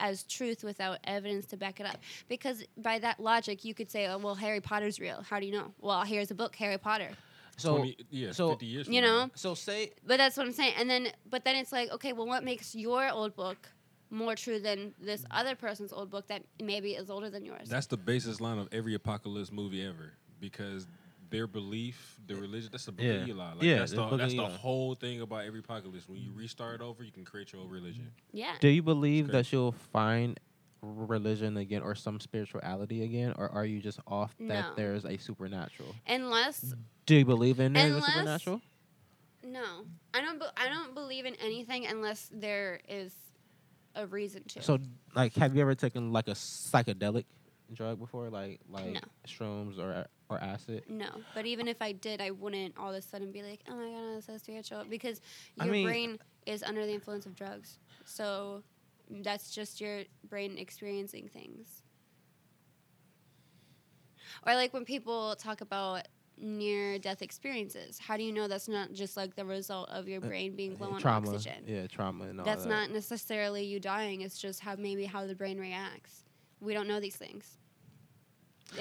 Speaker 3: as truth without evidence to back it up. Because by that logic, you could say, oh, well, Harry Potter's real. How do you know? Well, here's a book, Harry Potter.
Speaker 1: So
Speaker 4: 20, yeah,
Speaker 1: so,
Speaker 4: 50 years
Speaker 3: You
Speaker 4: from now.
Speaker 3: know?
Speaker 1: so say
Speaker 3: But that's what I'm saying. And then, but then it's like, okay, well, what makes your old book more true than this other person's old book that maybe is older than yours?
Speaker 4: That's the basis line of every apocalypse movie ever because their belief, their religion, that's the book
Speaker 1: Yeah.
Speaker 4: of Eli. Like,
Speaker 1: Yeah,
Speaker 4: that's
Speaker 1: the
Speaker 4: the,
Speaker 1: book of
Speaker 4: that's the
Speaker 1: Eli.
Speaker 4: whole thing about every apocalypse. When you restart over, you can create your own religion.
Speaker 3: yeah.
Speaker 1: Do you believe
Speaker 4: It's
Speaker 1: that you'll find religion again or some spirituality again, or are you just off that
Speaker 3: No.
Speaker 1: there's a supernatural?
Speaker 3: Unless
Speaker 1: Do you believe in there's a
Speaker 3: Unless-
Speaker 1: supernatural?
Speaker 3: no, I don't. Be- I don't believe in anything unless there is a reason to.
Speaker 1: So, like, have you ever taken like a psychedelic drug before, like like
Speaker 3: No.
Speaker 1: shrooms or or acid?
Speaker 3: No, but even if I did, I wouldn't all of a sudden be like, "Oh my god, I'm so spiritual," because
Speaker 1: I
Speaker 3: your
Speaker 1: mean-
Speaker 3: brain is under the influence of drugs. So mm, that's just your brain experiencing things. Or like when people talk about near-death experiences, how do you know that's not just like the result of your
Speaker 1: Uh,
Speaker 3: brain being low on
Speaker 1: trauma,
Speaker 3: oxygen?
Speaker 1: yeah, trauma and all
Speaker 3: that's
Speaker 1: that.
Speaker 3: not necessarily you dying. It's just how maybe how the brain reacts. We don't know these things.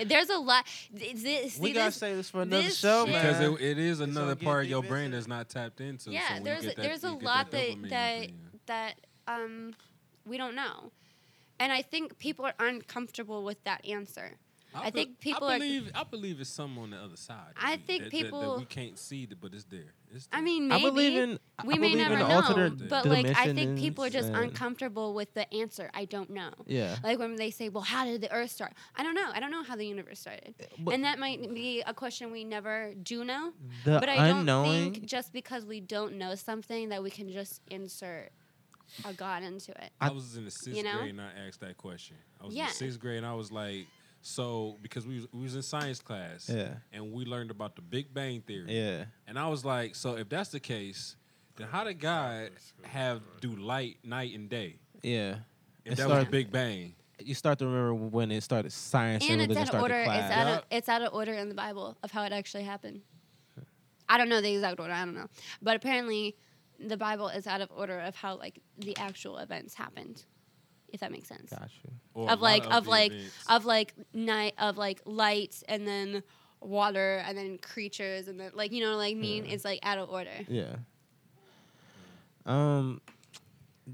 Speaker 3: There's a lot. th- th- see,
Speaker 1: we gotta
Speaker 3: this-
Speaker 1: say this for another
Speaker 3: this
Speaker 1: show,
Speaker 3: shit-
Speaker 1: man.
Speaker 4: Because it, it is
Speaker 6: It's
Speaker 4: another
Speaker 6: gonna get
Speaker 4: part of
Speaker 6: deep
Speaker 4: your
Speaker 6: into
Speaker 4: brain
Speaker 6: it.
Speaker 4: that's not tapped into.
Speaker 3: yeah,
Speaker 4: so when you
Speaker 3: there's
Speaker 4: get that-
Speaker 3: there's a
Speaker 4: you get
Speaker 3: lot that
Speaker 4: dopamine
Speaker 3: that
Speaker 4: thing.
Speaker 3: that um we don't know, and I think people are uncomfortable with that answer. I
Speaker 4: be-
Speaker 3: think people are-
Speaker 4: I believe, I believe it's some on the other side. that
Speaker 3: I
Speaker 4: we-
Speaker 3: think
Speaker 4: that- that- that
Speaker 3: people-
Speaker 4: we can't see, the, but it's there. It's
Speaker 3: I
Speaker 4: there.
Speaker 3: mean,
Speaker 1: I
Speaker 3: maybe
Speaker 1: believe in. I
Speaker 3: we may
Speaker 1: believe in
Speaker 3: never
Speaker 1: the
Speaker 3: know,
Speaker 1: alternate
Speaker 3: but like I think
Speaker 1: dimensions
Speaker 3: people are just
Speaker 1: and- uh,
Speaker 3: uncomfortable with the answer. I don't know.
Speaker 1: Yeah,
Speaker 3: Like when they say, "Well, how did the Earth start?" I don't know. I don't know how the universe started,
Speaker 1: Eh, but-
Speaker 3: and that might be a question we never do know.
Speaker 1: the
Speaker 3: but I
Speaker 1: unknowing.
Speaker 3: don't think just because we don't know something that we can just insert a god into it.
Speaker 4: I was in the sixth
Speaker 3: you know?
Speaker 4: grade and I asked that question. I was in
Speaker 3: Yeah.
Speaker 4: the sixth grade and I was like, so because we was, we was in science class
Speaker 1: Yeah.
Speaker 4: and we learned about the Big Bang theory.
Speaker 1: yeah,
Speaker 4: And I was like, so if that's the case, then how did God have do light, night, and day?
Speaker 1: yeah.
Speaker 4: If that was
Speaker 1: It
Speaker 4: the
Speaker 1: started-
Speaker 4: Big Bang,
Speaker 1: You start to remember when it started. Science and,
Speaker 3: and it's
Speaker 1: religion
Speaker 3: out of
Speaker 1: started
Speaker 3: order. It's
Speaker 1: clash.
Speaker 3: out of, it's out of order in the Bible of how it actually happened. I don't know the exact order. I don't know, but apparently, the Bible is out of order of how like the actual events happened. If that makes sense.
Speaker 1: Got you.
Speaker 4: or a
Speaker 3: Of
Speaker 4: lot
Speaker 3: like of
Speaker 4: the
Speaker 3: like
Speaker 4: events-
Speaker 3: of like night of like light and then water and then creatures and then like you know what I mean
Speaker 1: Yeah.
Speaker 3: it's like out of order.
Speaker 1: Yeah. Um.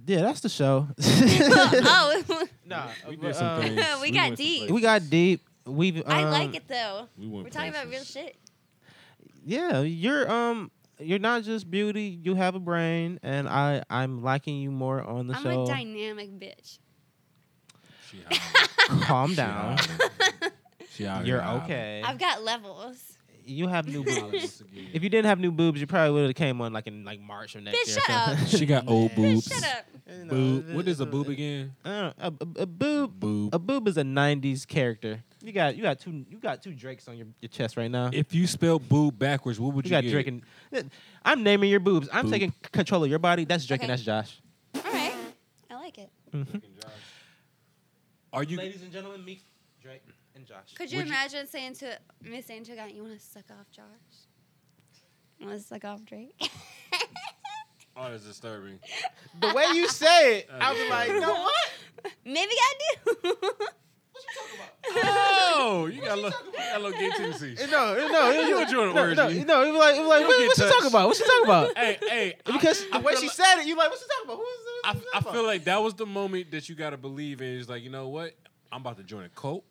Speaker 1: Yeah, that's the show.
Speaker 3: oh,
Speaker 1: nah,
Speaker 4: we
Speaker 1: but,
Speaker 4: did some
Speaker 1: uh,
Speaker 4: things.
Speaker 3: we
Speaker 4: went
Speaker 3: got
Speaker 4: some
Speaker 3: deep.
Speaker 4: places.
Speaker 1: We got deep. We've. Um,
Speaker 3: I like it though.
Speaker 4: We went
Speaker 3: We're talking about real
Speaker 4: places.
Speaker 3: shit.
Speaker 1: Yeah, you're um, you're not just beauty. You have a brain, and I I'm liking you more on the
Speaker 3: I'm
Speaker 1: show.
Speaker 3: a dynamic bitch.
Speaker 4: She hollering.
Speaker 1: Calm
Speaker 4: She
Speaker 1: down.
Speaker 4: hollering. She out here
Speaker 1: You're
Speaker 4: hollering.
Speaker 1: okay.
Speaker 3: I've got levels.
Speaker 1: You have new boobs.
Speaker 4: Once again.
Speaker 1: if you didn't have new boobs, you probably would have came on like in like March of next
Speaker 3: Bitch,
Speaker 1: year. or
Speaker 3: shut up.
Speaker 1: something.
Speaker 4: She got old boobs.
Speaker 3: Shut up.
Speaker 1: You know,
Speaker 4: Boob.
Speaker 1: it-
Speaker 4: What is a
Speaker 1: it-
Speaker 4: boob again?
Speaker 1: I don't know. A, a, a boob.
Speaker 4: Boob.
Speaker 1: A boob is a '90s character. You got you got two you got two Drakes on your, your chest right now.
Speaker 4: If you spell boob backwards, what would
Speaker 1: you
Speaker 4: you,
Speaker 1: got
Speaker 4: get?
Speaker 1: Drake and I'm naming your boobs. I'm
Speaker 4: Boob.
Speaker 1: taking c- control of your body. That's Drake and
Speaker 3: Okay.
Speaker 1: that's Josh.
Speaker 3: All right. I like it.
Speaker 4: Are you
Speaker 1: and gentlemen, meet Drake and Josh.
Speaker 3: Could you
Speaker 4: Would you-
Speaker 3: imagine saying to Miss Antigone, you want to suck off Josh? You want to suck off Drake?
Speaker 4: Oh, that's disturbing.
Speaker 1: The way you say it,
Speaker 4: I was like, no,
Speaker 3: what? Maybe I do.
Speaker 4: Oh, you got a little, you got a little gay tendency.
Speaker 1: no, no, no,
Speaker 4: You enjoying an
Speaker 1: no, no,
Speaker 4: orgy.
Speaker 1: no, it was like, it was like,
Speaker 4: You get
Speaker 1: what, what you
Speaker 4: touched.
Speaker 1: talking about? What you talking about?
Speaker 4: Hey, hey, I,
Speaker 1: Because the way
Speaker 4: feel
Speaker 1: she
Speaker 4: like-
Speaker 1: said it, you like, what you talking about? Who is this?
Speaker 4: I, I feel like that was the moment that you got to believe in. It's like, you know what? I'm about to join a cult.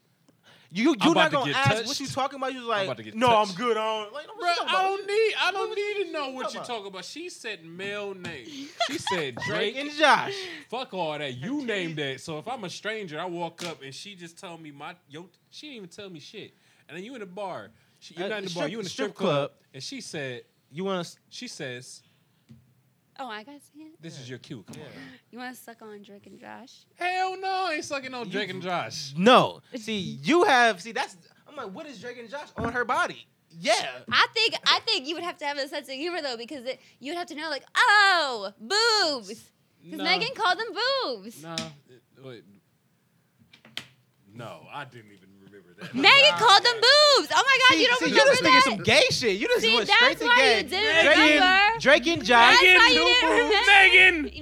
Speaker 1: you,
Speaker 4: I'm
Speaker 1: you're
Speaker 4: about
Speaker 1: not
Speaker 4: to
Speaker 1: gonna
Speaker 4: get
Speaker 1: ask
Speaker 4: touched.
Speaker 1: what you talking about. You was
Speaker 4: about to
Speaker 1: like,
Speaker 4: get
Speaker 1: no,
Speaker 4: touched.
Speaker 1: I'm good. I don't like, no,
Speaker 4: Bruh,
Speaker 1: what you talking
Speaker 4: I
Speaker 1: about?
Speaker 4: don't need, I don't need to know
Speaker 1: talking
Speaker 4: what you
Speaker 1: about?
Speaker 4: talking about. She said male name. She said
Speaker 1: Drake
Speaker 4: Drake.
Speaker 1: and Josh.
Speaker 4: Fuck all that. You named that. So if I'm a stranger, I walk up and she just tell me my yo. She didn't even tell me shit. And then you in the bar. She, you're
Speaker 1: Uh,
Speaker 4: not in the bar.
Speaker 1: strip-
Speaker 4: You in the
Speaker 1: strip
Speaker 4: strip club.
Speaker 1: club.
Speaker 4: And she said,
Speaker 1: You want to?
Speaker 4: she says,
Speaker 3: oh, I got to see it.
Speaker 4: this is your cue. Come on.
Speaker 3: You want to suck on Drake and Josh?
Speaker 4: Hell no, I ain't sucking no Drake and Josh.
Speaker 1: No. See, you have. See, that's.
Speaker 7: I'm like, what is Drake and Josh on her body? Yeah.
Speaker 3: I think I think you would have to have a sense of humor though, because it, you'd have to know like, oh, boobs, because
Speaker 4: Nah.
Speaker 3: Megan called them boobs.
Speaker 4: No, it- wait. No, I didn't even remember that.
Speaker 3: Megan called them boobs. Oh my God, you don't
Speaker 7: see, you
Speaker 3: remember
Speaker 7: just thinking
Speaker 3: that?
Speaker 7: some gay shit. You just
Speaker 3: See,
Speaker 7: went straight
Speaker 3: that's
Speaker 7: to
Speaker 3: why
Speaker 7: gay.
Speaker 3: you didn't
Speaker 7: Drake
Speaker 3: remember.
Speaker 7: and, Drake and Josh.
Speaker 3: That's why you
Speaker 4: two
Speaker 3: didn't
Speaker 4: boobs.
Speaker 3: remember.
Speaker 4: Megan! The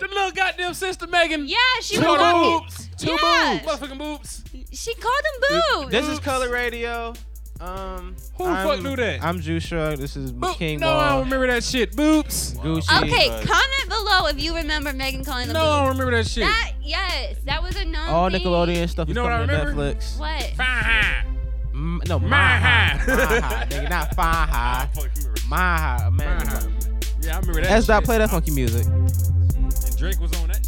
Speaker 3: Megan,
Speaker 4: little goddamn sister Megan.
Speaker 3: yeah, she
Speaker 4: Two
Speaker 3: was talking.
Speaker 4: boobs.
Speaker 3: Two Yeah. boobs.
Speaker 4: Motherfucking boobs.
Speaker 3: She called them boobs.
Speaker 1: This is Color Radio. Um,
Speaker 4: Who the fuck
Speaker 1: I'm-
Speaker 4: knew that?
Speaker 1: I'm Juice Shrug. This is
Speaker 4: Boop.
Speaker 1: King
Speaker 4: no, I don't
Speaker 1: Wall.
Speaker 4: remember that shit. Boobs.
Speaker 1: Gucci.
Speaker 3: Okay, comment below if you remember Megan calling them
Speaker 4: No, I
Speaker 3: boobs.
Speaker 4: don't remember that shit.
Speaker 3: That yes, that was a non.
Speaker 1: All
Speaker 3: thing.
Speaker 1: Nickelodeon stuff
Speaker 4: You
Speaker 1: is
Speaker 4: know what I
Speaker 1: coming to
Speaker 4: remember?
Speaker 1: Netflix.
Speaker 3: What?
Speaker 4: Fine.
Speaker 1: M- no, my,
Speaker 4: My
Speaker 1: high.
Speaker 4: high.
Speaker 1: My high, nigga, not fine high.
Speaker 4: I fucking remember.
Speaker 1: My high, man.
Speaker 4: Fine high. Yeah, I remember that.
Speaker 1: That's
Speaker 4: shit.
Speaker 1: play that funky music.
Speaker 4: And Drake was on that.